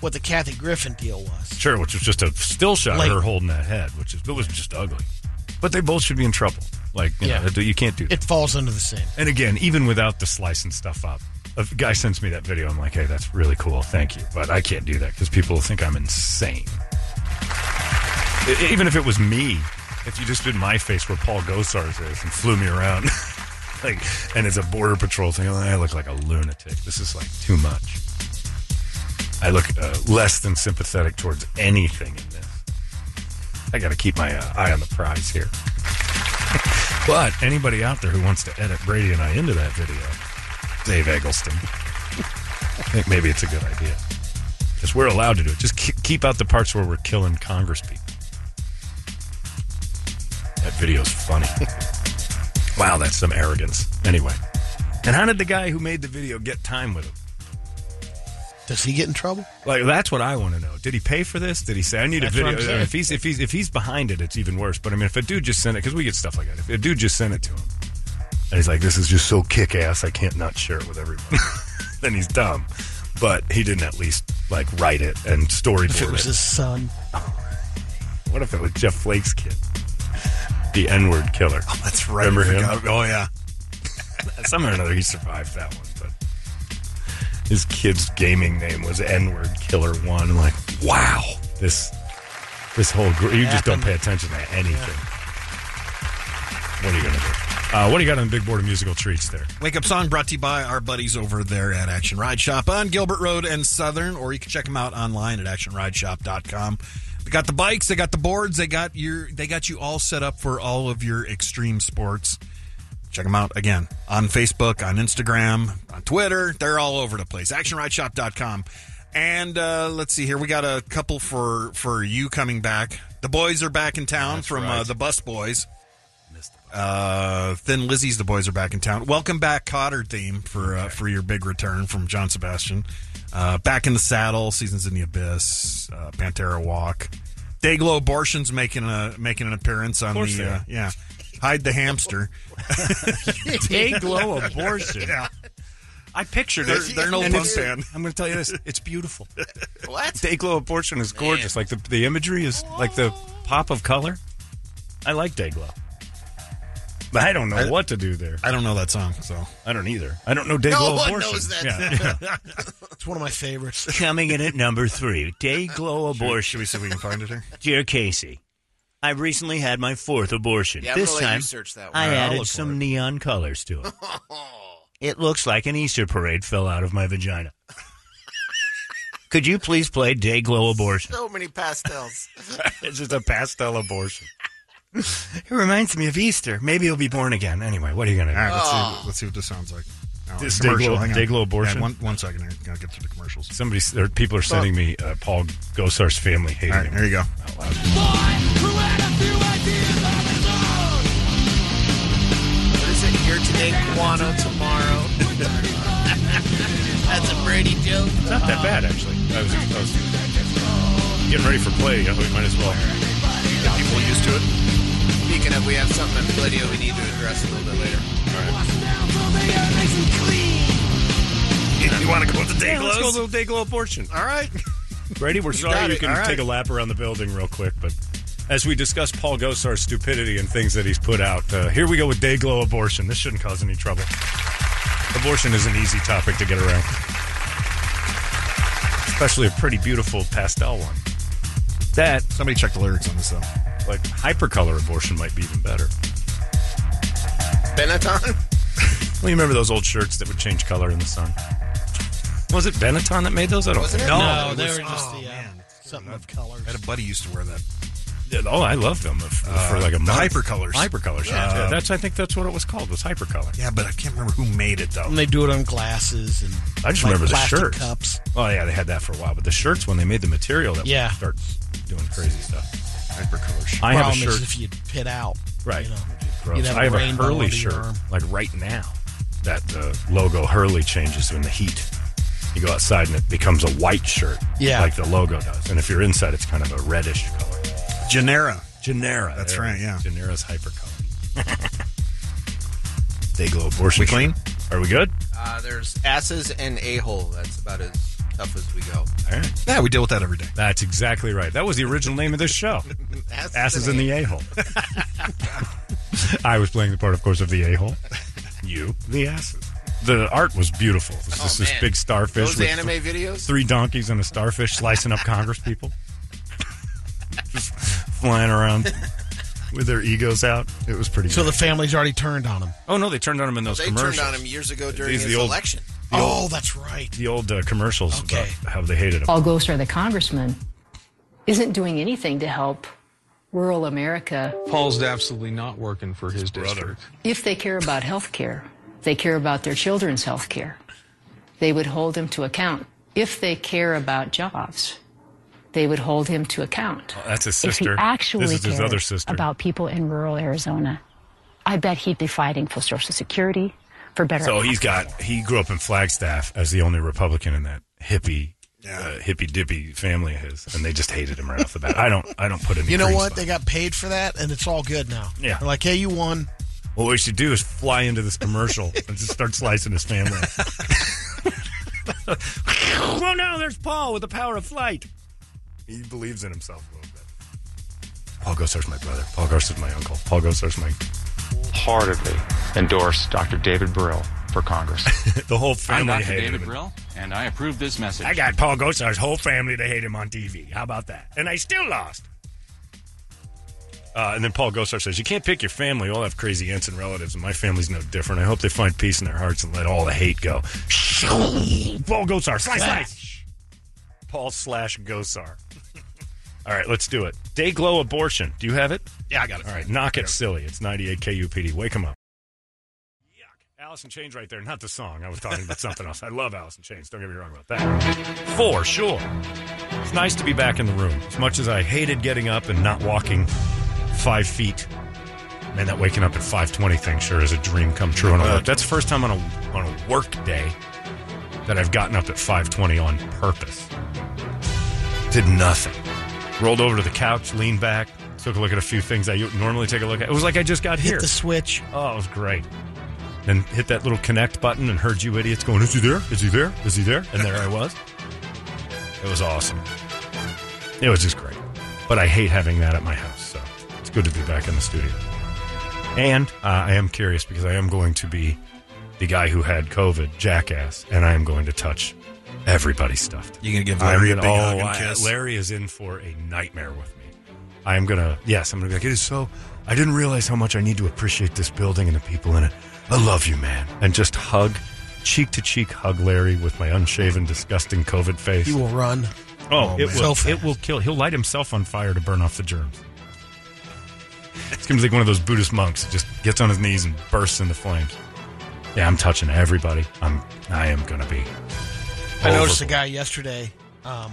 what the Kathy Griffin deal was. sure, which was just a still shot Like- of her holding that head, which is it was just ugly. But they both should be in trouble. Like you Yeah. know, you can't do that. It falls under the same. And again, even without the slicing stuff up, a guy sends me that video. I'm like, hey, that's really cool. Thank you. But I can't do that because people will think I'm insane. E- even if it was me, if you just did my face where Paul Gosars is and flew me around, like, and it's a border patrol thing, I look like a lunatic. This is like too much. I look uh, less than sympathetic towards anything in this. I got to keep my uh, eye on the prize here. But anybody out there who wants to edit Brady and I into that video, Dave Eggleston, I think maybe it's a good idea. Because we're allowed to do it. Just ke- keep out the parts where we're killing Congress people. That video's funny. wow, that's some arrogance. Anyway. And how did the guy who made the video get time with him? Does he get in trouble? Like that's what I want to know. Did he pay for this? Did he say I need That's a what video? I'm I mean, saying. if he's if he's if he's behind it, it's even worse. But I mean, if a dude just sent it, because we get stuff like that. If a dude just sent it to him, and he's like, "This is just so kick ass, I can't not share it with everyone," then he's dumb. But he didn't at least like write it and If it storyboard was it. his son. what if it was Jeff Flake's kid, the N word killer? that's right. Remember I him? forgot. Oh yeah, Somehow or another, he survived that one. But his kid's gaming name was N word killer one. I'm like, wow, this this whole group. You just don't pay attention to anything. What are you gonna do? Uh, what do you got on the big board of musical treats there? Wake Up Song brought to you by our buddies over there at Action Ride Shop on Gilbert Road and Southern, or you can check them out online at actionrideshop.com. They got the bikes, they got the boards, they got your they got you all set up for all of your extreme sports. Check them out again on Facebook, on Instagram, on Twitter. They're all over the place. ActionRideShop.com. And uh, let's see here. We got a couple for for you coming back. The boys are back in town from uh, the Bus Boys. Uh, Thin Lizzy's the boys are back in town. Welcome back, Cotter theme for uh, for your big return from John Sebastian. Uh, back in the saddle, seasons in the abyss, uh, Pantera walk. Dayglow abortions making a making an appearance on course the they uh, are. yeah. Hide the hamster. Day glow abortion. I pictured They're- they're no And punk it's- band. I'm going to tell you this: it's beautiful. what? Day glow abortion is gorgeous. Like the the imagery is like the pop of color. I like day glow. But I don't know what to do there. I don't know that song, so I don't either. I don't know day No glow one abortion. knows that. It's one of my favorites. Coming in at number three, day glow abortion. should we see if we can find it here? Dear Casey, I recently had my fourth abortion. Yeah, I'm this gonna let time, you search that one. All I right, I'll added look for some it. neon colors to it. it looks like an Easter parade fell out of my vagina. Could you please play Day Glow Abortion? So many pastels. It's just a pastel abortion. It reminds me of Easter. Maybe he'll be born again. Anyway, what are you going to All do? right, let's, see, let's see what this sounds like. Oh, This it's a commercial, Dayglo- hang on. Dayglo abortion? Yeah, one, one second here. Gotta get through the commercials. Somebody, there, people are sending me uh, Paul Gosar's family hating All right, him. Oh, here you go. Out loud. What is it? Here today, guano tomorrow. That's a Brady joke. It's not that bad, actually. I was, I was getting ready for play. I thought we might as well get people used to it. Speaking of, we have something on Playdio we need to address a little bit later. You want to go with the Hey, let's go a little day glow abortion. All right. Brady, we're sorry got you it. can All right. take a lap around the building real quick, but as we discuss Paul Gosar's stupidity and things that he's put out, uh, here we go with day glow abortion. This shouldn't cause any trouble. Abortion is an easy topic to get around, especially a pretty beautiful pastel one. That somebody check the lyrics on this though. Like hypercolor abortion might be even better. Benetton? Well, you remember those old shirts that would change color in the sun? Was it Benetton that made those? I don't. Wasn't it? know. No, it they was- were just the uh, something of colors. I had a buddy used to wear that. Yeah, Oh, I loved them for, Uh, for like a the month. hypercolors. Hypercolors. Yeah, Uh, yeah, that's. I think that's what it was called. Was hypercolor. Yeah, but I can't remember who made it though. And they do it on glasses and I just like, remember the plastic shirts. cups. Oh yeah, they had that for a while. But the shirts when they made the material, that would Yeah. start doing crazy stuff. Hypercolors. I have a Problem shirt. is if you pit out, Right. You know, Gross. you'd have I have a rainbow Hurley under your shirt, arm. like right now, that the logo Hurley changes in the heat. You go outside and it becomes a white shirt, Yeah. like the logo does. And if you're inside, it's kind of a reddish color. Genera. Genera. That's There it right, is. yeah. Genera's hypercolor. they glow abortion. We clean? shirt. Are we good? Uh, there's asses and a hole. That's about as tough as we go. All right. Yeah, we deal with that every day. That's exactly right. That was the original name of this show. Asses in the a hole. I was playing the part, of course, of the a hole. You, the asses. The art was beautiful. It was just this Oh, man. big starfish Those with anime th- videos? three donkeys and a starfish slicing up Congress people, just flying around with their egos out. It was pretty. So good. the family's already turned on them. oh no, they turned on him in those They commercials. turned on him years ago during These are his the old- election. Oh, that's right. the old uh, commercials Okay. about how they hated him. Paul Gosar, the congressman, isn't doing anything to help rural America. Paul's absolutely not working for his, district. If they care about health care, they care about their children's health care. They would hold him to account. If they care about jobs, they would hold him to account. Oh, That's his sister. this is his other sister. people in rural Arizona, I bet he'd be fighting for Social Security, for better. So he's got he grew up in Flagstaff as the only Republican in that hippie uh, hippie dippy family of his, and they just hated him right off the bat. I don't I don't put any. You know green what? spot. They got paid for that, and it's all good now. Yeah. They're like, hey, you won. what we should do is fly into this commercial and just start slicing his family. well, now there's Paul with the power of flight. He believes in himself a little bit. Paul Gosar's my brother. Paul Gosar's my uncle. Paul Gosar's my wholeheartedly endorse Dr. David Brill for Congress. the whole family I'm Dr. hated David him. Brill, and I approve this message. I got Paul Gosar's whole family to hate him on TV. How about that? And I still lost. Uh, and then Paul Gosar says, You can't pick your family. We all have crazy aunts and relatives, and my family's no different. I hope they find peace in their hearts and let all the hate go. Paul Gosar, slice, slice. Paul slash Gosar. All right, let's do it. Day glow abortion. Do you have it? Yeah, I got it. All right, knock it silly. It's 98 KUPD. Wake him up. Yuck. Allison Chains right there. Not the song. I was talking about something else. I love Allison Chains. Don't get me wrong about that. For sure. It's nice to be back in the room. As much as I hated getting up and not walking five feet. Man, that waking up at 520 thing sure is a dream come true. On a work. That's the first time on a, on a work day that I've gotten up at 520 on purpose. Did nothing rolled over to the couch, leaned back, took a look at a few things I u- normally take a look at. It was like I just got here. Hit the switch. Oh, it was great. Then hit that little connect button and heard you idiots going, Is he there? Is he there? Is he there? And there I was. It was awesome. It was just great. But I hate having that at my house, so it's good to be back in the studio. And uh, I am curious because I am going to be the guy who had COVID, jackass, and I am going to touch everybody's stuff. You gonna give Larry I'm a big gonna- hug oh, and I- kiss? Larry is in for a nightmare with me. I am gonna. Yes, I'm gonna be like it is so. I didn't realize how much I need to appreciate this building and the people in it. I love you, man. And just hug, cheek to cheek, hug Larry with my unshaven, disgusting COVID face. He will run. Oh, it man. will. So it will kill. He'll light himself on fire to burn off the germs. It's gonna be like one of those Buddhist monks. that Just gets on his knees and bursts into flames. Yeah, I'm touching everybody. I'm. I am gonna be. I noticed a overboard. guy yesterday um,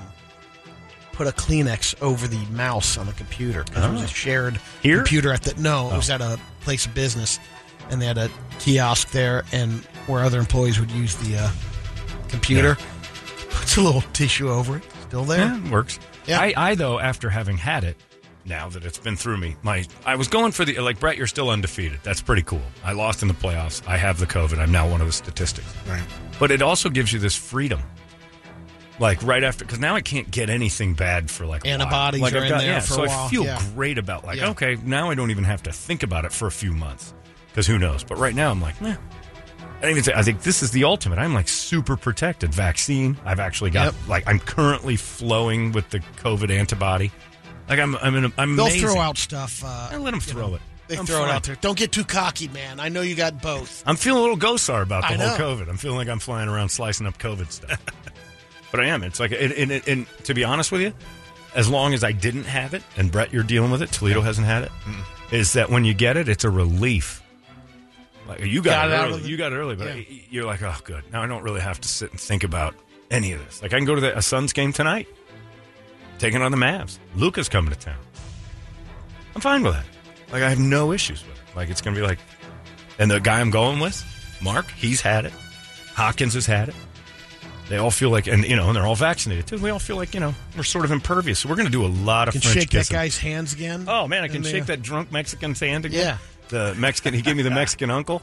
put a Kleenex over the mouse on the computer. 'cause It was a shared Ah. Here? Oh. computer at the no, it was at a place of business, and they had a kiosk there, and where other employees would use the uh, computer. Puts a little tissue over it. Still there. Yeah, it works. Yeah. I, I though, after having had it, now that it's been through me, my I was going for the like Brett. You're still undefeated. That's pretty cool. I lost in the playoffs. I have the COVID. I'm now one of the statistics. Right. But it also gives you this freedom. Like right after, because now I can't get anything bad for like a while. Antibodies Like are I've in got- there yeah, for a so I while. feel Yeah. great about like Yeah. okay, now I don't even have to think about it for a few months because who knows? But right now I'm like, meh. I think, it's, I think this is the ultimate. I'm like super protected. Vaccine. I've actually got like I'm currently flowing with the COVID antibody. Like I'm I'm in a, I'm They'll amazing. throw out stuff. Uh, let them throw it. They I'm throw it fine. out there. Don't get too cocky, man. I know you got both. I'm feeling a little gosar about the I whole know. COVID. I'm feeling like I'm flying around slicing up COVID stuff. but I am. It's like, and, and, and, and to be honest with you, as long as I didn't have it, and Brett, you're dealing with it, Toledo hasn't had it, is that when you get it, it's a relief. Like you got, Got it it out early. of the- you got it early, but Yeah. y- you're like, oh, good. Now I don't really have to sit and think about any of this. Like I can go to the, a Suns game tonight, taking on the Mavs. Luca's coming to town. I'm fine with that. Like I have no issues with it. Like it's gonna be like, and the guy I'm going with, Mark, he's had it. Hawkins has had it. They all feel like, and you know, and they're all vaccinated too. We all feel like, you know, we're sort of impervious. So we're gonna do a lot of can French shake kissing. that guy's hands again. Oh man, I can And they- shake that drunk Mexican's hand again. Yeah. The Mexican, he gave me the Mexican uncle.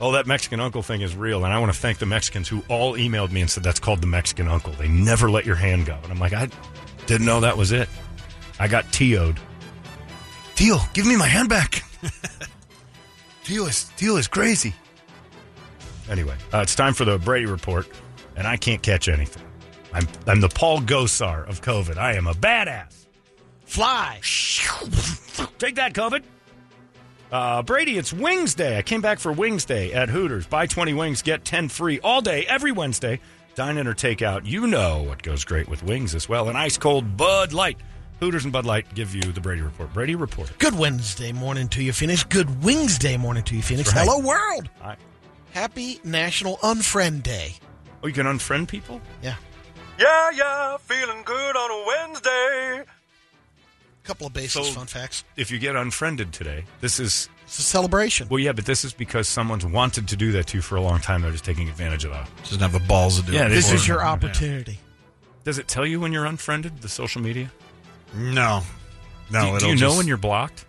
Oh, that Mexican uncle thing is real, and I want to thank the Mexicans who all emailed me and said that's called the Mexican uncle. They never let your hand go, and I'm like, I didn't know that was it. I got TO'd. Deal, give me my hand back. Deal is deal is crazy. Anyway, uh, it's time for the Brady report, and I can't catch anything. I'm I'm the Paul Gosar of COVID. I am a badass. Fly. Take that, COVID. Uh, Brady, it's Wings Day. I came back for Wings Day at Hooters. Buy 20 wings, get 10 free all day, every Wednesday. Dine in or take out. You know what goes great with wings as well. An ice cold Bud Light. Hooters and Bud Light give you the Brady Report. Brady Report. Good Wednesday morning to you, Phoenix. Good Wednesday morning to you, Phoenix. That's right. Hello, world. Hi. Happy National Unfriend Day. Oh, you can unfriend people? Yeah. Yeah, yeah, feeling good on a Wednesday. Couple of bases, So- fun facts. If you get unfriended today, this is. It's a celebration. Well, yeah, but this is because someone's wanted to do that to you for a long time. They're just taking advantage of that. Doesn't have the balls to do Yeah, it. This before. is your opportunity. Does it tell you when you're unfriended? The social media? No, no. Do- do it'll you know just- when you're blocked?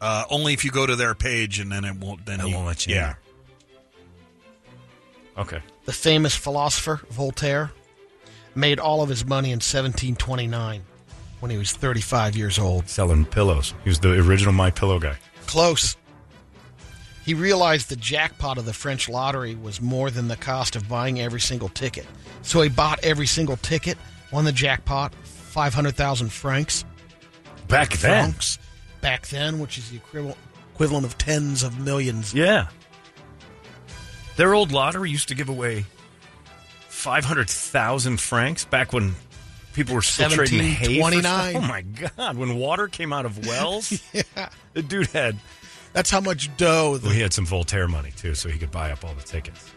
Uh, only if you go to their page, and then it won't. Then it won't let you. Yeah. Okay. The famous philosopher Voltaire made all of his money in 1729 when he was 35 years old. Selling pillows. He was the original My Pillow guy. Close. He realized the jackpot of the French lottery was more than the cost of buying every single ticket. So he bought every single ticket, won the jackpot, 500,000 francs. Back then. Francs back then, which is the equival- equivalent of tens of millions. Yeah. Their old lottery used to give away 500,000 francs back when people were still trading hay. for stuff. 1729. Oh, my God. When water came out of wells, Yeah. the dude had. That's how much dough. The, Well, he had some Voltaire money, too, so he could buy up all the tickets.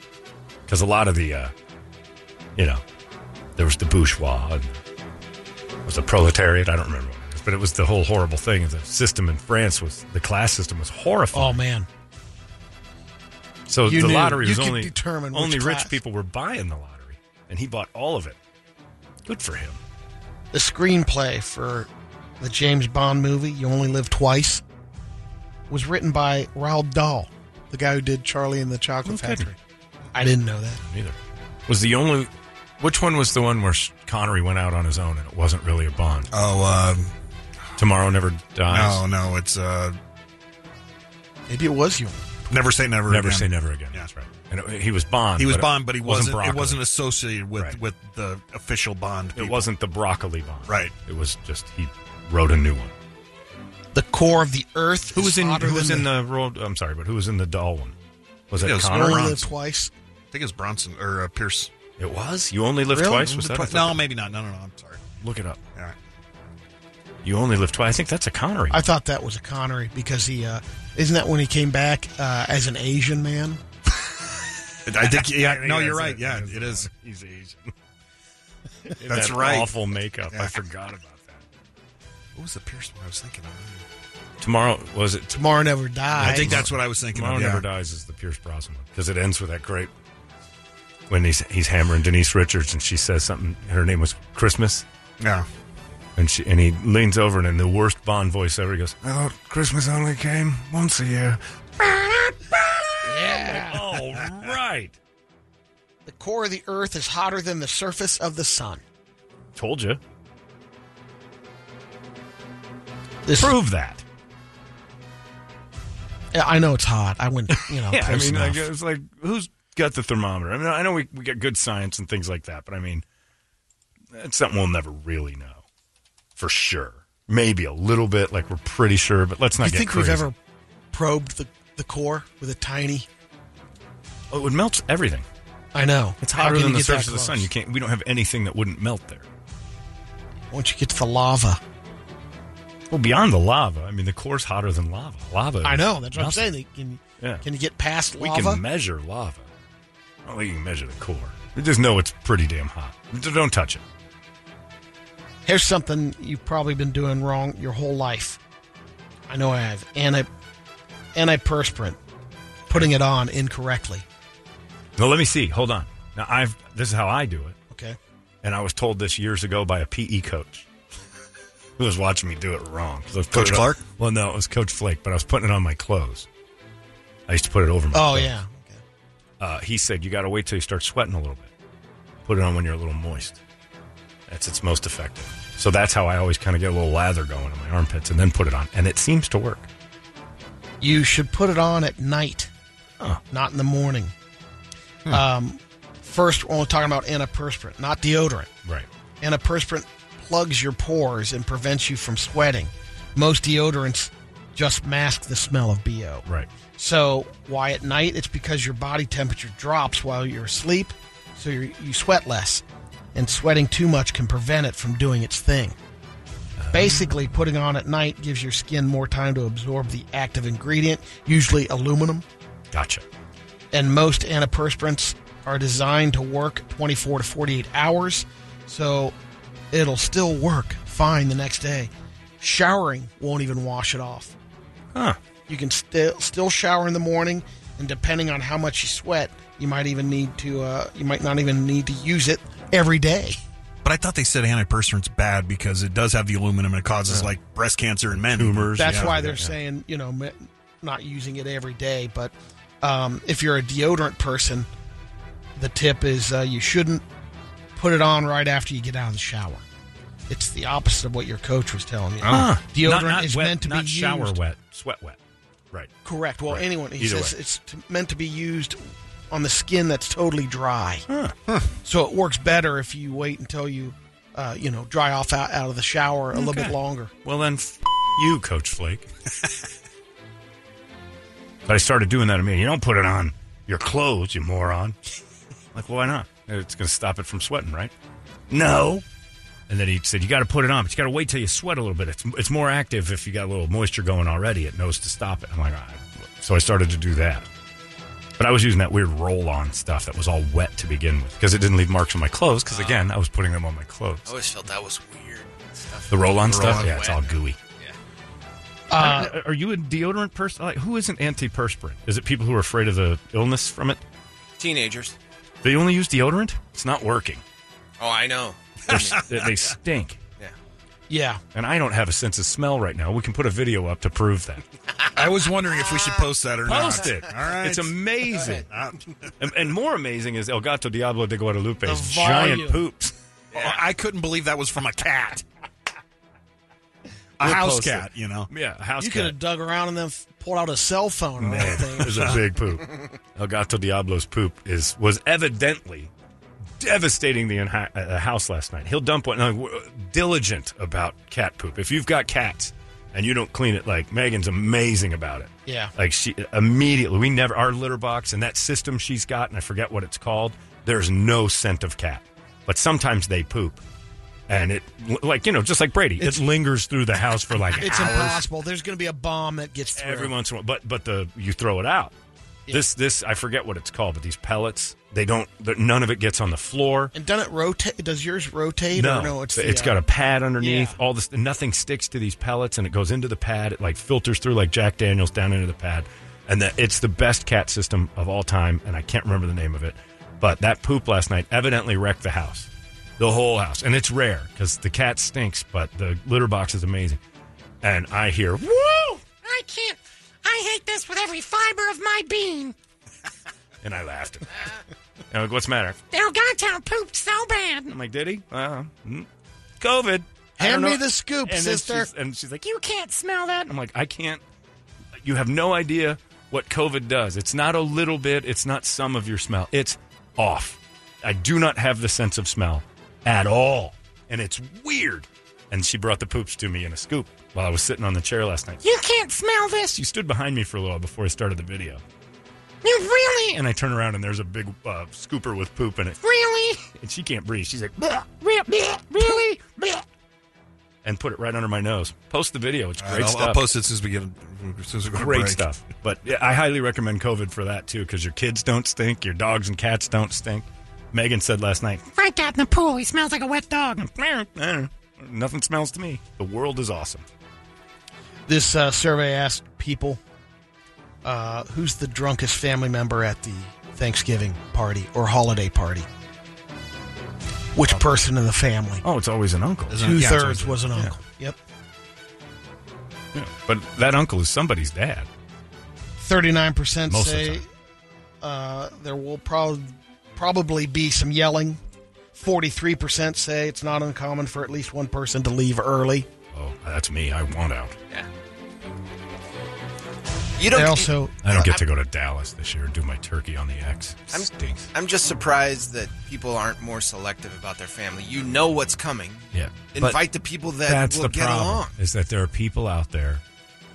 Because a lot of the, uh, you know, there was the bourgeois and there was the proletariat. I don't remember what it was, but it was the whole horrible thing. The system in France was, the class system was horrifying. oh, man. So You the knew. lottery You was could only determine which only class. rich people were buying the lottery, and he bought all of it. Good for him. The screenplay for the James Bond movie, You Only Live Twice, was written by Roald Dahl, the guy who did Charlie and the Chocolate No kidding. Factory. I didn't know that. Neither was the only. Which one was the one where Connery went out on his own and it wasn't really a Bond? Oh, um, Tomorrow never dies. no, no. It's uh, Maybe it was you. never say never. never again. say never again. Yeah. That's right. And it- he was Bond. He was but it Bond, but he wasn't. it broccoli. wasn't associated with Right. with the official Bond. It people. wasn't the broccoli Bond. Right. It was just he wrote a new one. The core of the earth. Who was in? hotter Who was than in the? role? I'm sorry, but who was in the doll one? Was Yeah, it it was You Only Connery? Live Twice? I think it was Bronson or uh, Pierce. It was. You only lived Really? twice. Was that? I Twi- thought no, that- maybe not. No, no, no. I'm sorry. Look it up. All right. You only live twice. I think that's a Connery. I thought that was a Connery because he, uh, isn't that when he came back uh, as an Asian man? I think. Yeah. no, you're that's right. it. Yeah, That's it is. He's Asian. In That's that right. Awful makeup. Yeah. I forgot about that. What was the Pierce one I was thinking of? Tomorrow was it? Tomorrow Never Dies. I think that's what I was thinking Tomorrow of. yeah. Never Dies is the Pierce Brosnan one because it ends with that great when he's he's hammering Denise Richards and she says something. Her name was Christmas, Yeah. and she and he leans over and in the worst Bond voice ever, he goes, "I thought Christmas only came once a year." Yeah. All right, The core of the earth is hotter than the surface of the sun. told you. This Prove that. I know it's hot. I wouldn't, you know. yeah, I close mean, enough. like, it's like who's got the thermometer? I mean, I know we we got good science and things like that, but I mean, it's something we'll never really know for sure. Maybe a little bit, like we're pretty sure, but let's not you get think crazy. we've ever probed the, the core with a tiny? Oh, it would melt everything. I know. It's How hotter can than you the get that surface of the sun. close? You can't. We don't have anything that wouldn't melt there. Once you get to the lava, Well, beyond the lava, I mean, the core's hotter than lava. Lava. I is know. That's what I'm nothing. saying. They can Yeah. can you get past We lava? can measure lava. I don't think you can measure the core. We just know it's pretty damn hot. D- Don't touch it. Here's something you've probably been doing wrong your whole life. I know I have. Anti antiperspirant, putting it on incorrectly. Now let me see. Hold on. Now I've this is how I do it. Okay. And I was told this years ago by a PE coach who was watching me do it wrong. So I was putting Coach it on- Clark? well, no, it was Coach Flake, but I was putting it on my clothes. I used to put it over my. Oh clothes. yeah. Uh, he said you got to wait till you start sweating a little bit. Put it on when you're a little moist. That's its most effective. So that's how I always kind of get a little lather going in my armpits and then put it on, and it seems to work. You should put it on at night, not in the morning. Um, first, we're only talking about antiperspirant, not deodorant. Right. Antiperspirant plugs your pores and prevents you from sweating. Most deodorants just mask the smell of BO. Right. So, why at night? It's because your body temperature drops while you're asleep, so you you sweat less. And sweating too much can prevent it from doing its thing. Basically, putting on at night gives your skin more time to absorb the active ingredient, usually aluminum. Gotcha. And most antiperspirants are designed to work 24 to 48 hours, so it'll still work fine the next day. Showering won't even wash it off. Huh. You can still still shower in the morning, and depending on how much you sweat, you might even need to uh, you might not even need to use it every day. But I thought they said antiperspirant's bad because it does have the aluminum and it causes Yeah. like breast cancer in men. Tumors. That's why they're saying you know m- not using it every day. But um, if you're a deodorant person, the tip is uh, you shouldn't put it on right after you get out of the shower. It's the opposite of what your coach was telling you. Ah. Deodorant Not- not is wet- meant to not be shower used. wet, sweat wet. Right. Correct. Well, Right. anyone he Either says way. it's t- meant to be used on the skin that's totally dry. So it works better if you wait until you, uh, you know, dry off out, out of the shower a little bit Okay. longer. Well, then, f- you, Coach Flake. but I started doing that. I mean, you don't put it on your clothes, you moron. like, why not? It's going to stop it from sweating, right? No. And then he said, you got to put it on, but you got to wait till you sweat a little bit. It's, it's more active if you got a little moisture going already. It knows to stop it. I'm like, all right. so I started to do that. But I was using that weird roll-on stuff that was all wet to begin with because it didn't leave marks on my clothes. Because again, I was putting them on my clothes. I always felt that was weird. Stuff. The roll-on stuff, roll-on yeah, it's wet. all gooey. Yeah. Uh, are you a deodorant person? Like, who isn't antiperspirant? Is it people who are afraid of the illness from it? Teenagers. They only use deodorant. It's not working. Oh, I know. They're s- they they stink, Yeah. and I don't have a sense of smell right now. We can put a video up to prove that. I was wondering if we should post that or not. Post it. All right. It's amazing. and, and more amazing is El Gato Diablo de Guadalupe's volume. giant poops. Oh, I couldn't believe that was from a cat. A We'll house post it. cat, you know. Yeah, a house you could cat. have dug around and then f- pulled out a cell phone or Oh, Man, anything. it was a big poop. El Gato Diablo's poop is was evidently devastating the inhi- uh, house last night. He'll dump one. uh, w- diligent about cat poop. If you've got cats and you don't clean it, like Megan's amazing about it. Yeah. Like she immediately, we never our litter box and that system she's got, and I forget what it's called. There's no scent of cat, but sometimes they poop, and it like you know just like Brady, it lingers through the house for like It's hours impossible. There's going to be a bomb that gets through. every once in a while. But but the you throw it out. This this I forget what it's called, but these pellets they don't they're- none of it gets on the floor. And doesn't it rotate? Does yours rotate? No, or no it's it's the, uh, got a pad underneath. All this nothing sticks to these pellets, and it goes into the pad. It like filters through like Jack Daniels down into the pad, and the, it's the best cat system of all time. And I can't remember the name of it, but that poop last night evidently wrecked the house, the whole house, and it's rare because the cat stinks, but the litter box is amazing. And I hear woo. I can't. I hate this with every fiber of my being. And I laughed. at it. I'm like, what's the matter? El Gato pooped so bad. I'm like, did he? Uh, mm, COVID. I Hand don't me the scoop, and then sister. She's, and she's like, you. You can't smell that. I'm like, I can't. You have no idea what COVID does. It's not a little bit, it's not some of your smell. It's off. I do not have the sense of smell at all. And it's weird. And she brought the poops to me in a scoop while I was sitting on the chair last night. You can't smell She this. stood behind me for a little while before I started the video. You really, And I turn around and there's a big uh, scooper with poop in it. really, And she can't breathe. She's like, "Bleh," Re- bleh, really, bleh. and put it right under my nose. Post the video. It's All right, great I'll, stuff. I'll post it as soon as we get as soon as we go to great break. stuff. But yeah, I highly recommend COVID for that too, because your kids don't stink, your dogs and cats don't stink. Megan said last night, Frank got in the pool. He smells like a wet dog. "Eh, eh, nothing smells to me. The world is awesome. This uh, survey asked people uh, who's the drunkest family member at the Thanksgiving party or holiday party? Which person in the family? Oh, it's always an uncle. Two thirds was an uncle. Yep. Yeah. But that uncle is somebody's dad. 39% Most of the say uh, there will prob- probably be some yelling. 43% say it's not uncommon for at least one person to leave early. Oh, that's me. I want out. You don't. They also- I don't get to go to Dallas this year and do my turkey on the X. I'm, Stinks. I'm just surprised that people aren't more selective about their family. You know what's coming. Yeah. Invite the people that that's will the get problem, along. Is that there are people out there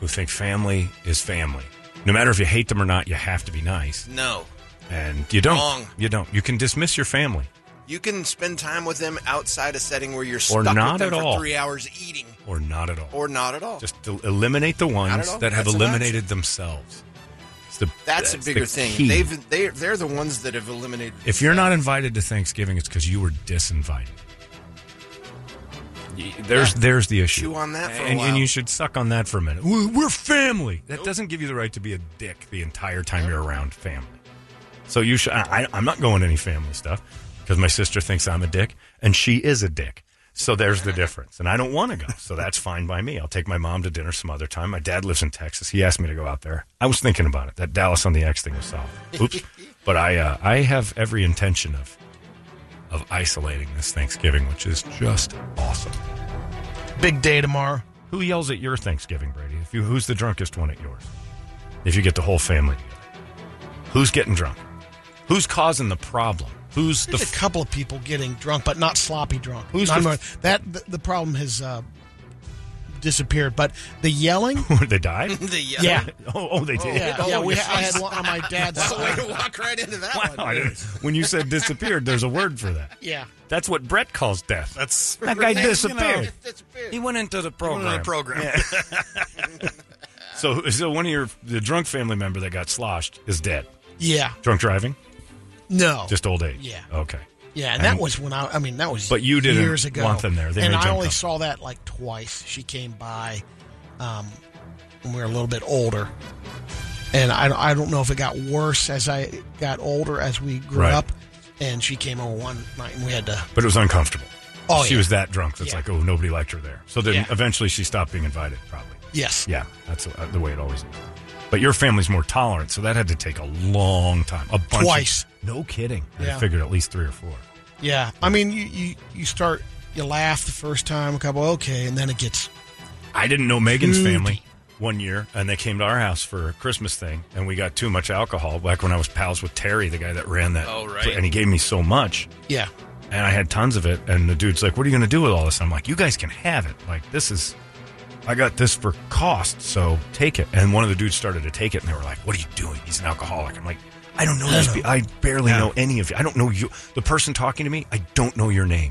who think family is family. No matter if you hate them or not, you have to be nice. No. And you don't. Wrong. You don't. You can dismiss your family You can spend time with them outside a setting where you're Or stuck not with them at for all. three hours eating, or not at all. or not at all. Just to eliminate the Not at ones all. that have That's an eliminated themselves. It's the- that's, a the bigger thing. key. They've they they're the ones that have eliminated. if you're not invited to Thanksgiving, it's because you were disinvited. Y- There's Yeah. there's the issue. Chew on that for a and, while. and you should suck on that for a minute. We- We're family. That doesn't give you the right to be a dick the entire time you're around family. So you should. I, I- I'm not going to any family stuff because my sister thinks I'm a dick, and she is a dick. So there's the difference, and I don't want to go. So that's fine by me. I'll take my mom to dinner some other time. My dad lives in Texas. He asked me to go out there. I was thinking about it. That Dallas on the X thing was solved. Oops. but I, uh, I have every intention of, of isolating this Thanksgiving, which is just awesome. Big day tomorrow. Who yells at your Thanksgiving, Brady? If you, who's the drunkest one at yours? If you get the whole family together, who's getting drunk? Who's causing the problem? Who's the There's a couple of people getting drunk, but not sloppy drunk. Who's Not the- more- that? The, the problem has uh, disappeared, but the yelling. f- they died? the uh, Yeah. Oh, oh, they did. Yeah, Oh, yeah, we, I yes. had one on my dad's Way to side. walk right into that one. Wow, I didn't- when you said disappeared, there's a word for that. Yeah. That's what Brett calls death. That's That guy You know, disappeared. He went into the program. another program. So, so one of your the drunk family member that got sloshed is dead. Yeah. Drunk driving, No. just old age. Yeah. Okay. Yeah, and that was when I. I mean, that was. But you didn't years ago. want them there. They and made I you only uncomfortable. saw that like twice. She came by, um, when we were a little bit older, and I, I don't know if it got worse as I got older as we grew Right. up. And she came over one night, and we had to. But it was uncomfortable. Oh, she yeah. was that drunk. That's Yeah. like, oh, nobody liked her there. So then Yeah. eventually she stopped being invited. Probably. Yes. Yeah, that's uh, the way it always is. But your family's more tolerant, so that had to take a long time. A bunch of- Twice. no kidding. I Yeah. figured at least three or four. Yeah, I mean, you, you you start you laugh the first time, a couple okay, and then it gets I didn't know Megan's Dude. family one year, and they came to our house for a Christmas thing, and we got too much alcohol. Back when I was pals with Terry, the guy that ran that, Oh, right. and he gave me so much, yeah. and I had tons of it. And the dude's like, "What are you going to do with all this?" I'm like, "You guys can have it. Like this is, I got this for cost, so take it." And one of the dudes started to take it, and they were like, "What are you doing? He's an alcoholic." I'm like, "I don't know these. pe- I barely know any of you. I don't know you. The person talking to me, I don't know your name.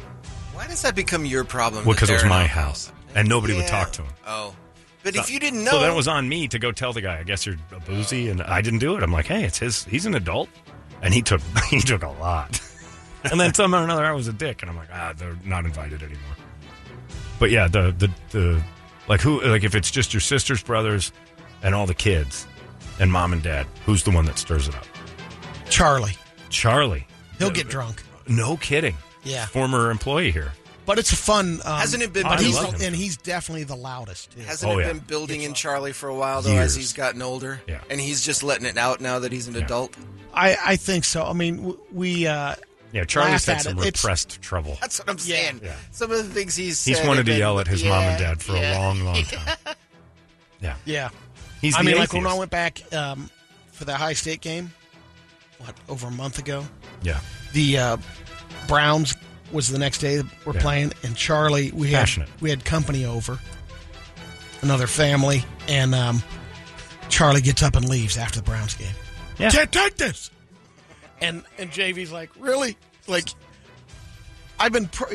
Why does that become your problem? Well, that because it was they're my not- house, and nobody would Yeah. talk to him." Oh, but if So- you didn't know, so then it was on me to go tell the guy. I guess you're a boozy, and I didn't do it. I'm like, hey, it's his. He's an adult, and he took he took a lot. and then somehow or another, I was a dick, and I'm like, ah, they're not invited anymore. But yeah, the the the like who like if it's just your sisters, brothers, and all the kids, and mom and dad, who's the one that stirs it up? Charlie, Charlie. he'll get drunk. No kidding. Yeah. Former employee here. But it's a fun. Um, Hasn't it been- But I he's, love him. and he's definitely the loudest. Too. hasn't Oh, it yeah. been building in Charlie for a while though, Years. as he's gotten older? Yeah. and he's just letting it out now that he's an adult. I I think so. I mean, w- we. Uh, Yeah, Charlie's had laugh at some it. It's- repressed trouble. That's what I'm saying. Yeah. Some of the things he's He's said wanted have to been- yell at his mom and Yeah, dad for yeah. a long, long time. yeah. He's I the mean, like when atheist. I went back um, for that high state game, what over a month ago. Yeah. The uh, Browns was the next day that we're Yeah. playing, and Charlie we had Passionate. we had company over, another family, and um, Charlie gets up and leaves after the Browns game. Can't take this. And and JV's like, really? Like, I've been pr-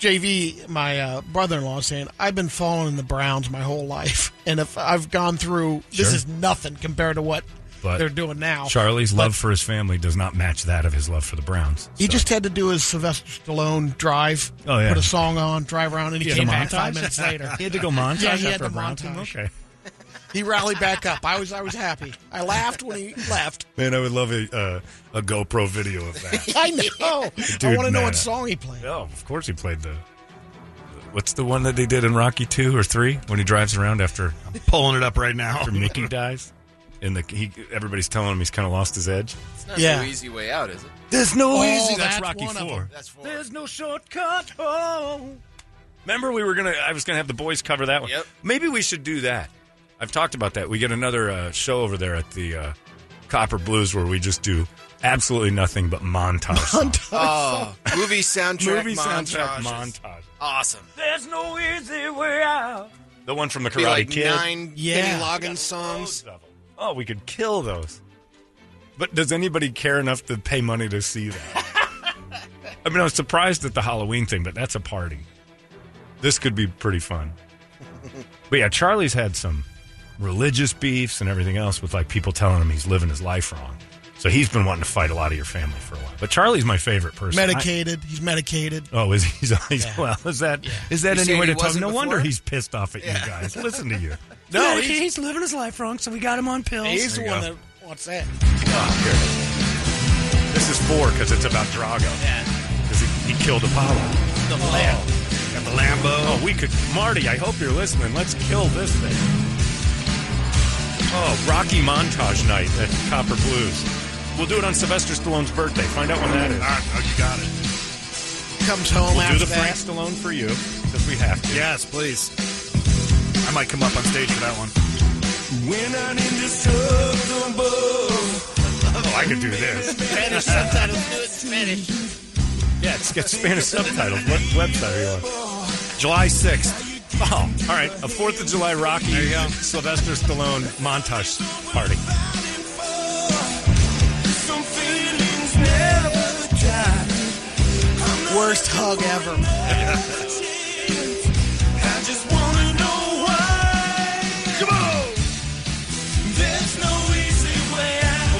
JV, my uh, brother-in-law, is saying I've been following the Browns my whole life, and if I've gone through, this Sure. is nothing compared to what But they're doing now. Charlie's But love for his family does not match that of his love for the Browns. He just had to do his Sylvester Stallone drive. Oh, yeah. Put a song on, drive around, and He he had came a back montage? five minutes later. He had to go montage Yeah, he after had the a Browns montage. game? Okay. He rallied back up. I was I was happy. I laughed when he left. Man, I would love a uh, a GoPro video of that. I know. I Dude, want to know man, what I- song he played. Oh, of course he played the. What's the one that they did in Rocky two or three when he drives around after? I'm pulling it up right now. After Mickey dies, and the he everybody's telling him he's kind of lost his edge. It's not Yeah. no easy way out, is it? There's no Oh, easy. That's, that's Rocky one of four. them. That's four. There's no shortcut home. Remember, we were gonna. I was gonna have the boys cover that one. Yep. Maybe we should do that. I've talked about that. We get another uh, show over there at the uh, Copper Blues where we just do absolutely nothing but montage. Oh, movie soundtrack Movie soundtrack montages. montage. Awesome. There's no easy way out. the one from the Be Karate like Kid. nine Kenny Loggins songs. Oh, we could kill those. But does anybody care enough to pay money to see that? I mean, I was surprised at the Halloween thing, but that's a party. This could be pretty fun. But yeah, Charlie's had some religious beefs and everything else with like people telling him he's living his life wrong. So he's been wanting to fight a lot of your family for a while. But Charlie's my favorite person. I- medicated. He's medicated. Oh, is he? He's, he's Yeah. well. Is that is that You any saying way he to talk? wasn't No wonder before? he's pissed off at you guys. Listen to you. No, he's, living his life wrong, so we got him on pills. He's the one that wants that. This is four because it's about Drago. Yeah. Because he, he killed Apollo. The lamb. Got the Lambo. Oh, we could. Marty, I hope you're listening. Let's kill this thing. Oh, Rocky Montage Night at Copper Blues. We'll do it on Sylvester Stallone's birthday. Find out when that is. All right, oh, you got it. Comes home We'll after do the that. Frank Stallone for you because we have to. Yes, please. I might come up on stage for that one. When I'm in this Oh, I could do this. Spanish subtitles. Do it in Spanish. Yeah, it's got Spanish subtitles. What website are you on? July 6th. Oh, all right. A 4th of July Rocky Sylvester Stallone montage party. Worst hug ever.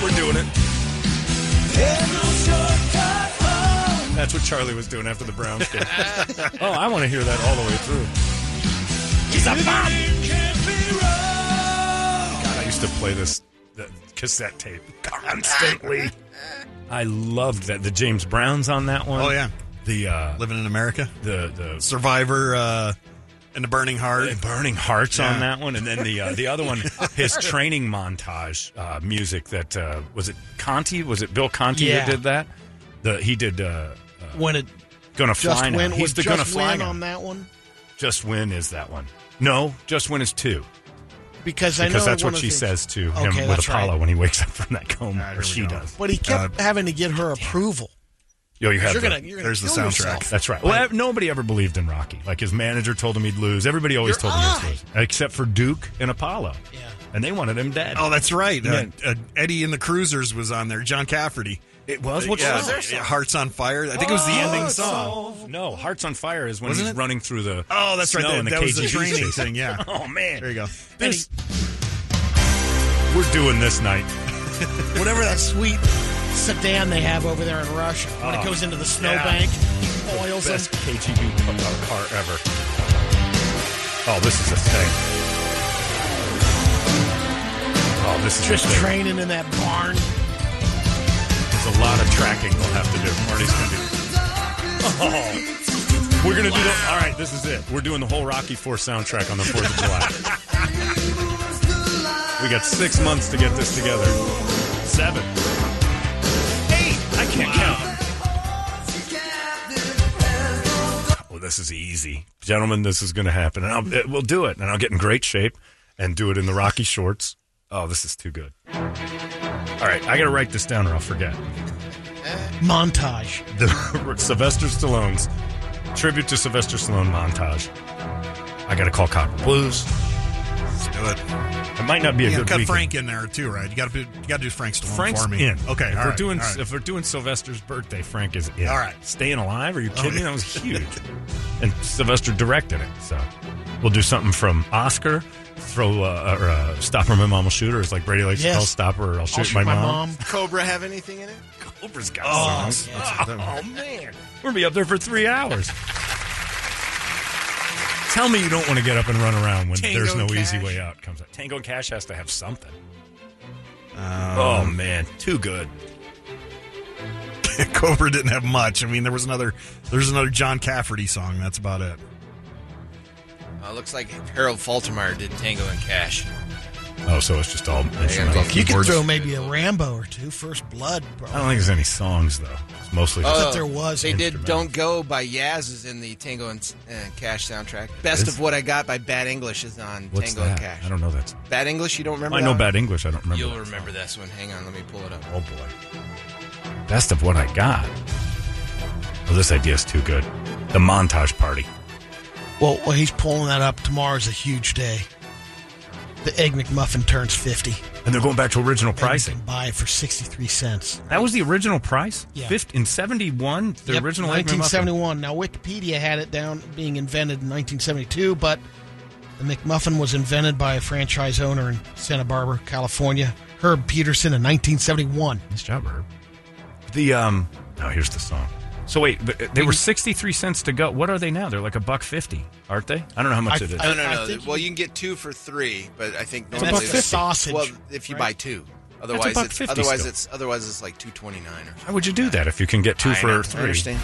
We're doing it. That's what Charlie was doing after the Browns game. oh, I want to hear that all the way through. He's a bomb. God, I used to play this the cassette tape constantly. I loved that. The James Browns on that one. Oh, yeah. The uh, Living in America. The the Survivor uh, and the Burning Heart. Burning Hearts Yeah. on that one, and then the uh, the other one, his training montage uh, music that uh, was it Conti? Was it Bill Conti Yeah. who did that? The he did uh, uh, When it gonna just fly now. win, He's was the just gonna fly win now. on that one Just win is that one? No, just win is two because I know because that's one what of she the says to Okay, him with that's Apollo right. when he wakes up from that coma. or she does. But he kept having to get her approval. Yo, you have You're the, gonna- you're gonna kill yourself. That's right. Well, nobody ever believed in Rocky. Like his manager told him he'd lose. Everybody always You're told him he'd lose, except for Duke and Apollo. Yeah, and they wanted him dead. Oh, that's right. Uh, Yeah. uh, Eddie and the Cruisers was on there. John Cafferty. It was? What Which Oh. yeah, song? Their song? Hearts on Fire. I think it was the ending Hearts song. No, Hearts on Fire is when Oh, Wasn't he's it? running through the Oh, that's right. snow That- in the that was the KGB training station. thing, yeah. oh man, there you go. This we're doing this night. Whatever that sweet sedan they have over there in Russia, when Oh, it goes into the yeah. snowbank, oils them. Best KGB car, uh, car ever. Oh, this is a thing. Oh, this is Just a thing. training in that barn. There's a lot of tracking we'll have to do. Marty's gonna do. Oh, we're gonna do the. All right, this is it. We're doing the whole Rocky Four soundtrack on the Fourth of July. we got six months to get this together. Seven. Eight. I can't count. Well, Oh, this is easy, gentlemen. This is gonna happen, and I'll, it, we'll do it. And I'll get in great shape and do it in the Rocky shorts Oh, this is too good. All right, I got to write this down or I'll forget. Montage. The Sylvester Stallone's tribute to Sylvester Stallone montage. I got to call Copper Blues. Let's do it. It might not be a you good cut weekend. Frank in there too, right? You got to you got to do Frank Stallone Frank's for me. in. Okay, if all we're right, doing all right. if we're doing Sylvester's birthday, Frank is in. All right. staying alive? Are you Oh, kidding me? yeah. That was huge. and Sylvester directed it, so we'll do something from Oscar. Throw uh, or uh, stop her, my mom will shoot her. It's like Brady likes Yes. to call stop her, or I'll shoot, Cobra have anything in it? Cobra's got oh, songs. yeah. Oh, man. We're gonna be up there for three hours. Tell me you don't want to get up and run around when Tango there's no Cash. easy way out comes up. Tango and Cash has to have something. oh man, too good. Cobra didn't have much. I mean, there was another there's another John Cafferty song. That's about it. Uh, looks like Harold Faltermeyer did Tango and Cash. Oh, so it's just all instrumental. go You could keyboards. throw maybe a Rambo or two. First Blood. Bro. I don't think there's any songs though. It's mostly. Oh, just- They did "Don't Go" by Yaz is in the Tango and uh, Cash soundtrack. "Best is? of What I Got" by Bad English is on What's Tango and that? Cash. I don't know that song. Bad English, you don't remember? I that know one? Bad English. I don't remember. Oh, You'll that. remember this one. Hang on, let me pull it up. Oh boy, best of what I got. Well, this idea's too good. The montage party. Well, well, he's pulling that up. Tomorrow's a huge day. The Egg McMuffin turns 50. And they're going back to original pricing. And you can buy it for 63 cents. That was the original price. Yeah. Fifth, in '71, the Yep, original Egg McMuffin. 1971. Now, Wikipedia had it down being invented in 1972, but the McMuffin was invented by a franchise owner in Santa Barbara, California, Herb Peterson, in 1971. Nice job, Herb. The um. Oh, here's the song. So wait, but uh, they were sixty-three cents to go. What are they now? They're like a buck fifty, aren't they? I don't know how much I- it is. No, no, no. think well, you can get two for three, but I think It's normally about it's- 50. Sausage, Well, if you right? buy two, That's otherwise about it's 50 otherwise still. it's otherwise it's like two twenty nine or Why would you do that if you can get two I for know, I three? understand.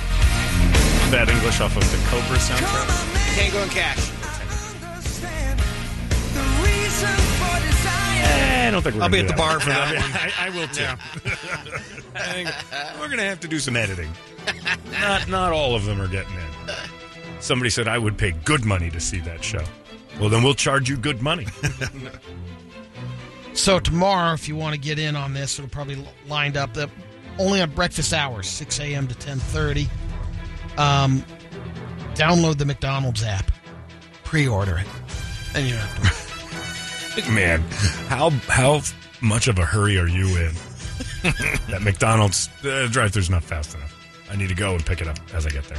Bad English off of the Cobra soundtrack. Tango and Cash. Eh, I don't think we're I'll gonna be at do the bar for that one. I, I will too. I think we're gonna have to do some editing. Not not all of them are getting in. Somebody said I would pay good money to see that show. Well, then we'll charge you good money. So tomorrow, if you want to get in on this, it'll probably l- lined up the, only on breakfast hours, 6 a.m. to 10:30. Um, download the McDonald's app, pre-order it, and you don't have to. worry. Man, how how much of a hurry are you in? that McDonald's uh, drive-thru's not fast enough. I need to go and pick it up as I get there.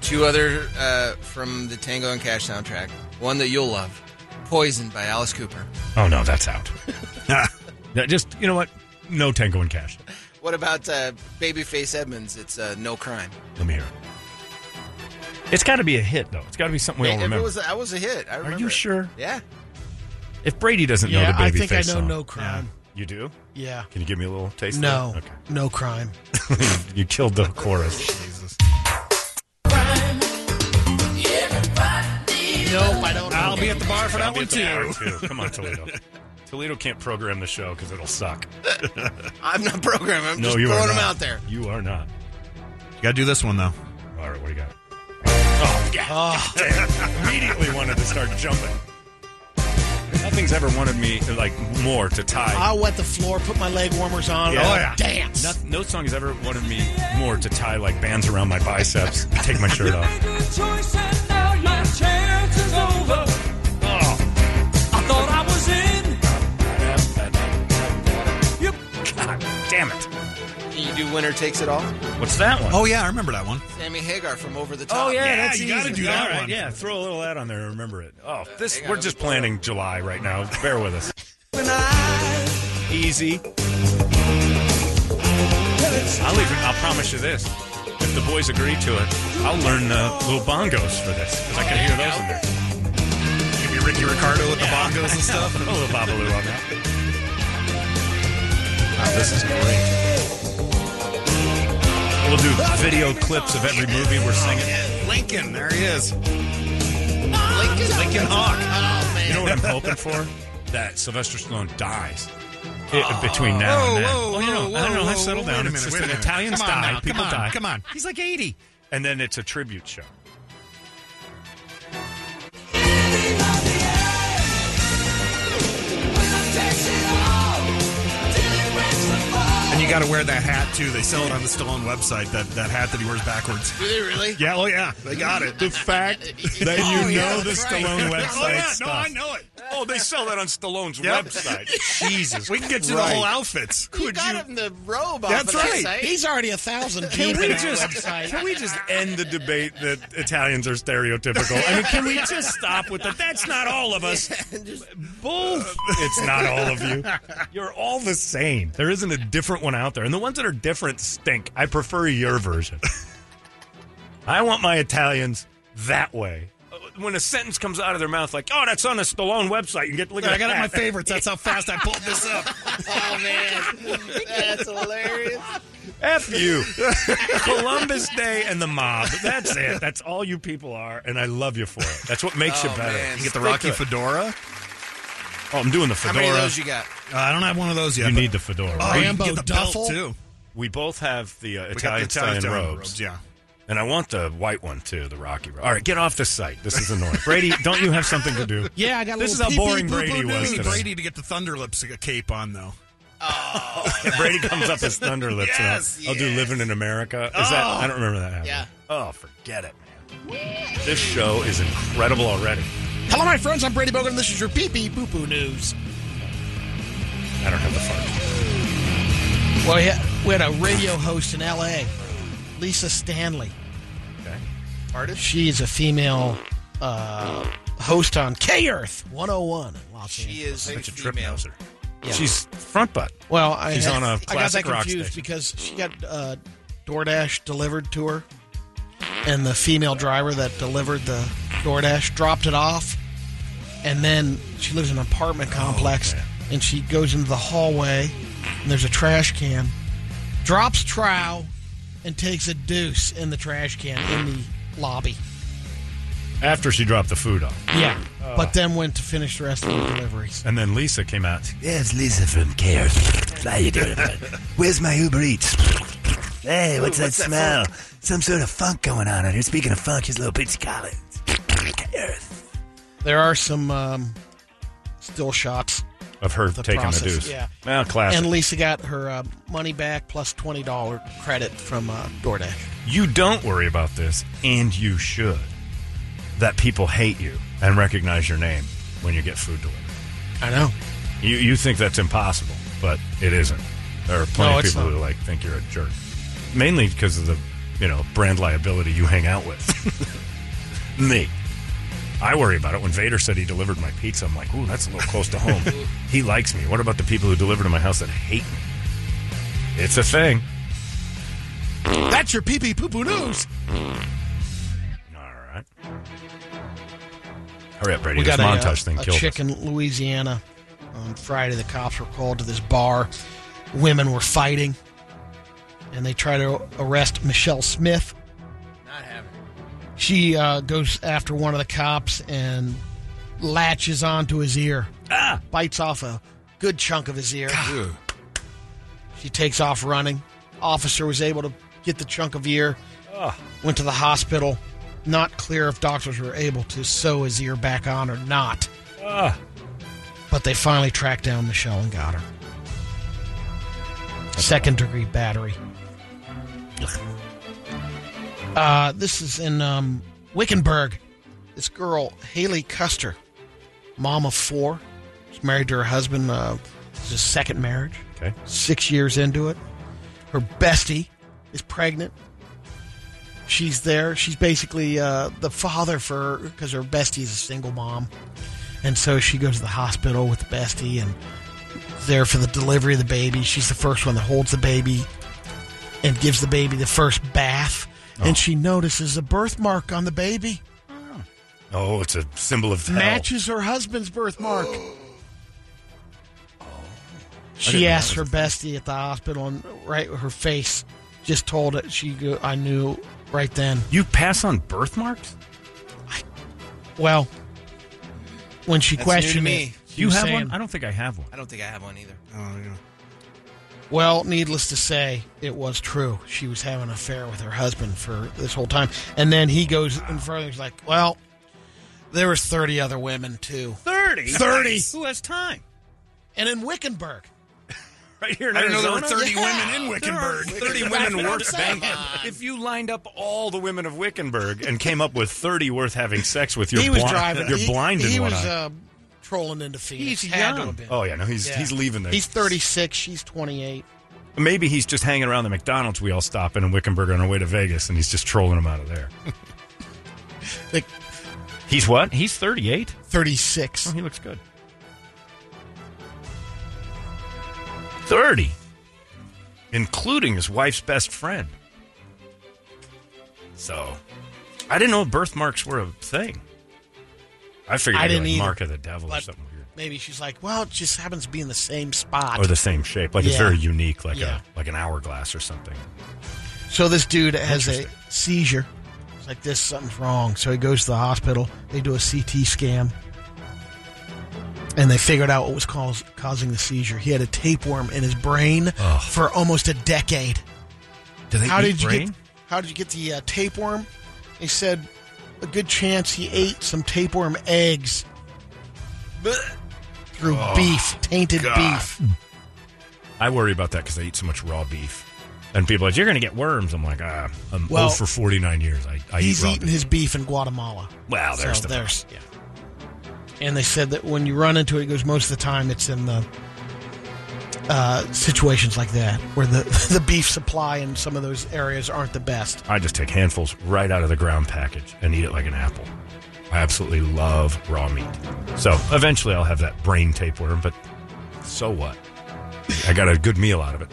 Two other uh, from the Tango and Cash soundtrack. One that you'll love, "Poison" by Alice Cooper. Oh no, that's out. That just you know what? No tango and cash. What about uh, Babyface Edmonds? It's uh, "No Crime." Let me hear it. It's got to be a hit though. It's got to be something we all If remember. It was, that was a hit. I remember you it. sure? Yeah. if Brady doesn't know Yeah, the I baby think I face know song- No Crime. Yeah. You do? Yeah. Can you give me a little taste? of No, it? no crime. Okay. you killed the chorus. Nope, I don't. I'll be at the bar for that I'll be one at the too. bar, Come on, Toledo. Toledo can't program the show because it'll suck. I'm not programming. I'm no, just you throwing are them not. out there. You are not. You got to do this one though. All right, what do you got? Oh, yeah. Damn. Immediately wanted to start jumping. Nothing's ever wanted me like more to tie. I'll wet the floor, put my leg warmers on, Oh, and I'll dance. No, Oh, no song has ever wanted me more to tie like bands around my biceps. and Take my shirt off. God damn it! Can you do "Winner Takes It All"? What's that one? Oh yeah, I remember that one. Sammy Hagar from Over the Oh, Oh, Top. you gotta do that one. Yeah, throw a little ad on there and remember it. Oh, this we're just planning July right now. Bear with us. Easy. I'll even. I'll promise you this: if the boys agree to it, I'll learn uh, little bongos for this because I can hear those in there. Give me Ricky Ricardo with the bongos and stuff. A little babaloo on that. Wow, this is great. We'll do video clips of every movie we're singing. Lincoln, there he is. Lincoln, Lincoln Hawk. Oh man. You know what I'm hoping for? That Sylvester Stallone dies. i- between now Oh. Whoa, and then. whoa, oh, you know, whoa, I don't know. whoa, I've settled whoa, down. wait a It's minute, just wait a that minute. Italians Come on die. now, People come on, die. come on. He's like 80. And then it's a tribute show. you got to wear that hat too. They sell it on the Stallone website. That that hat that he wears backwards. Do they really? Yeah, oh yeah, Oh, they got it. The fact that you know the Stallone Oh website yeah, stuff. no, I know it. Oh, they sell that on Stallone's website. Jesus, we can get you the Right. whole outfits. you got him the robe off That's of that right. site. He's already a thousand Can deep we in our just website. can we just end the debate that Italians are stereotypical? I mean, can we just stop with that? That's not all of us. Both. It's not all of you. You're all the same. There isn't a different one out there, and the ones that are different stink. I prefer your version. I want my Italians that way. Uh, When a sentence comes out of their mouth, like, "Oh, that's on a Stallone website," you can get look at I got it that. in my favorites. That's how fast I pulled this up. Oh man, that's hilarious. F you. Columbus Day and the mob. That's it. That's all you people are, and I love you for it. That's what makes you Oh, better. man. You get the Stick to Rocky it. fedora. Oh, I'm doing the How fedora. many of those you got? Uh, I don't have one of those yet. You but- need the fedora. Oh, We- you can get Rambo the belt, duffel? too. We both have the uh, We Italian, got the Italian style style robes. robes, yeah. And I want the white one too, the Rocky robe. All right, get off this site. This is annoying. Brady, don't you have something to do? Yeah, I got a This is little how boring pee-pee, Brady We was Oh, need today. Brady to get the Thunderlips cape on though. Brady comes up as Thunder Lips. and I'll- Yes, I'll, do yes. "Living in America." Is that? Oh. I don't remember that. Happening. Yeah. Oh, forget it, man. This show is incredible already. Hello, my friends. I'm Brady Bogan, and this is your pee pee poo poo news. I don't have the fart. Well, yeah, we had a radio host in L.A., Lisa Stanley. Okay. Artist? She is a female uh, host on K Earth 101 in Los Angeles. She is a Such a trip female. noser. Yeah. She's front butt. Well, I, She's on a I got that classic rock confused station. because she got uh, DoorDash delivered to her, and the female driver that delivered the DoorDash dropped it off, and then she lives in an apartment Oh, complex, man. and she goes into the hallway, and there's a trash can, drops trow, and takes a deuce in the trash can in the lobby. After she dropped the food off, Yeah, but then went to finish the rest of the deliveries. and then Lisa came out. There's Lisa from Care. How you doing? man? Where's my Uber Eats? Hey, what's that smell? Some sort of funk going on out here. Speaking of funk, here's little Prince Collins. Earth. There are some um, still shots of her The taking process, the deuce. yeah. Well, classic. And Lisa got her uh, money back plus twenty dollar credit from uh, DoorDash. you don't worry about this, and you should. That people hate you and recognize your name when you get food delivered. I know. You you think that's impossible, but it isn't. There are plenty No, of it's people not. who like think you're a jerk, mainly because of the you know brand liability you hang out with. Me, I worry about it. When Vader said he delivered my pizza, I'm like, ooh, that's a little close to home. he likes me. What about the people who deliver to my house that hate me? It's a thing. That's your pee pee poo poo news. All right. Hurry up, Brady. we this got a, montage uh, thing a killed chick in Louisiana on Friday. The cops were called to this bar. Women were fighting, and they try to arrest Michelle Smith. Not having. it. She uh, goes after one of the cops and latches onto his ear, ah! bites off a good chunk of his ear. Ew. She takes off running. Officer was able to get the chunk of ear. Ugh. Went to the hospital. Not clear if doctors were able to sew his ear back on or not. us. Ah, But they finally tracked down Michelle and got her. Second degree battery. Uh, this is in um, Wickenburg. This girl, Haley Custer, mom of four, is married to her husband. Uh, this is his second marriage okay. six years into it. Her bestie is pregnant. She's there. She's basically uh, the father for because her bestie is a single mom, and so she goes to the hospital with the bestie and is there for the delivery of the baby. She's the first one that holds the baby and gives the baby the first bath, and she notices a birthmark on the baby Oh, it's a symbol of hell. Oh. matches her husband's birthmark. I She didn't asked her bestie at the hospital, and right her face just told it. She, go, I knew right then. You pass on birthmarks? Well, when she That's new to questioned me. it, Do she you was have saying- one? I don't think I have one. I don't think I have one either. Oh, yeah. Well, needless to say, it was true. She was having an affair with her husband for this whole time, and then he goes in further. He's like, "Well, there was thirty other women too, 30? 30. Who has time? and in Wickenburg, right here in I didn't know Arizona. there were 30 Yeah. women in Wickenburg. There are 30 women worth Come banging. If you lined up all the women of Wickenburg and came up with 30 worth having sex with, you're, he was blind, driving. you're he, blind in He one was eye. uh, trolling into Phoenix. He's Had to young. have been. Oh, yeah, no, he's- he's leaving there. He's 36. She's 28. Maybe he's just hanging around the McDonald's we all stop in in Wickenburg on our way to Vegas, and he's just trolling them out of there. he's what? He's 38? 36. he looks good. 30. Including his wife's best friend. So, I didn't know birthmarks were a thing. I figured I it'd be didn't like either. mark of the devil or But something weird. Maybe she's like, well, it just happens to be in the same spot Or the same shape. Like it's Yeah. very unique, like Yeah. a like an hourglass or something. So this dude has a seizure. It's like this, something's wrong. So he goes to the hospital. They do a CT scan, and they figured out what was cause, causing the seizure. He had a tapeworm in his brain Ugh. for almost a decade. Do they how eat did you brain? get? How did you get the uh, tapeworm? They said a good chance he ate some tapeworm eggs through Oh, beef, tainted God. beef. I worry about that because I eat so much raw beef. And people are like, you're going to get worms. I'm like, ah, I'm Well, old for 49 years. I, I eat He's raw eating beef. his beef in Guatemala. Well, there's So the there's yeah. and they said that when you run into it, it goes most of the time it's in the uh, situations like that where the the beef supply in some of those areas aren't the best. I just take handfuls right out of the ground package and eat it like an apple. I absolutely love raw meat. So eventually I'll have that brain tapeworm, but so what? I got a good meal out of it.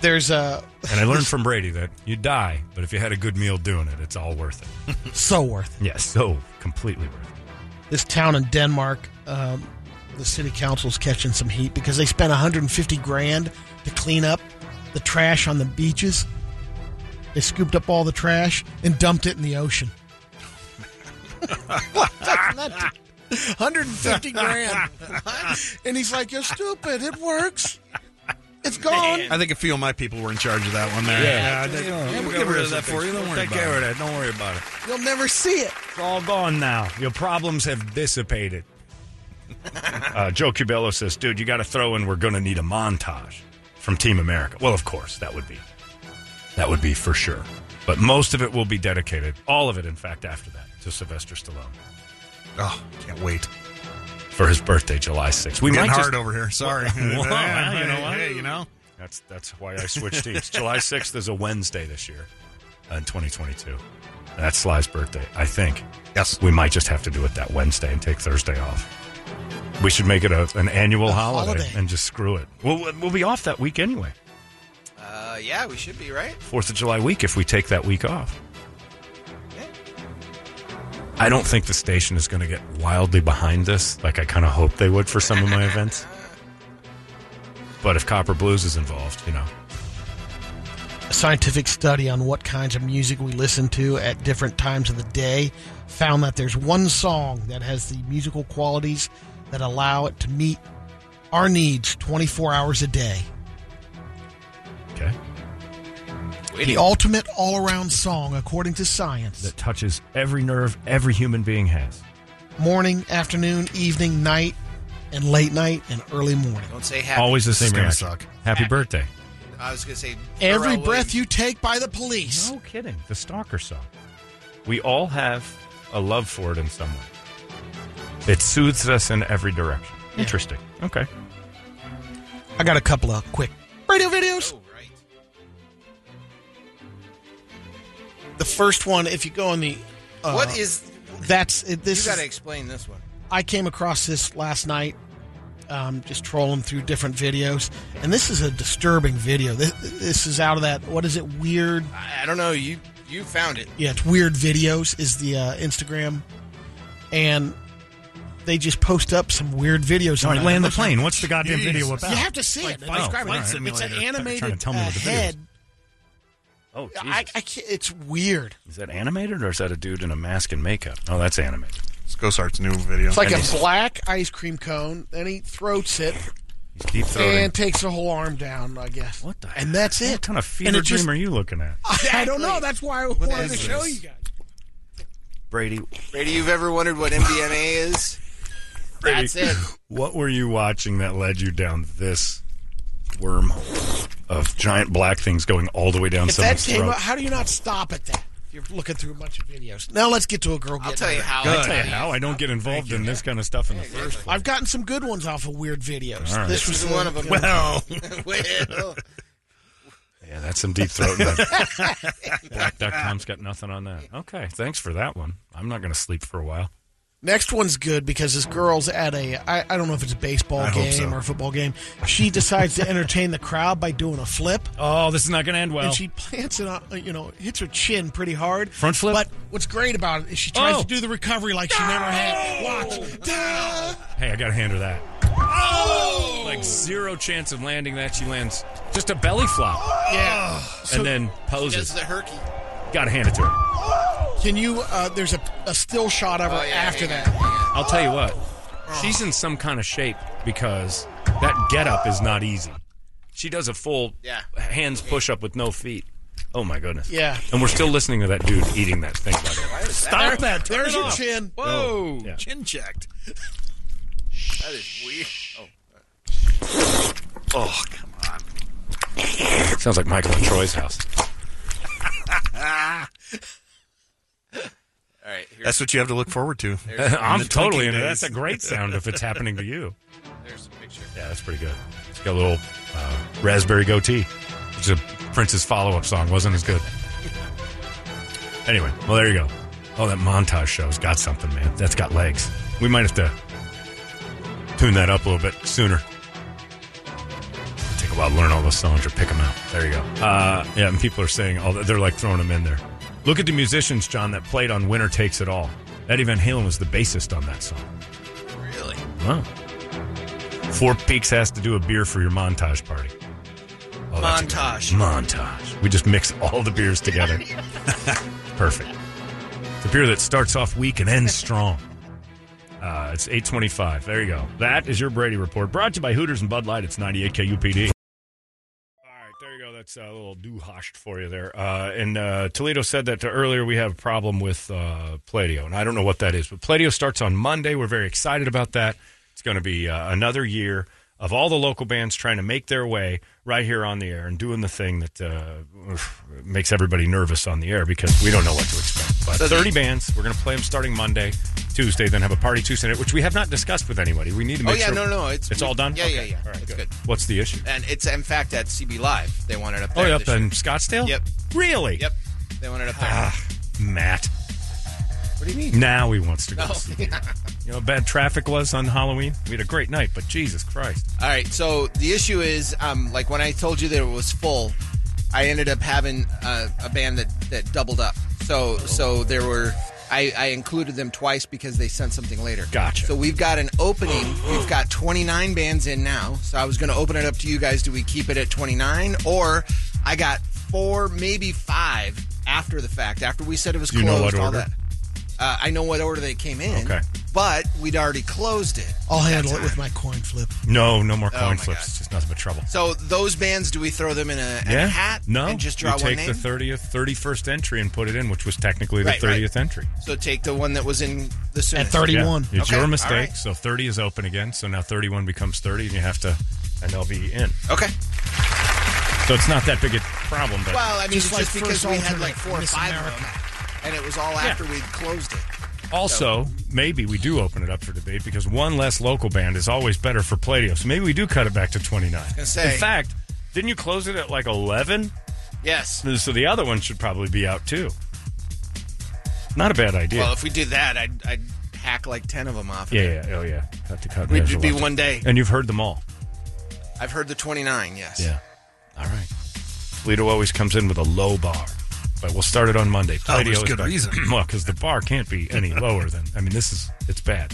There's a And I learned from Brady that you die, but if you had a good meal doing it, it's all worth it. so worth Yeah, so completely worth it. it. This town in Denmark, um, the city council's catching some heat because they spent 150 grand to clean up the trash on the beaches. They scooped up all the trash and dumped it in the ocean. what? That's not- 150 grand. and he's like, "You're stupid. It works. It's gone." I think a few of my people were in charge of that one there. Yeah. they- Yeah, we'll, we'll get rid of that for you. Don't We'll worry take about care it. of that. Don't worry about it. You'll never see it. It's all gone now. Your problems have dissipated. uh, Joe Cubello says, dude, you got to throw in we're going to need a montage from Team America. Well, of course, that would be. That would be for sure. But most of it will be dedicated, all of it, in fact, after that, to Sylvester Stallone. Oh, can't wait. For his birthday, July 6th. We Getting might hard just- over here. Sorry. Whoa, well, you know what? Hey, you know? That's, that's why I switched teams. July 6th is a Wednesday this year uh, in 2022. That's Sly's birthday, I think. Yes. We might just have to do it that Wednesday and take Thursday off. We should make it a, an annual A holiday, holiday. and just screw it. We'll, we'll be off that week anyway. Uh, yeah, we should be, right? Fourth of July week if we take that week off. I don't think the station is going to get wildly behind this, like I kind of hoped they would for some of my events. But if Copper Blues is involved, you know, A scientific study on what kinds of music we listen to at different times of the day found that there's one song that has the musical qualities that allow it to meet our needs 24 hours a day. Okay. The ultimate all around song, according to science. that touches every nerve every human being has. Morning, afternoon, evening, night, and late night, and early morning. Don't say happy. Always the same gonna reaction. suck. Happy birthday. I was going to say Every Pharrell breath you take by the police. No kidding. The Stalker song. We all have a love for it in some way. It soothes us in every direction. Interesting. Okay. I got a couple of quick radio Oh, videos. The first one, if you go on the. Uh, what is That's it, this. you got to is- explain this one. I came across this last night, um, just trolling through different videos, and this is a disturbing video. This, this is out of that. What is it? Weird. I, I don't know. You you found it. Yeah, it's weird videos is the uh, Instagram, and they just post up some weird videos. All on right, it. land the plane. What's the goddamn video about? You have to see it. Flight- Describe Flight it. It's Simulator. an Trying to animated tell me uh, what the video is. head. Oh, I, I can't, it's weird. Is that animated or is that a dude in a mask and makeup? Oh, that's animated. It's Gosart's new video. It's like a black ice cream cone, and he throats it deep throating. and takes the whole arm down, I guess. What the? And that's it. What kind of fever And dream it just- are you looking at? I, I don't know. That's why I wanted to is show this? you guys. Brady, Brady, you've ever wondered what MDMA is? Brady, That's it. What were you watching that led you down this wormhole of giant black things going all the way down If that someone's came throat. up, how do you not stop at that? You're looking through a bunch of videos. Now letlet's get to a girl. I'll getting tell you hurt. how. I'll tell you how I don't get involved in this kind of stuff in the first place. I've gotten some good ones off of weird videos. All right. This was This is the- one of oh, them. Well. well. Yeah, that's some deep throating. Black.com's got nothing on that. Okay, thanks for that one. I'm not going to sleep for a while. Next one's good because this girl's at a I, I don't know if it's a baseball I hope game so. or a football game. She decides to entertain the crowd by doing a flip. Oh, this is not going to end well. and she plants it on, you know, hits her chin pretty hard. Front flip? But what's great about it is she tries Oh. to do the recovery like she never had. Watch. Da- Hey, I got to hand her that. Like zero chance of landing that. She lands just a belly flop Yeah. So and then poses. Does the herky. Got to hand it to her. can you? Uh, there's a, a still shot of her Oh, after that. I'll tell you what. She's in some kind of shape because that get up is not easy. She does a full Yeah. hands push up with no feet. Oh my goodness. Yeah. And we're still listening to that dude eating that thing by the way. Stop that. Turn There's it your off. chin. Whoa. Oh, Yeah. Chin checked. That is weird. Oh. Oh, come on. Sounds like Michael and Troy's house. All right. Here, That's what you have to look forward to. I'm the totally Twinkie into it. days. That's a great sound if it's happening to you. there's a picture. Yeah, that's pretty good. It's got a little uh, raspberry goatee, which is a Prince's follow up song. Wasn't as good. Anyway, well, there you go. Oh, that montage show's got something, man. That's got legs. We might have to tune that up a little bit sooner. It'll take a while to learn all those songs or pick them out. There you go. Uh, yeah, and people are saying all that. They're like throwing them in there. Look at the musicians, John, that played on Winner Takes It All. Eddie Van Halen was the bassist on that song. Really? Wow. Four Peaks has to do a beer for your montage party. Oh, that's a good Montage. one. Montage. We just mix all the beers together. Perfect. It's a beer that starts off weak and ends strong. Uh, it's 825. There you go. That is your Brady Report. Brought to you by Hooters and Bud Light. It's 98 KUPD. All right, there you go. That's uh, a little do-hoshed for you there. Uh, and uh, Toledo said that earlier we have a problem with uh, Pladio, and I don't know what that is. But Pladio starts on Monday. We're very excited about that. It's going to be uh, another year of all the local bands trying to make their way right here on the air and doing the thing that uh, makes everybody nervous on the air because we don't know what to expect. But 30 bands. We're going to play them starting Monday, Tuesday, then have a party Tuesday night, which we have not discussed with anybody. We need to Oh make yeah, sure no, no, it's it's all done. Yeah, Okay. yeah, yeah. All right, it's good. good. What's the issue? and it's in fact at CB Live. They want it up Oh, there. yeah, up this year. in Scottsdale. Yep. Really? Yep. They want it up there. Ah, Matt. what do you mean? Now he wants to go. Oh, see. yeah. You know how bad traffic was on Halloween? We had a great night, but Jesus Christ. All right. So the issue is, um, like when I told you that it was full, I ended up having uh, a band that that doubled up. So so there were. I, I included them twice because they sent something later. Gotcha. So we've got an opening. We've got 29 bands in now. So I was going to open it up to you guys. Do we keep it at 29? Or I got four, maybe five after the fact, after we said it was Do you closed, know what all order? that. Uh, I know what order they came in. Okay. Oh, But we'd already closed it. I'll at that handle it time. with my coin flip. No, no more Oh, coin my flips. God. It's just nothing but trouble. So those bands, do we throw them in a, in a yeah. hat? No. and just draw you take one name. the 30th, 31st entry and put it in, which was technically the Right, right. 30th entry. so take the one that was in the soonest. At 31. Yeah. It's Okay, your all mistake. right. So 30 is open again. So now 31 becomes 30, and you have to, and they'll be in. Okay. So it's not that big a problem, but Well, I mean, Just like just, because first we had alternate, like four or Miss five of America. them, and it was all after we closed it. Also, maybe we do open it up for debate because one less local band is always better for Pladio. So maybe we do cut it back to 29. gonna say- In fact, didn't you close it at like 11? Yes. So the other one should probably be out too. Not a bad idea. Well, if we did that, I'd, I'd hack like ten of them off. of it. yeah, yeah, oh yeah. Cut to cut. We'd There's a be lot. one day. And you've heard them all. I've heard the twenty-nine. Yes. All right. Toledo always comes in with a low bar, but we'll start it on Monday. Oh, there's is good reason. well, because the bar can't be any lower than. I mean, this is it's bad.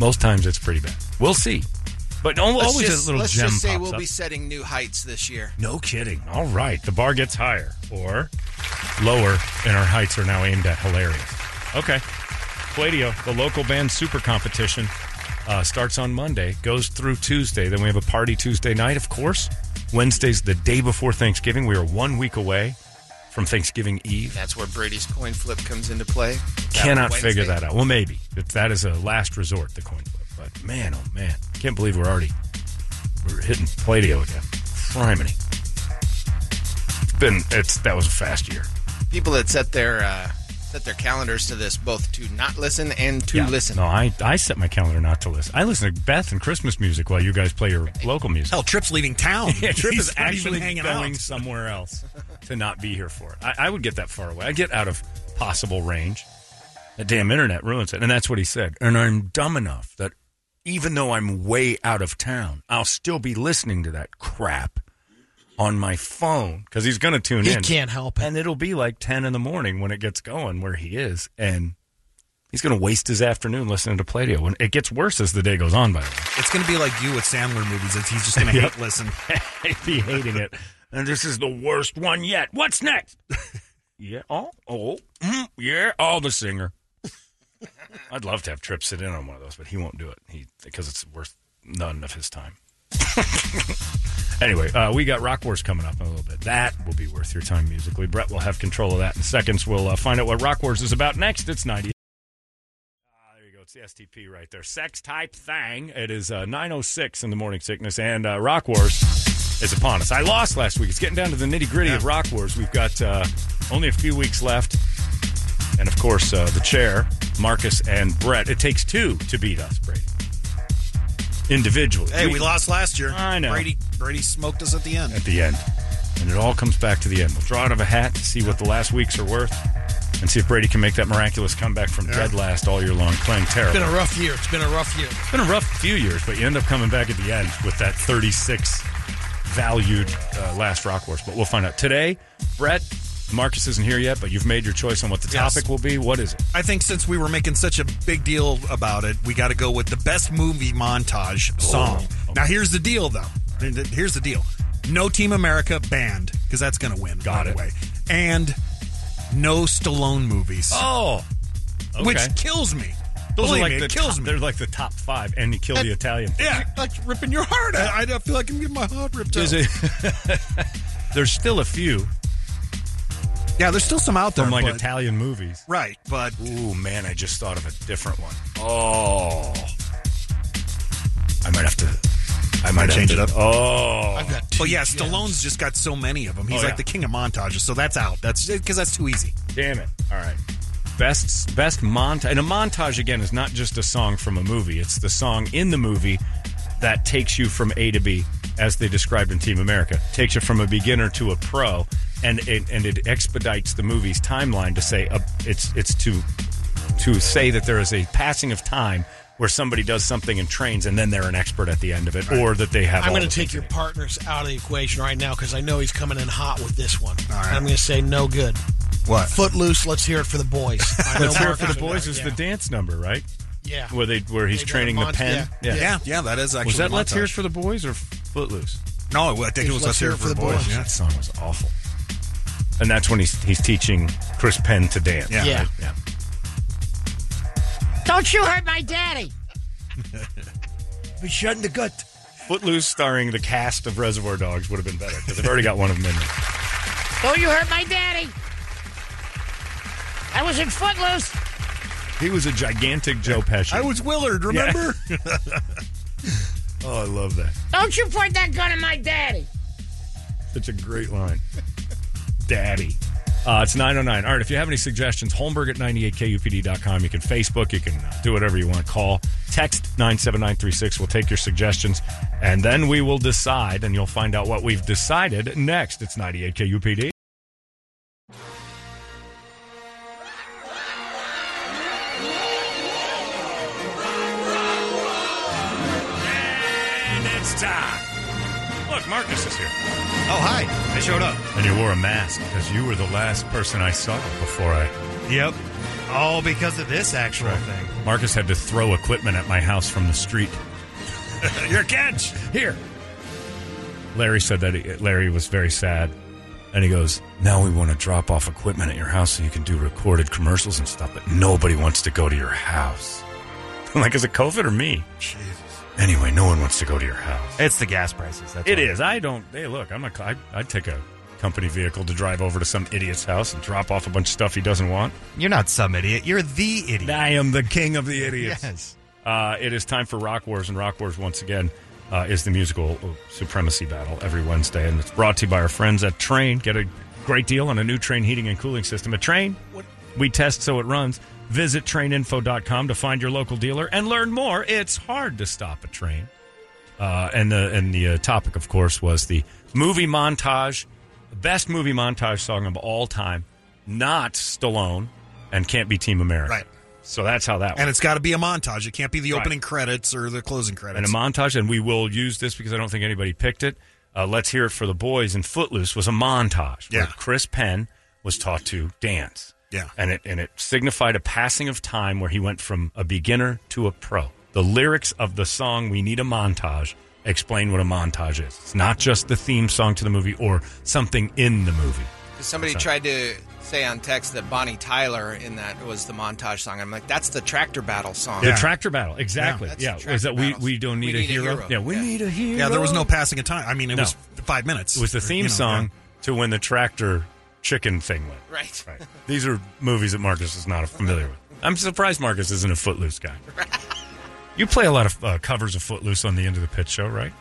Most times it's pretty bad. We'll see, but al- Let's always just, a little let's gem just say pops we'll up. be setting new heights this year. no kidding. All right, the bar gets higher or lower, and our heights are now aimed at hilarious. Okay, Pladio, the local band super competition. Uh, starts on Monday, goes through Tuesday. Then we have a party Tuesday night, of course. Wednesday's the day before Thanksgiving. We are one week away from Thanksgiving Eve. That's where Brady's coin flip comes into play. That Cannot Wednesday. figure that out. Well, maybe. If that is a last resort, the coin flip. But man, oh man. Can't believe we're already. we were hitting Plato again. Criminy. It's been it's that was a fast year. People that set their uh, set their calendars to this, both to not listen and to Yeah. listen. No, I I set my calendar not to listen. I listen to Beth and Christmas music while you guys play your local music. Hell, Trip's leaving town. Yeah, Trip is He's not even actually hanging going out. somewhere else to not be here for it. I, I would get that far away. I get out of possible range. The damn internet ruins it, and that's what he said. And I'm dumb enough that even though I'm way out of town, I'll still be listening to that crap on my phone because he's going to tune He in. can't help it. And it'll be like ten in the morning when it gets going where he is, and he's going to waste his afternoon listening to Plato. And it gets worse as the day goes on. By the way. It's going to be like you with Sandler movies. It's, he's just going to Yep. hate listen. be hating it. And this is the worst one yet. What's next? yeah. Oh. Oh. Mm, yeah. Oh, the singer. I'd love to have Trip sit in on one of those, but he won't do it. He because it's worth none of his time. anyway, uh, we got Rock Wars coming up in a little bit. That will be worth your time musically. Brett will have control of that in seconds. We'll uh, find out what Rock Wars is about next. It's ninety. Ah, there you go. It's the STP right there. Sex type thing. It is uh, 9.06 in the morning sickness, and uh, Rock Wars is upon us. I lost last week. It's getting down to the nitty gritty of Rock Wars. We've got uh, only a few weeks left. And of course, uh, the chair, Marcus and Brett. It takes two to beat us, Brady. Individually. Hey, we lost last year. I know. Brady, Brady smoked us at the end. At the end. And it all comes back to the end. We'll draw out of a hat to see what the last weeks are worth and see if Brady can make that miraculous comeback from Yeah. dead last all year long, playing It's terrible. been a rough year. It's been a rough year. It's been a rough few years, but you end up coming back at the end with that 36 valued uh, last Rock Wars. But we'll find out today. Brett, Marcus isn't here yet, but you've made your choice on what the Yes. topic will be. What is it? I think since we were making such a big deal about it, we got to go with the best movie montage Oh, song. Now, here's the deal, though. Here's the deal. No Team America banned because that's going to win. Got it. Away. And no Stallone movies. Oh, okay. which kills me. Those Believe are like me, the it kills top, me. They're like the top five, and you kill the Italian. Yeah, like ripping your heart out. I, I feel like I'm getting my heart ripped out. Is it- There's still a few. Yeah, there's still some out there, From like but- Italian movies. Right, but. Ooh, man, I just thought of a different one. Oh. I might have to. I might have change to- it up. Oh. I've got but yeah, Stallone's just got so many of them. He's Oh, like yeah. the king of montages, so that's out. That's because that's too easy. Damn it! All right. Best best montage, and a montage again is not just a song from a movie. It's the song in the movie that takes you from A to B, as they described in Team America, takes you from a beginner to a pro, and it, and it expedites the movie's timeline to say uh, it's it's to to say that there is a passing of time where somebody does something and trains, and then they're an expert at the end of it, or that they have. I'm all going the to take things your they need. partners out of the equation right now because I know he's coming in hot with this one. And I'm going to say no good. What? Footloose. Let's hear it for the boys. I know Let's hear it Mark for would the boys. know, Is yeah. the dance number right? Yeah. Where they where he's They did a training the montage- pen. yeah. Yeah. Yeah, that is Was actually that a Let's Hear It montage. for the Boys or Footloose? No, I think it was Let's Hear It for the Boys. Yeah. That song was awful. And that's when he's he's teaching Chris Penn to dance. Yeah. right? Yeah. yeah. Don't you hurt my daddy. Be shot in the gut. Footloose starring the cast of Reservoir Dogs would have been better because I've already got one of them in there. Don't you hurt my daddy. I was in Footloose. He was a gigantic Joe Pesci. I was Willard, remember? oh, I love that. Don't you point that gun at my daddy. Such a great line. Daddy. Uh, it's 909. All right, if you have any suggestions, Holmberg at 98kupd.com. You can Facebook, you can uh, do whatever you want. Call, text 97936. We'll take your suggestions, and then we will decide, and you'll find out what we've decided next. It's 98kupd. And it's time. Look, Marcus is here. Oh, hi. I showed up. And you wore a mask because you were the last person I saw before I. Yep. All because of this actual thing. Marcus had to throw equipment at my house from the street. Your catch here. Larry said that he, Larry was very sad, and he goes, "Now we want to drop off equipment at your house so you can do recorded commercials and stuff, but nobody wants to go to your house." I'm like, is it COVID or me? Jesus. Anyway, no one wants to go to your house. It's the gas prices. That's It is. I don't. Hey, look, I'm a. I, I'd take a company vehicle to drive over to some idiot's house and drop off a bunch of stuff he doesn't want. You're not some idiot. You're the idiot. I am the king of the idiots. Yes. Uh, it is time for Rock Wars, and Rock Wars once again uh, is the musical supremacy battle every Wednesday, and it's brought to you by our friends at Train. Get a great deal on a new Train heating and cooling system. A Train, we test so it runs. Visit traininfo.com to find your local dealer and learn more. It's hard to stop a train. Uh, and the and the uh, topic, of course, was the movie montage, best movie montage song of all time, not Stallone, and can't be Team America. Right. So that's how that. And it's got to be a montage. It can't be the Right. opening credits or the closing and credits. a montage, and we will use this because I don't think anybody picked it. Uh, let's hear it for the boys. And Footloose was a montage where Yeah. Chris Penn was taught to dance. Yeah. and it and it signified a passing of time where he went from a beginner to a pro. The lyrics of the song "We Need a Montage" explain what a montage is. It's not just the theme song to the movie or something in the movie. Because somebody Okay. tried to say on text that Bonnie Tyler in that was the montage song. I'm like, that's the tractor battle song. The tractor battle, exactly. That's Yeah, the is that tractor we, battles. we don't need, a, hero. Yeah, we need a hero. Yeah, there was no passing of time. I mean, it No. was five minutes. It was the Or, theme you know, song to when the tractor chicken thing went. Right. Right. These are movies that Marcus is not familiar with. I'm surprised Marcus isn't a Footloose guy. You play a lot of uh, covers of Footloose on the End of the Pit show, right?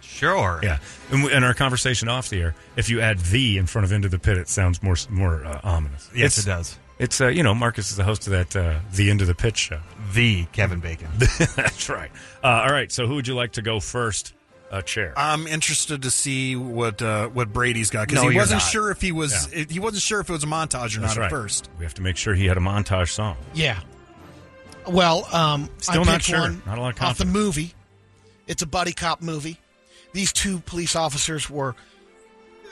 Sure. Yeah. And we, in our conversation off the air, if you add "the" in front of "End of the Pit," it sounds more more uh, ominous. Yes, it does. It's uh, you know Marcus is the host of that uh, "The End of the Pit" show. The Kevin Bacon. That's right. Uh, all right. So who would you like to go first? Uh, chair. I'm interested to see what uh, what Brady's got because No, he you're wasn't not. sure if he was if- he wasn't sure if it was a montage or That's not right. at first. We have to make sure he had a montage song. Yeah. Well, um, Still I not picked sure. One Not a lot of off the confidence. movie. It's a buddy cop movie. These two police officers were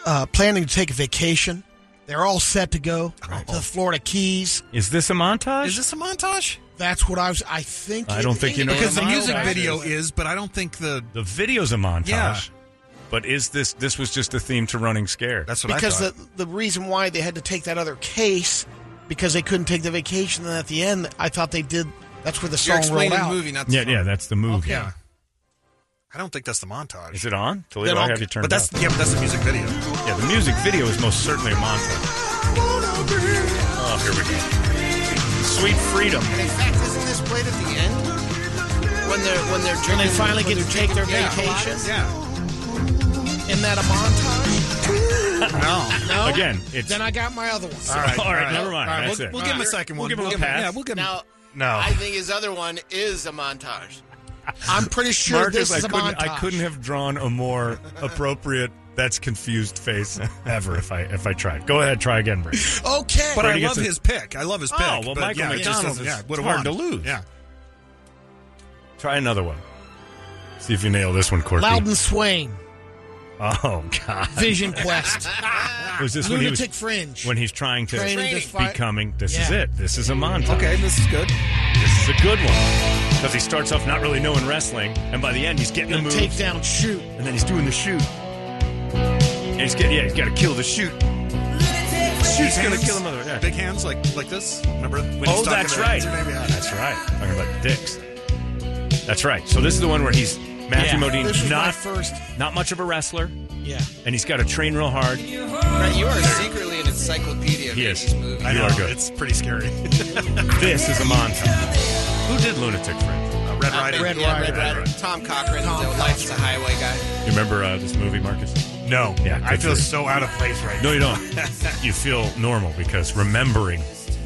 uh, planning to take a vacation. They're all set to go to the Florida Keys. Is this a montage? Is this a montage? That's what I was. I think. I don't think you know because the what a music montage video is. is, but I don't think the The video's a montage. Yeah. But is this this was just a theme to Running Scared? That's because the the reason why they had to take that other case because they couldn't take the vacation. And at the end, I thought they did. That's where the You're song rolled explaining the out. movie, not the yeah, song. yeah, that's the movie. yeah. I don't think that's the montage. Is it on? Then Toledo, I I'll- have you turned but that's off. yeah, but that's the music video. Yeah, the music video is most certainly a montage. Oh, here we go. Sweet freedom. And in fact, isn't this played at the end when they're when they're drinking? When they finally when get to they're take their drinking pina vacation. coladas? Yeah. Isn't that a montage? No. Again, it's Then I got my other one. All right, all right, never mind. All right, That's we'll- it. we'll give him a second one. We'll give him We'll a give him- pass. yeah, we'll give him- Now, Oh. No. I think his other one is a montage. I'm pretty sure Marcus, this is I a couldn't, montage. I couldn't have drawn a more appropriate that's confused face ever if I if I tried. Go ahead, try again, Brady. Okay. But Brady I gets love his- his pick. I love his Oh, pick. well, but Michael yeah, it just McDonald doesn't- is- yeah, it's would've hard to won. lose. Yeah. Try another one. See if you nail this one, Corky. Loudon Swain, Oh God. Vision Quest, Was this when he was- Lunatic Fringe. when he's trying to Training to fight- becoming. This is Yeah. it. This is a montage. Okay, this is good. This is a good one because he starts off not really knowing wrestling, and by the end he's getting the moves, Take down, shoot. and then he's doing the shoot. And he's get, yeah, he's got to kill the shoot. Shoot's gonna kill another. Yeah. Big hands like like this. Remember? When oh, that's right. That's right. Talking about dicks. That's right. So this is the one where he's Matthew Yeah. Modine, This was not my first. not much of a wrestler, and Yeah. he's got to train real hard. Brett, you are secretly an encyclopedia of He is. 80s movies. I You know, are good. It's pretty scary. Uh, This is a montage. Who did Lunatic Fringe? Uh, Red Rider. Red, yeah, Red Rider. Tom Cochran, the Life's a Highway guy. You remember uh, this movie, Marcus? No. Yeah, I good feel for you. so out of place right No, now. you don't. you feel normal because remembering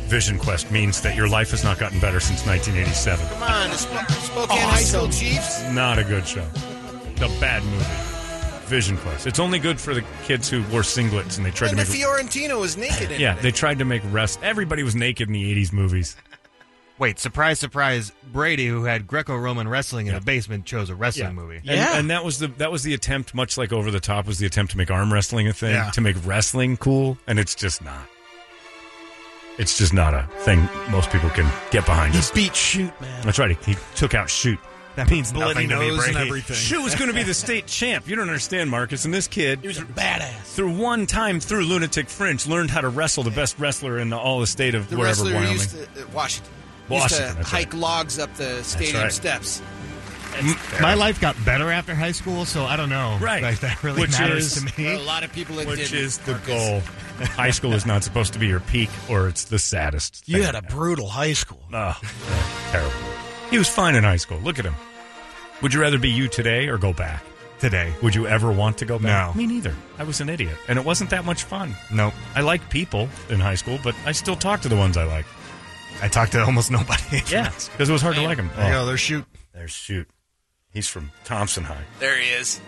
Vision Quest means that your life has not gotten better since 1987. Come on, the Sp- Spokane High School Chiefs. Not a good show. It's a bad movie. Vision Quest. It's only good for the kids who wore singlets and they tried And to the make. Fiorentina was naked in yeah, it. they tried to make rest. Everybody was naked in the 80s movies. Wait, surprise, surprise. Brady, who had Greco Roman wrestling in a basement, chose a wrestling Yeah. movie. And, and that was the that was the attempt, much like Over the Top was the attempt to make arm wrestling a thing, Yeah. to make wrestling cool, and it's just not. It's just not a thing most people can get behind. He It's- beat shoot, man. That's right. He, he took out shoot. That means Bloody nothing to me, nose Brady. and everything. Shoot was going to be the state champ. You don't understand, Marcus. And this kid, He was a badass. through one time through Lunatic Fringe, learned how to wrestle the best wrestler in all the state of The wherever wrestler Wyoming. used to, uh, Washington. Washington, used to that's hike logs up the stadium right. steps. My life got better after high school, so I don't know. Right. Like, that really Which matters is- to There are me. a lot of people that Which did. is the goal. High school is not supposed to be your peak, or it's the saddest. You thing. had a brutal high school. Oh, terrible. He was fine in high school. Look at him. Would you rather be you today or go back? Today. Would you ever want to go back? No. Me neither. I was an idiot. And it wasn't that much fun. Nope. I like people in high school, but I still talk to the ones I like. I talked to almost nobody. yeah. Because it was hard to like them. There you go. There's shoot. There's shoot. He's from Thompson High. There he is.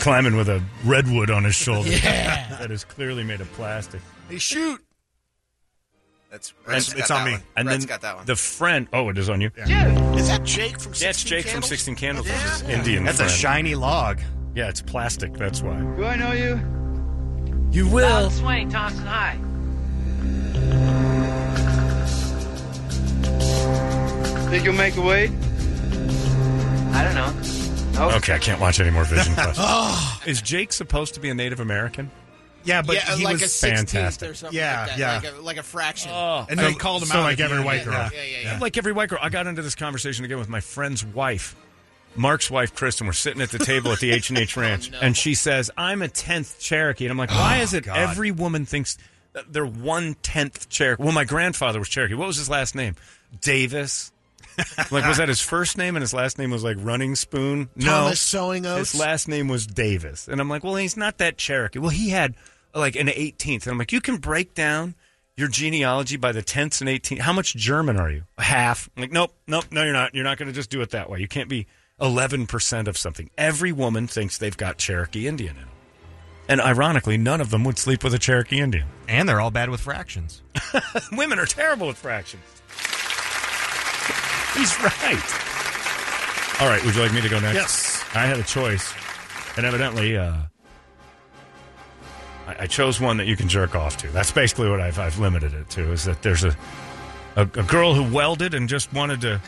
Climbing with a redwood on his shoulder. Yeah. That is clearly made of plastic. Hey, shoot. That's And- And Brett's then got that one. the friend. Oh, it is on you. Dude, is that Jake from? That's 16 Jake from Candles? 16 Candles. Yeah. which is Indian. That's a shiny log. Yeah, it's plastic. That's why. Do I know you? You Donald Swain, Thompson High. Think you'll make a wait? I don't know. Oh. Nope. Okay, I can't watch any more Vision Quest. Oh. Is Jake supposed to be a Native American? Yeah, but Yeah, he like was- a 16th or fantastic. something Yeah, like that, yeah. like a- like a fraction. Oh, And they called him out like at the every end. white Yeah, girl. yeah, yeah, yeah. Like every white girl. I got into this conversation again with my friend's wife, Mark's wife, Kristen. We're sitting at the table at the H and H Oh, Ranch, and she says, "I'm a tenth Cherokee," and I'm like, "Why Oh, is it God. every woman thinks that they're one tenth Cherokee?" Well, my grandfather was Cherokee. What was his last name? Davis. I'm like, was that his first name and his last name was like Running Spoon? Thomas Sowing Oates? His last name was Davis. And I'm like, well, he's not that Cherokee. Well, he had like an 18th. And I'm like, you can break down your genealogy by the 10ths and 18th. How much German are you? Half. I'm like, nope, nope, no, you're not. You're not going to just do it that way. You can't be 11% of something. Every woman thinks they've got Cherokee Indian in them. And ironically, none of them would sleep with a Cherokee Indian. And they're all bad with fractions. Women are terrible at fractions. He's right. All right, would you like me to go next? Yes. I had a choice, and evidently, uh, I, I chose one that you can jerk off to. That's basically what I've, I've limited it to. Is that there's a, a a girl who welded and just wanted to.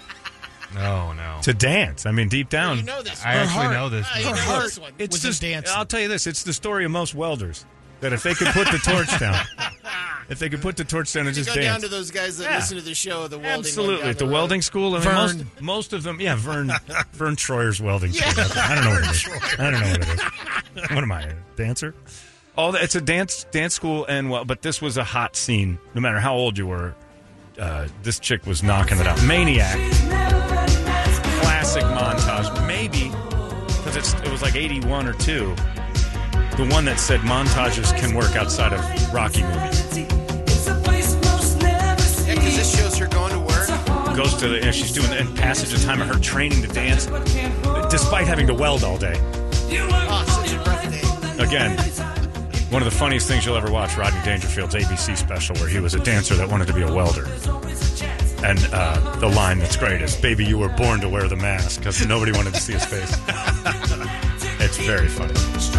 No, no. To dance. I mean, deep down, You know this. Her heart- I know this one. It's was just in dancing. I'll tell you this: it's the story of most welders that if they could put the torch down, if they could put the torch down and You just go dance. down to those guys that Yeah. listen to the show, the welding. one Absolutely, down at the road. welding school. I mean, Vern. Most, most of them, yeah, Vern Vern Troyer's welding Yeah. school. I don't know what it is. Vern I don't know what it is. What am I, a dancer? All that, it's a dance dance school, and well, but this was a hot scene. No matter how old you were, uh, this chick was knocking it out. Maniac, classic montage. Maybe because it's it was like eighty one or two. The one that said montages can work outside of Rocky movies. Yeah, because this shows her going to work. Goes to the, and she's doing the and passage of time of her training to dance, despite having to weld all day. Ah, Oh, such a rough day. Again, one of the funniest things you'll ever watch Rodney Dangerfield's ABC special, where he was a dancer that wanted to be a welder. And uh, the line that's great is, Baby, you were born to wear the mask because nobody wanted to see his face. it's very funny.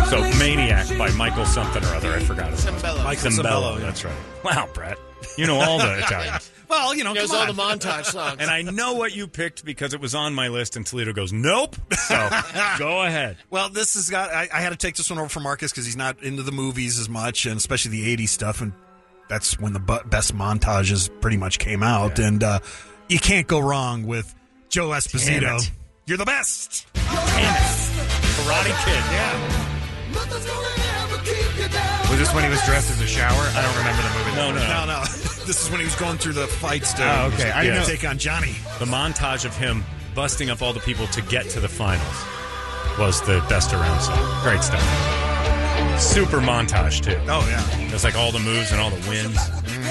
So, Maniac by Michael something or other. I forgot his name. Zambello. Mike Michael Zambello. Zambello, yeah. That's right. Wow, Brett. You know all the Italians. Well, you know, knows come all on. the montage songs. And I know what you picked because it was on my list, and Toledo goes, Nope. So, go ahead. Well, this has got. I, I had to take this one over for Marcus because he's not into the movies as much, and especially the '80s stuff. And that's when the bu- best montages pretty much came out. And uh, you can't go wrong with Joe Damn Esposito. it. You're the best. Karate Kid. Yeah. Was this when he was dressed as a shower? I don't remember the movie. No, no, No, no. this is when he was going through the fights to Oh, okay. I I know. take on Johnny. The montage of him busting up all the people to get to the finals was the best around song. Great stuff. Super montage too. Oh yeah, it's like all the moves and all the wins. All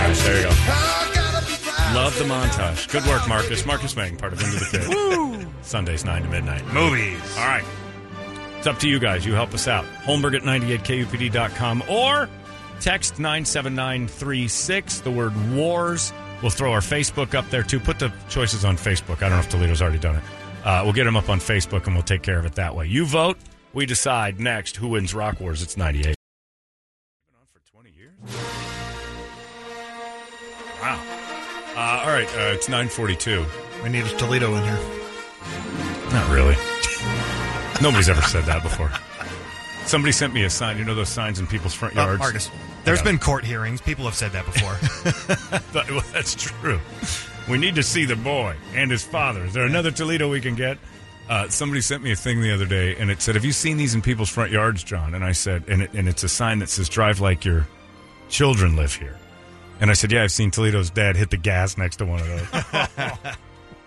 right, there you go. Love the montage. Good work, Marcus. Marcus Mang, part of Into the Pit. Sundays nine to midnight. Movies. All right. It's up to you guys. You help us out. Holmberg at 98kupd.com or text 97936, the word wars. We'll throw our Facebook up there too. Put the choices on Facebook. I don't know if Toledo's already done it. Uh, we'll get them up on Facebook and we'll take care of it that way. You vote, we decide next who wins Rock Wars. It's 98. Wow. Uh, all right, uh, it's 942. We need Toledo in here. Not really. Nobody's ever said that before. Somebody sent me a sign. You know those signs in people's Uh, front Oh, yards? Marcus. There's There's been court hearings. People have said that before. But- well, that's true. We need to see the boy and his father. Is there another Toledo we can get? Uh, somebody sent me a thing the other day, and it said, "Have you seen these in people's front yards, John?" And I said, "And, it, and it's a sign that says drive like your children live here." And I said, "Yeah, I've seen Toledo's dad hit the gas next to one of those."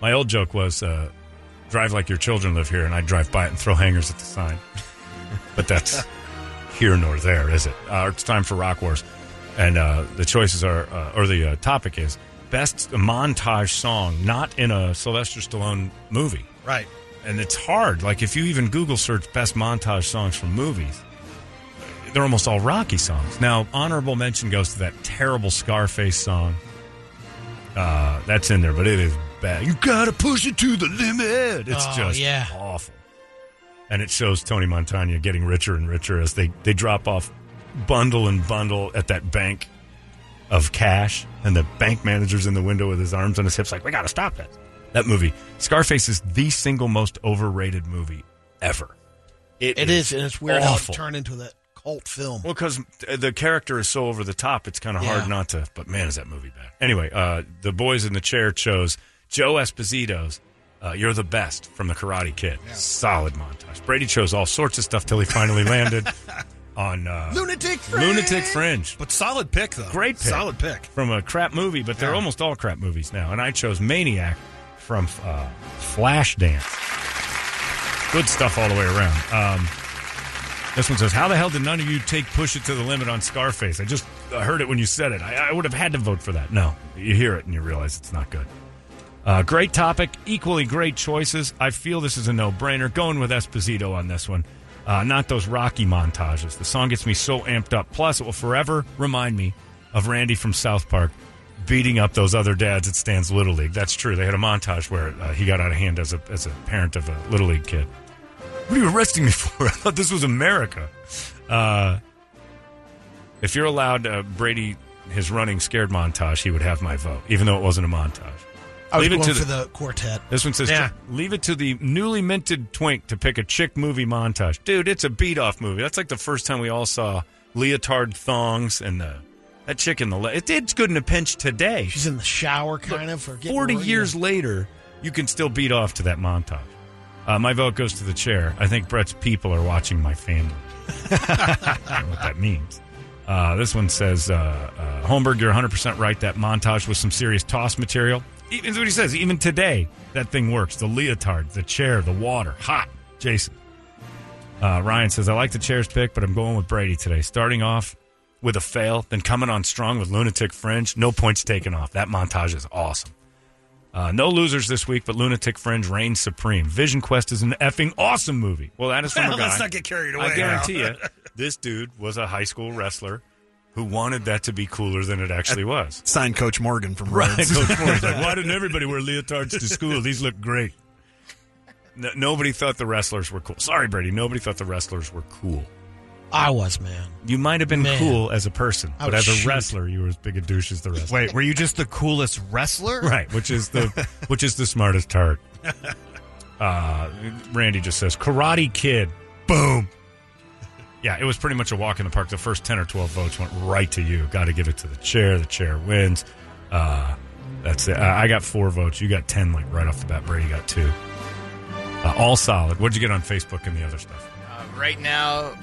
My old joke was uh, drive like your children live here, and I drive by it and throw hangers at the sign. but that's here nor there, is it? Uh, it's time for Rock Wars, and uh, the choices are, uh, or the uh, topic is best montage song, not in a Sylvester Stallone movie, right? And it's hard. Like if you even Google search best montage songs from movies, they're almost all Rocky songs. Now, honorable mention goes to that terrible Scarface song. Uh, that's in there, but it is bad. You gotta push it to the limit. It's Oh, just yeah. awful. And it shows Tony Montana getting richer and richer as they, they drop off bundle and bundle at that bank of cash. And the bank manager's in the window with his arms on his hips, like, we gotta stop that. That movie, Scarface, is the single most overrated movie ever. it is, and it's weird how awful. it turned into that cult film. Well, because the character is so over the top, it's kind of Yeah. hard not to. But man, is that movie bad? Anyway, uh, the boys in the chair chose Joe Esposito's uh, "You're the Best" from the Karate Kid. Solid montage. Brady chose all sorts of stuff till he finally landed on uh, Lunatic Fringe. Lunatic Fringe. But solid pick though. Great pick. Solid pick. from a crap movie, but they're almost all crap movies now. And I chose Maniac from uh, Flashdance. Good stuff all the way around. Um, this one says, "How the hell did none of you take Push It to the Limit on Scarface?" I just I heard it when you said it. I, I would have had to vote for that. No, you hear it and you realize it's not good. Uh, great topic, equally great choices. I feel this is a no-brainer. Going with Esposito on this one. Uh, not those Rocky montages. The song gets me so amped up. Plus, it will forever remind me of Randy from South Park beating up those other dads at Stan's Little League. That's true. They had a montage where uh, he got out of hand as a as a parent of a Little League kid. What are you arresting me for? I thought this was America. Uh, if you're allowed uh, Brady his running scared montage, he would have my vote, even though it wasn't a montage. I was Leave it going to for the quartet. This one says, Yeah. "Leave it to the newly minted twink to pick a chick movie montage." Dude, it's a beat off movie. That's like the first time we all saw leotard thongs and the that chick in the le- it, it's good in a pinch today. She's in the shower, kind of. Or getting Forty ready. years later, you can still beat off to that montage. Uh, my vote goes to the chair. I think Brett's people are watching my family. I don't know what that means. Uh, this one says, uh, uh, Holmberg, you're 100% right. That montage was some serious toss material. Even is what he says. Even today, that thing works. The leotard, the chair, the water. Hot. Jason. Uh, Ryan says, I like the chair's pick, but I'm going with Brady today. Starting off with a fail, then coming on strong with Lunatic Fringe. No points taken off. That montage is awesome. Uh, no losers this week, but Lunatic Fringe reigns supreme. Vision Quest is an effing awesome movie. Well, that is from a guy. Let's not get carried away. I guarantee now. you, this dude was a high school wrestler who wanted that to be cooler than it actually was. Signed Coach Morgan from Right, Rhodes. Coach Morgan's like, why didn't everybody wear leotards to school? These look great. No, nobody thought the wrestlers were cool. Sorry, Brady. Nobody thought the wrestlers were cool. I was, man. You might have been Man. cool as a person, I but was as a shoot. wrestler, you were as big a douche as the rest. Wait, were you just the coolest wrestler? Right, which is the which is the smartest tart. Uh, Randy just says Karate Kid. Boom. Yeah, it was pretty much a walk in the park. The first ten or twelve votes went right to you. Got to give it to the chair. The chair wins. Uh, that's it. I I got four votes. You got ten, like right off the bat. Brady got two. Uh, all solid. What'd you get on Facebook and the other stuff? Uh, right now,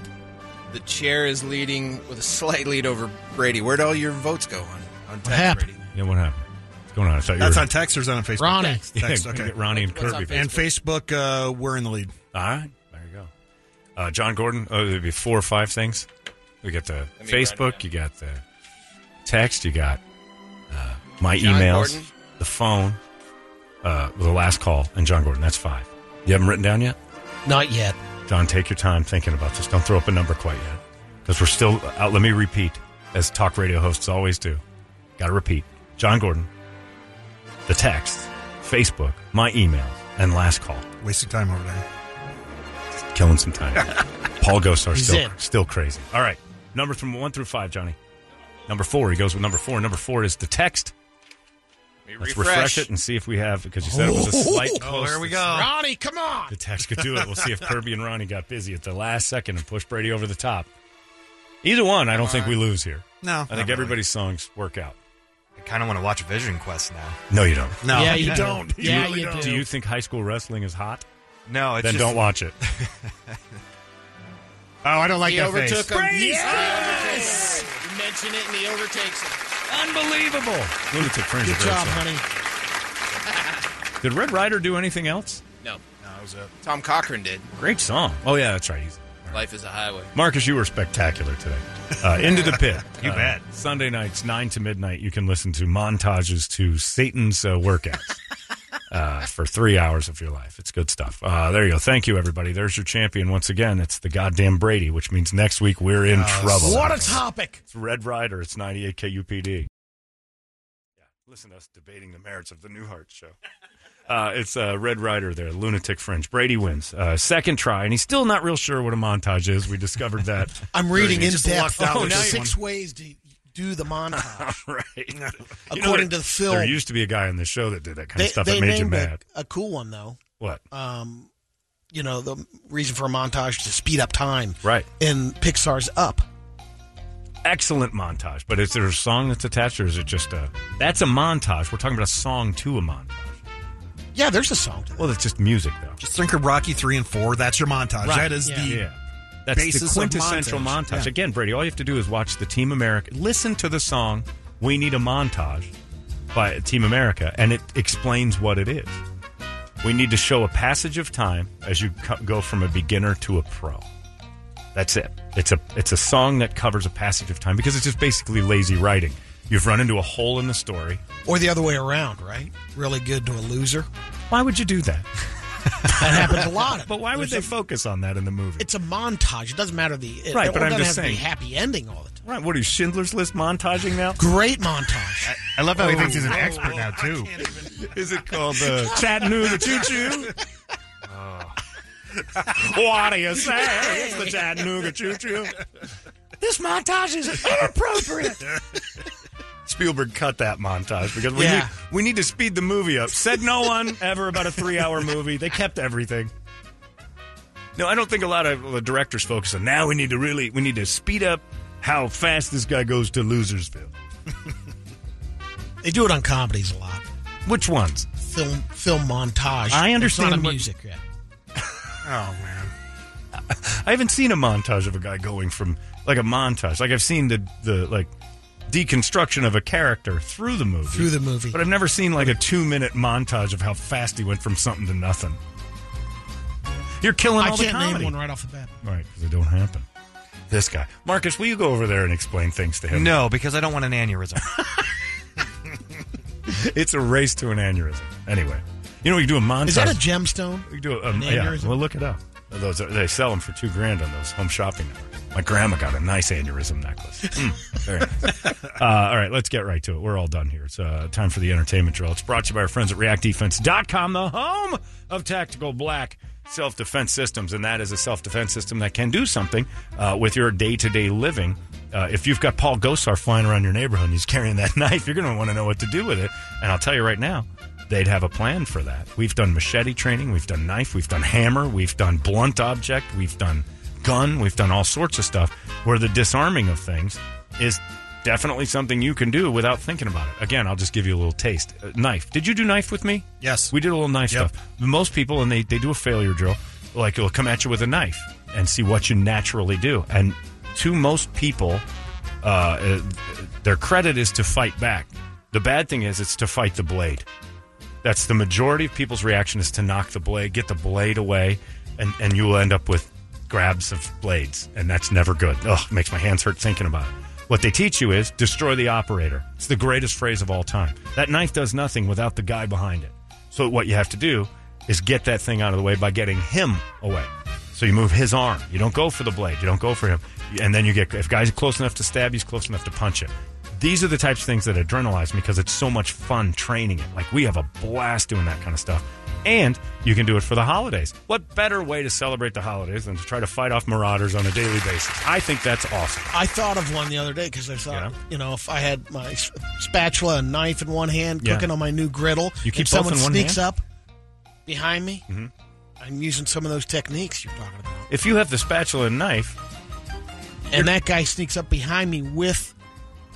the chair is leading with a slight lead over Brady. Where'd all your votes go on? on text, happened? Brady? Yeah, what happened? What's going on? I thought you That's were- on text or is that on Facebook? Ronnie. Text, Yeah, text, okay. okay. Ronnie and Kirby. And Facebook, uh, we're in the lead. All right, there you go. Uh, John Gordon, oh, there'd be four or five things. We got the Let me run Facebook, you got the text, you got uh, my John emails, Gordon. the phone, uh, the last call, and John Gordon. That's five. You haven't written down yet, Not yet. John. Take your time thinking about this. Don't throw up a number quite yet, because we're still out. Let me repeat, as talk radio hosts always do. Got to repeat, John Gordon, the text, Facebook, my emails, and last call Wasting time over there. killing some time. Paul Gosar He's still in. still crazy. All right, numbers from one through five, Johnny. Number four, he goes with number four. Number four is the text. Let's refresh, it and see if we have because you said it was a slight. Oh, close. there we go. Ronnie, come on. The text could do it. We'll see if Kirby and Ronnie got busy at the last second and pushed Brady over the top. Either one, I don't think we lose here. No, I not think really. everybody's songs work out. I kind of want to watch Vision Quest now. No, you don't. No, Yeah, you you do. don't. Yeah, really you don't. do. Do you think high school wrestling is hot? No, it's then just- don't watch it. Oh, I don't like He that face. overtook him. Brady's Yes! You mention it and he overtakes it. Unbelievable. Lunatic Fringe. Good is a great job, song. honey. Did Red Rider do anything else? No. No, it was it. Tom Cochran did. Great song. Oh yeah, that's right. He's, Life is a highway. Marcus, you were spectacular today. Uh, Into the pit. You Uh, bet. Sunday nights nine to midnight. You can listen to montages to Satan's uh, workouts. Uh, for three hours of your life. It's good stuff. Uh, there you go. Thank you, everybody. There's your champion once again. It's the goddamn Brady, which means next week we're in trouble. What a topic. It's Red Rider. It's 98 KUPD. Yeah, listen to us debating the merits of the Newhart show. Uh, it's uh, Red Rider there, Lunatic Fringe. Brady wins. Uh, second try, and he's still not real sure what a montage is. We discovered that. I'm reading in Just depth lucked out oh, with this six one. ways to do the montage. right. You know, there- According to the film. There used to be a guy on the show that did that kind they, of stuff they that made you named a- mad. A, cool one though. What? Um, you know the reason for a montage is to speed up time. Right. And Pixar's Up. Excellent montage, but is there a song that's attached, or is it just a? That's a montage. We're talking about a song to a montage. Yeah, there's a song. To Well, it's just music though. Just think of Rocky three and four. That's your montage. Right. That is Yeah. the Yeah. That's basis the of quintessential montage. Yeah. Again, Brady, all you have to do is watch the Team America. Listen to the song "We Need a Montage" by Team America, and it explains what it is. We need to show a passage of time as you co- go from a beginner to a pro. That's it. It's a it's a song that covers a passage of time because it's just basically lazy writing. You've run into a hole in the story. Or the other way around, right? Really good to a loser. Why would you do that? That happens a lot. But why would they focus on that in the movie? It's a montage. It doesn't matter the it, Right, It but I'm doesn't just have to be saying- happy ending all the time. Right? What are you Schindler's List montaging now? Great montage. I love how he thinks he's an Oh, expert now too. Is it called uh, the Chattanooga Choo Choo? What do you say? It's the Chattanooga Choo Choo. This montage is inappropriate. Spielberg cut that montage because we, Yeah. need, we need to speed the movie up. Said no one ever about a three hour movie. They kept everything. No, I don't think a lot of the directors focus on now we need to really we need to speed up how fast this guy goes to Losersville. They do it on comedies a lot. Which ones? Film film montage. I understand It's not a what- music yet. Oh man. I haven't seen a montage of a guy going from like a montage. Like I've seen the the like deconstruction of a character through the movie. Through the movie. But I've never seen like a 2-minute montage of how fast he went from something to nothing. You're killing I all the can't comedy. name one right off the bat. Right, because it don't happen. This guy, Marcus, will you go over there and explain things to him? No, because I don't want an aneurysm. it's a race to an aneurysm. Anyway, you know we can do a montage. Is that a gemstone? We do Um, yeah, well, look it up. Those are, they sell them for two grand on those home shopping networks. My grandma got a nice aneurysm necklace. Mm, very nice. Uh, all right, let's get right to it. We're all done here. It's uh, time for the entertainment drill. It's brought to you by our friends at ReactDefense.com, the home of tactical black self defense systems. And that is a self defense system that can do something uh, with your day to day living. Uh, if you've got Paul Gosar flying around your neighborhood and he's carrying that knife, you're going to want to know what to do with it. And I'll tell you right now, they'd have a plan for that. We've done machete training, we've done knife, we've done hammer, we've done blunt object, we've done gun, we've done all sorts of stuff where the disarming of things is definitely something you can do without thinking about it. Again, I'll just give you a little taste. Uh, knife. Did you do knife with me? Yes. We did a little knife stuff. Most people, and they, they do a failure drill, like it'll come at you with a knife and see what you naturally do. And to most people, uh, uh, their credit is to fight back. The bad thing is, it's to fight the blade. That's the majority of people's reaction is to knock the blade, get the blade away, and, and you'll end up with grabs of blades, and that's never good. Ugh, makes my hands hurt thinking about it. What they teach you is destroy the operator. It's the greatest phrase of all time. That knife does nothing without the guy behind it. So what you have to do is get that thing out of the way by getting him away. So you move his arm. You don't go for the blade. You don't go for him. And then you get if guys are close enough to stab, he's close enough to punch you. These are the types of things that adrenalize me because it's so much fun training it. Like we have a blast doing that kind of stuff. And you can do it for the holidays. What better way to celebrate the holidays than to try to fight off marauders on a daily basis? I think that's awesome. I thought of one the other day because I thought, you know, if I had my s- spatula and knife in one hand, Yeah. cooking on my new griddle, You keep if both someone in one sneaks hand? up behind me, Mhm. I'm using some of those techniques you're talking about. If you have the spatula and knife, And that guy sneaks up behind me with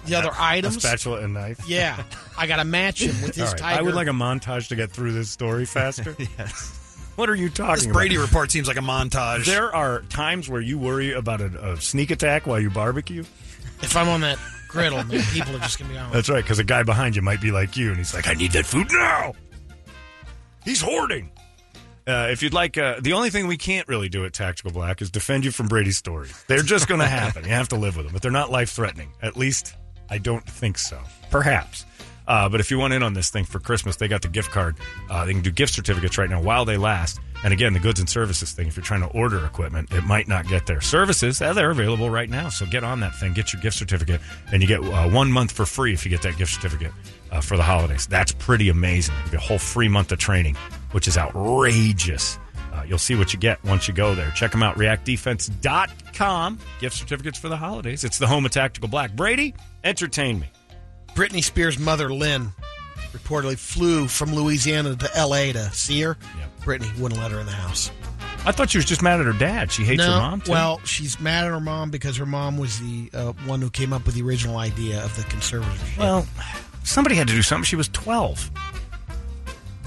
the other items. a spatula and knife. Yeah, I got to match him with All his right, tiger. I would like a montage to get through this story faster. yes. What are you talking This about? Brady report seems like a montage. There are times where you worry about a, a sneak attack while you barbecue. If I'm on that griddle, man, people are just gonna be on. That's right, because a guy behind you might be like you, and he's like, "I need that food now." He's hoarding. Uh, if you'd like, uh, the only thing we can't really do at Tactical Black is defend you from Brady's stories. They're just going to happen. You have to live with them, but they're not life threatening. At least I don't think so. Perhaps. Uh, but if you want in on this thing for Christmas, they got the gift card. Uh, they can do gift certificates right now while they last. And again, the goods and services thing, if you're trying to order equipment, it might not get there. Services, eh, they're available right now. So get on that thing, get your gift certificate, and you get uh, one month for free if you get that gift certificate uh, for the holidays. That's pretty amazing. The whole free month of training, which is outrageous. Uh, you'll see what you get once you go there. Check them out, reactdefense.com. Gift certificates for the holidays. It's the home of Tactical Black. Brady, entertain me. Britney Spears' mother, Lynn, reportedly flew from Louisiana to L.A. to see her. Britney wouldn't let her in the house. I thought she was just mad at her dad. She hates no, her mom, too. Well, she's mad at her mom because her mom was the uh, one who came up with the original idea of the conservatorship. Well, somebody had to do something. She was 12.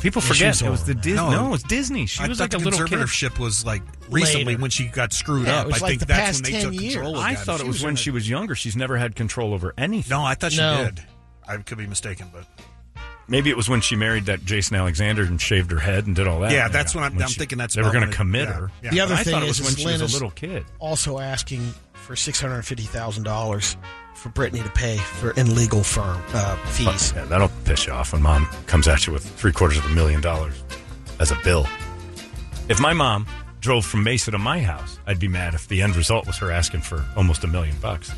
People Yeah, she forget was it was older the than Disney. that. No, it was Disney. She I was thought like a the little kid. conservatorship was like recently Later. when she got screwed Yeah, it up. was I like think the that's past when they 10 took control. I again. thought it was when she was younger. She's never had control over anything. No, I thought she No. did. I could be mistaken, but Maybe it was when she married that Jason Alexander and shaved her head and did all that. Yeah, that's when I'm- I'm she- thinking that's they were about going when to it- commit yeah, her. yeah. The other I thing thought it was is, when is she Lynn was a is little kid. also asking for six hundred fifty thousand dollars for Britney to pay for in legal firm uh, fees. Yeah, that'll piss you off when mom comes at you with three quarters of a million dollars as a bill. If my mom drove from Mesa to my house, I'd be mad if the end result was her asking for almost a million bucks.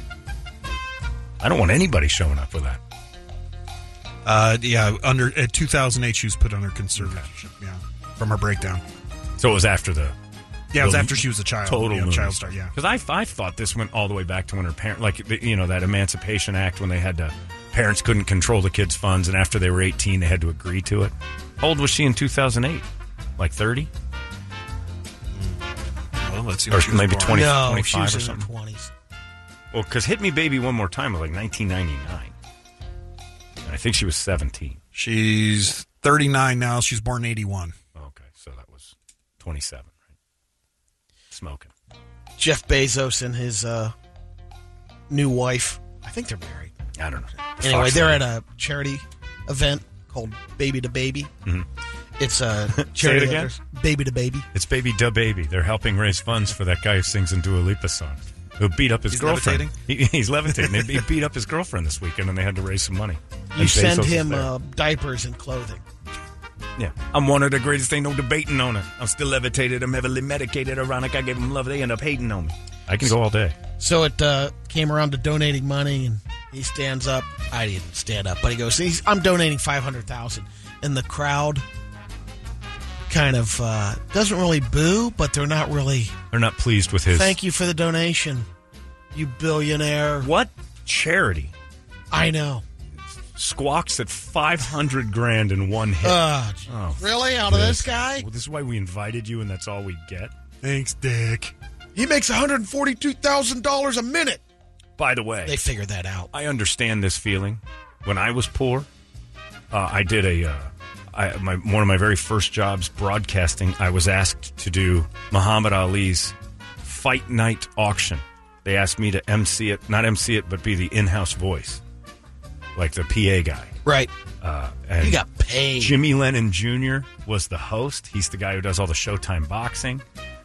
I don't want anybody showing up with that. uh, yeah, under uh, 2008 she was put under conservatorship. Yeah, from her breakdown. So it was after the. Yeah, it was the after she was a child. Total Oh, Yeah, child star, yeah. because I, I thought this went all the way back to when her parent, like the- you know, that Emancipation Act when they had to, parents couldn't control the kids' funds, and after they were eighteen, they had to agree to it. How old was she in two thousand eight? Like thirty? Well, let's see. Or when she was maybe born. 20, no, she 25 or was in her something. twenties. Well, because Hit Me Baby One More Time was like nineteen ninety nine, and I think she was seventeen. She's 39 now. She's born in 81. Okay, so that was 27, right? Smoking. Jeff Bezos and his uh, new wife. I think they're married. I don't know. Anyway, Fox they're News. at a charity event called Baby to Baby. Mhm. It's a Say it charity again. that- Baby to Baby. It's Baby Da Baby. They're helping raise funds for that guy who sings in Dua Lipa songs, who beat up his He's girlfriend. He, he's levitating. He- he beat up his girlfriend this weekend, and they had to raise some money. You And send Bezos is him there. uh, diapers and clothing. Yeah. I'm one of the greatest. Ain't no debating on it. I'm still levitated. I'm heavily medicated. Ironic. I gave them love. They end up hating on me. I can go all day. So it uh, came around to donating money, and he stands up. I didn't stand up, but he goes, he's, "I'm donating five hundred thousand. and the crowd kind of uh, doesn't really boo, but they're not really. They're not pleased with his. Thank you for the donation, you billionaire. What charity? I know. Squawks at 500 grand in one hit. Ugh, really? Uh, Out of this guy? Well, this is why we invited you, and that's all we get. Thanks, Dick. He makes one hundred forty-two thousand dollars a minute. By the way, They figured that out. I understand this feeling. When I was poor, uh, I did a uh, I, my, one of my very first jobs broadcasting. I was asked to do Muhammad Ali's fight night auction. They asked me to MC it, not MC it, but be the in-house voice, like the PA guy. Right. Uh, and You got paid. Jimmy Lennon Jr. was the host. He's the guy who does all the Showtime boxing.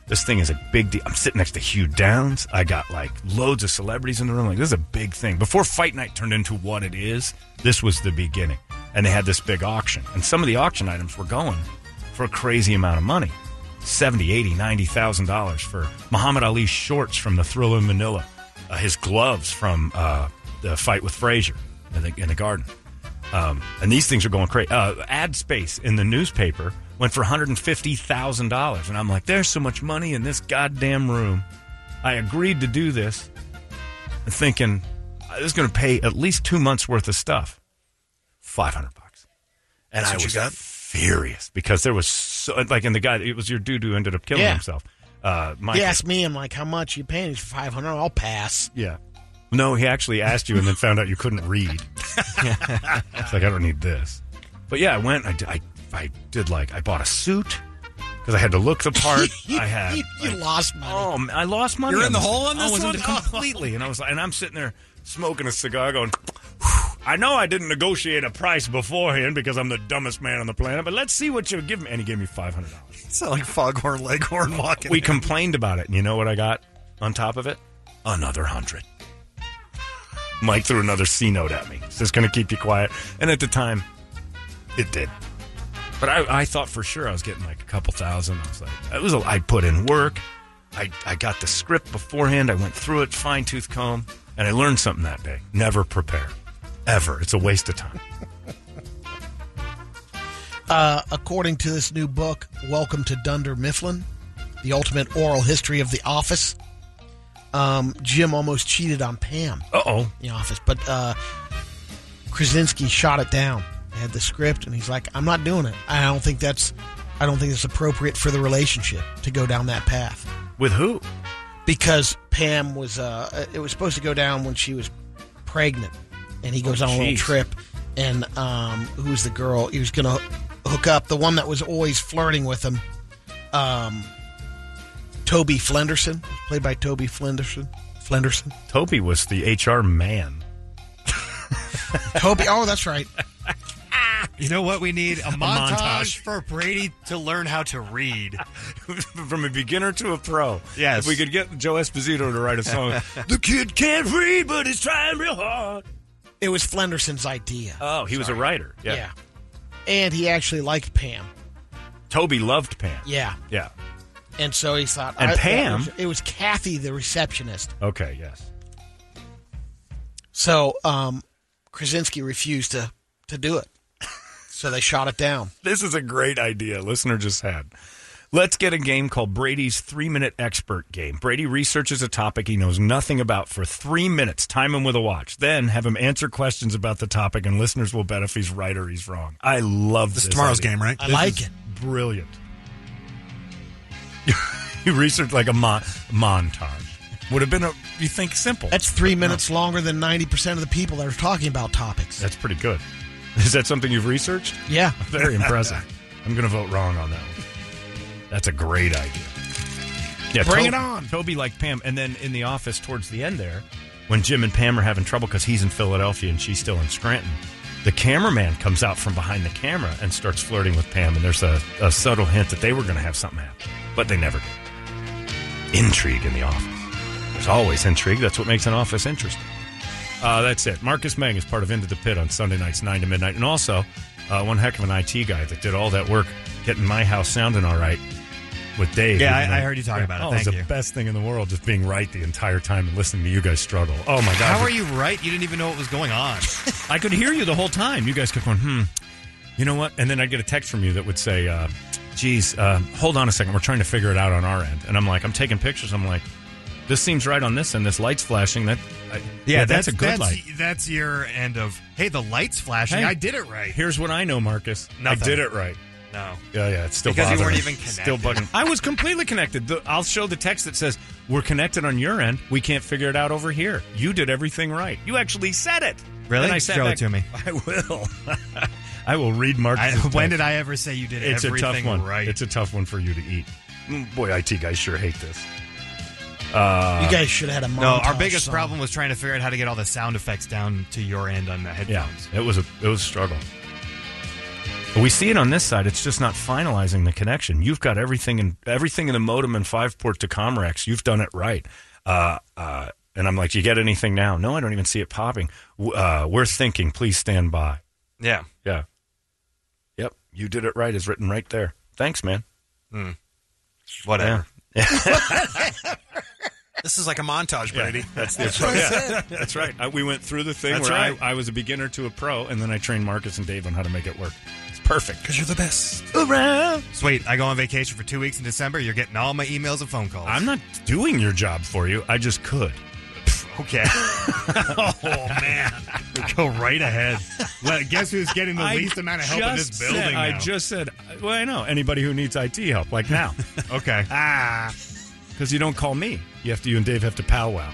This thing is a big deal. I'm sitting next to Hugh Downs. I got like loads of celebrities in the room. Like this is a big thing. Before Fight Night turned into what it is, this was the beginning. And they had this big auction. And some of the auction items were going for a crazy amount of money. 70, 80, 90,000 dollars for Muhammad Ali's shorts from the Thrill in Manila, uh, his gloves from uh, the fight with Frazier in the, in the garden. Um, and these things are going crazy. Uh, ad space in the newspaper went for $150,000. And I'm like, there's so much money in this goddamn room. I agreed to do this thinking uh, this is going to pay at least two months worth of stuff. 500 bucks. And That's I what you was got? furious because there was so, like, and the guy, it was your dude who ended up killing Yeah. himself. Uh, Michael. He asked me, I'm like, how much you paying? He's five hundred. I'll pass. Yeah. No, he actually asked you and then found out you couldn't read. it's like, I don't need this. But yeah, I went. I, did- I, I did like, I bought a suit because I had to look the part. I had. you, you lost money. Oh, man, I lost money. You're in on the this hole thing. on I this was one? into completely. And I was like, and I'm sitting there smoking a cigar going, I know I didn't negotiate a price beforehand because I'm the dumbest man on the planet, but let's see what you give me. And he gave me five hundred dollars. It's not like foghorn leghorn walking. We in. complained about it, and you know what I got on top of it? Another hundred. Mike threw another C note at me. Is this going to keep you quiet? And at the time, it did. But I, I thought for sure I was getting like a couple thousand. I was like, it was. A, I put in work. I, I got the script beforehand. I went through it fine tooth comb, and I learned something that day. Never prepare, ever. It's a waste of time. Uh, according to this new book, Welcome to Dunder Mifflin, the ultimate oral history of The Office, um, Jim almost cheated on Pam Uh oh. in The Office, but uh, Krasinski shot it down. They had the script, and he's like, "I'm not doing it. I don't think that's, I don't think it's appropriate for the relationship to go down that path." With who? Because Pam was, uh, it was supposed to go down when she was pregnant, and he goes Oh, on a little jeez. trip, and um, who's the girl? He was gonna hook up the one that was always flirting with him. Um, Toby Flenderson, played by Toby Flenderson. Flenderson. Toby was the HR man. Toby. Oh, that's right. You know what we need? A, montage. montage, for Brady to learn how to read. From a beginner to a pro. Yes. If we could get Joe Esposito to write a song. the kid can't read, but he's trying real hard. It was Flenderson's idea. oh, he was a writer. Yeah. Yeah. And he actually liked Pam. Toby loved Pam. Yeah. Yeah. And so he thought. And that Pam- was- it was Kathy, the receptionist. Okay. Yes. So um, Krasinski refused to, to do it. So they shot it down. This is a great idea. Listener just had. Let's get a game called Brady's Three Minute Expert Game. Brady researches a topic he knows nothing about for three minutes. Time him with a watch. Then have him answer questions about the topic, and listeners will bet if he's right or he's wrong. I love This this. is tomorrow's idea. game, right? I like it. Brilliant. You research like a mon- montage. Would have been a you think simple. That's three But no. minutes longer than 90% of the people that are talking about topics. That's pretty good. Is that something you've researched? Yeah. Very impressive. I'm going to vote wrong on that one. That's a great idea. Yeah, Bring Toby- it on. Toby liked Pam. And then in the office towards the end there, when Jim and Pam are having trouble because he's in Philadelphia and she's still in Scranton, the cameraman comes out from behind the camera and starts flirting with Pam. And there's a, a subtle hint that they were going to have something happen, but they never did. Intrigue in the office. There's always intrigue. That's what makes an office interesting. Uh, that's it. Marcus Mang is part of Into the Pit on Sunday nights, 9 to midnight. And also, uh, one heck of an IT guy that did all that work getting my house sounding all right with Dave. Yeah, even I- I though- heard you talk about it. Oh, Thank it's you. the best thing in the world, just being right the entire time and listening to you guys struggle. Oh, my God. How are you right? You didn't even know what was going on. I could hear you the whole time. You guys kept going, hmm, you know what? And then I'd get a text from you that would say, uh, geez, uh, hold on a second. We're trying to figure it out on our end. And I'm like, I'm taking pictures. I'm like, this seems right on this end. This light's flashing. That, I, that's, a good light. That's your end of, hey, the light's flashing. Hey, I did it right. Here's what I know, Marcus. Nothing. I did it right. No. Yeah, yeah. It's still Because you bothering weren't me. even Still connected. bugging. I was completely connected. The, I'll show the text that says we're connected on your end. We can't figure it out over here. You did everything right. You actually said it. Really? And I sat Show it back- to me. I will. I will read I, Marcus. when did I ever say you did It's a everything tough one. right? It's a tough one for you to eat. Mm, Boy, IT guys sure hate this. Uh, You guys should have had a No, our montage biggest song. problem was trying to figure out how to get all the sound effects down to your end on the Yeah, headphones. it was a it was a struggle. But we see it on this side. It's just not finalizing the connection. You've got everything in everything in the modem and five port to Comrex. You've done it right. Uh, uh, and I'm like, do you get anything now? No, I don't even see it popping. W- Uh, we're thinking. Please stand by. Yeah. Yeah. Yep. You did it right. Is written right there. Thanks, man. Mm. Whatever. This is like a montage, Brady. That's the approach. Yeah. That's right. I, we went through the thing That's where right. I, I was a beginner to a pro, and then I trained Marcus and Dave on how to make it work. It's perfect. Because you're the best. Sweet. I go on vacation for two weeks in December. You're getting all my emails and phone calls. I'm not doing your job for you. I just could. Okay. oh man. Go right ahead. Well, guess who's getting the I least amount of help in just this building? said- I now? just said, well, I know anybody who needs IT help, like now, okay. Ah. because you don't call me. You have to. You and Dave have to powwow.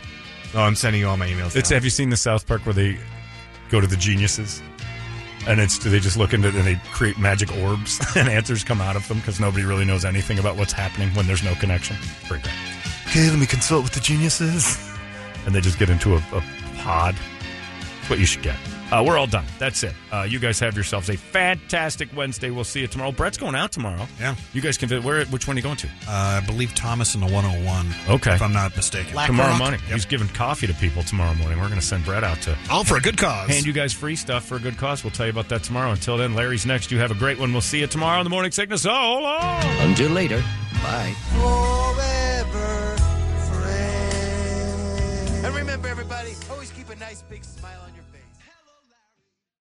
Oh, I'm sending you all my emails. It's now. have you seen the South Park where they go to the geniuses, and it's do they just look into it and they create magic orbs and answers come out of them because nobody really knows anything about what's happening when there's no connection. Pretty great. Okay, let me consult with the geniuses. and they just get into a, a pod. That's what you should get. Uh, we're all done. That's it. Uh, you guys have yourselves a fantastic Wednesday. We'll see you tomorrow. Brett's going out tomorrow. Yeah. You guys can visit. Where? Which one are you going to? Uh, I believe Thomas in the 101. Okay. If I'm not mistaken. tomorrow morning. He's giving coffee to people tomorrow morning. We're going to send Brett out to. All for a good cause. Hand you guys free stuff for a good cause. We'll tell you about that tomorrow. Until then, Larry's next. You have a great one. We'll see you tomorrow in the morning sickness. Oh, long. Until later. Bye. Forever friend. And remember, everybody, always keep a nice big smile on your face.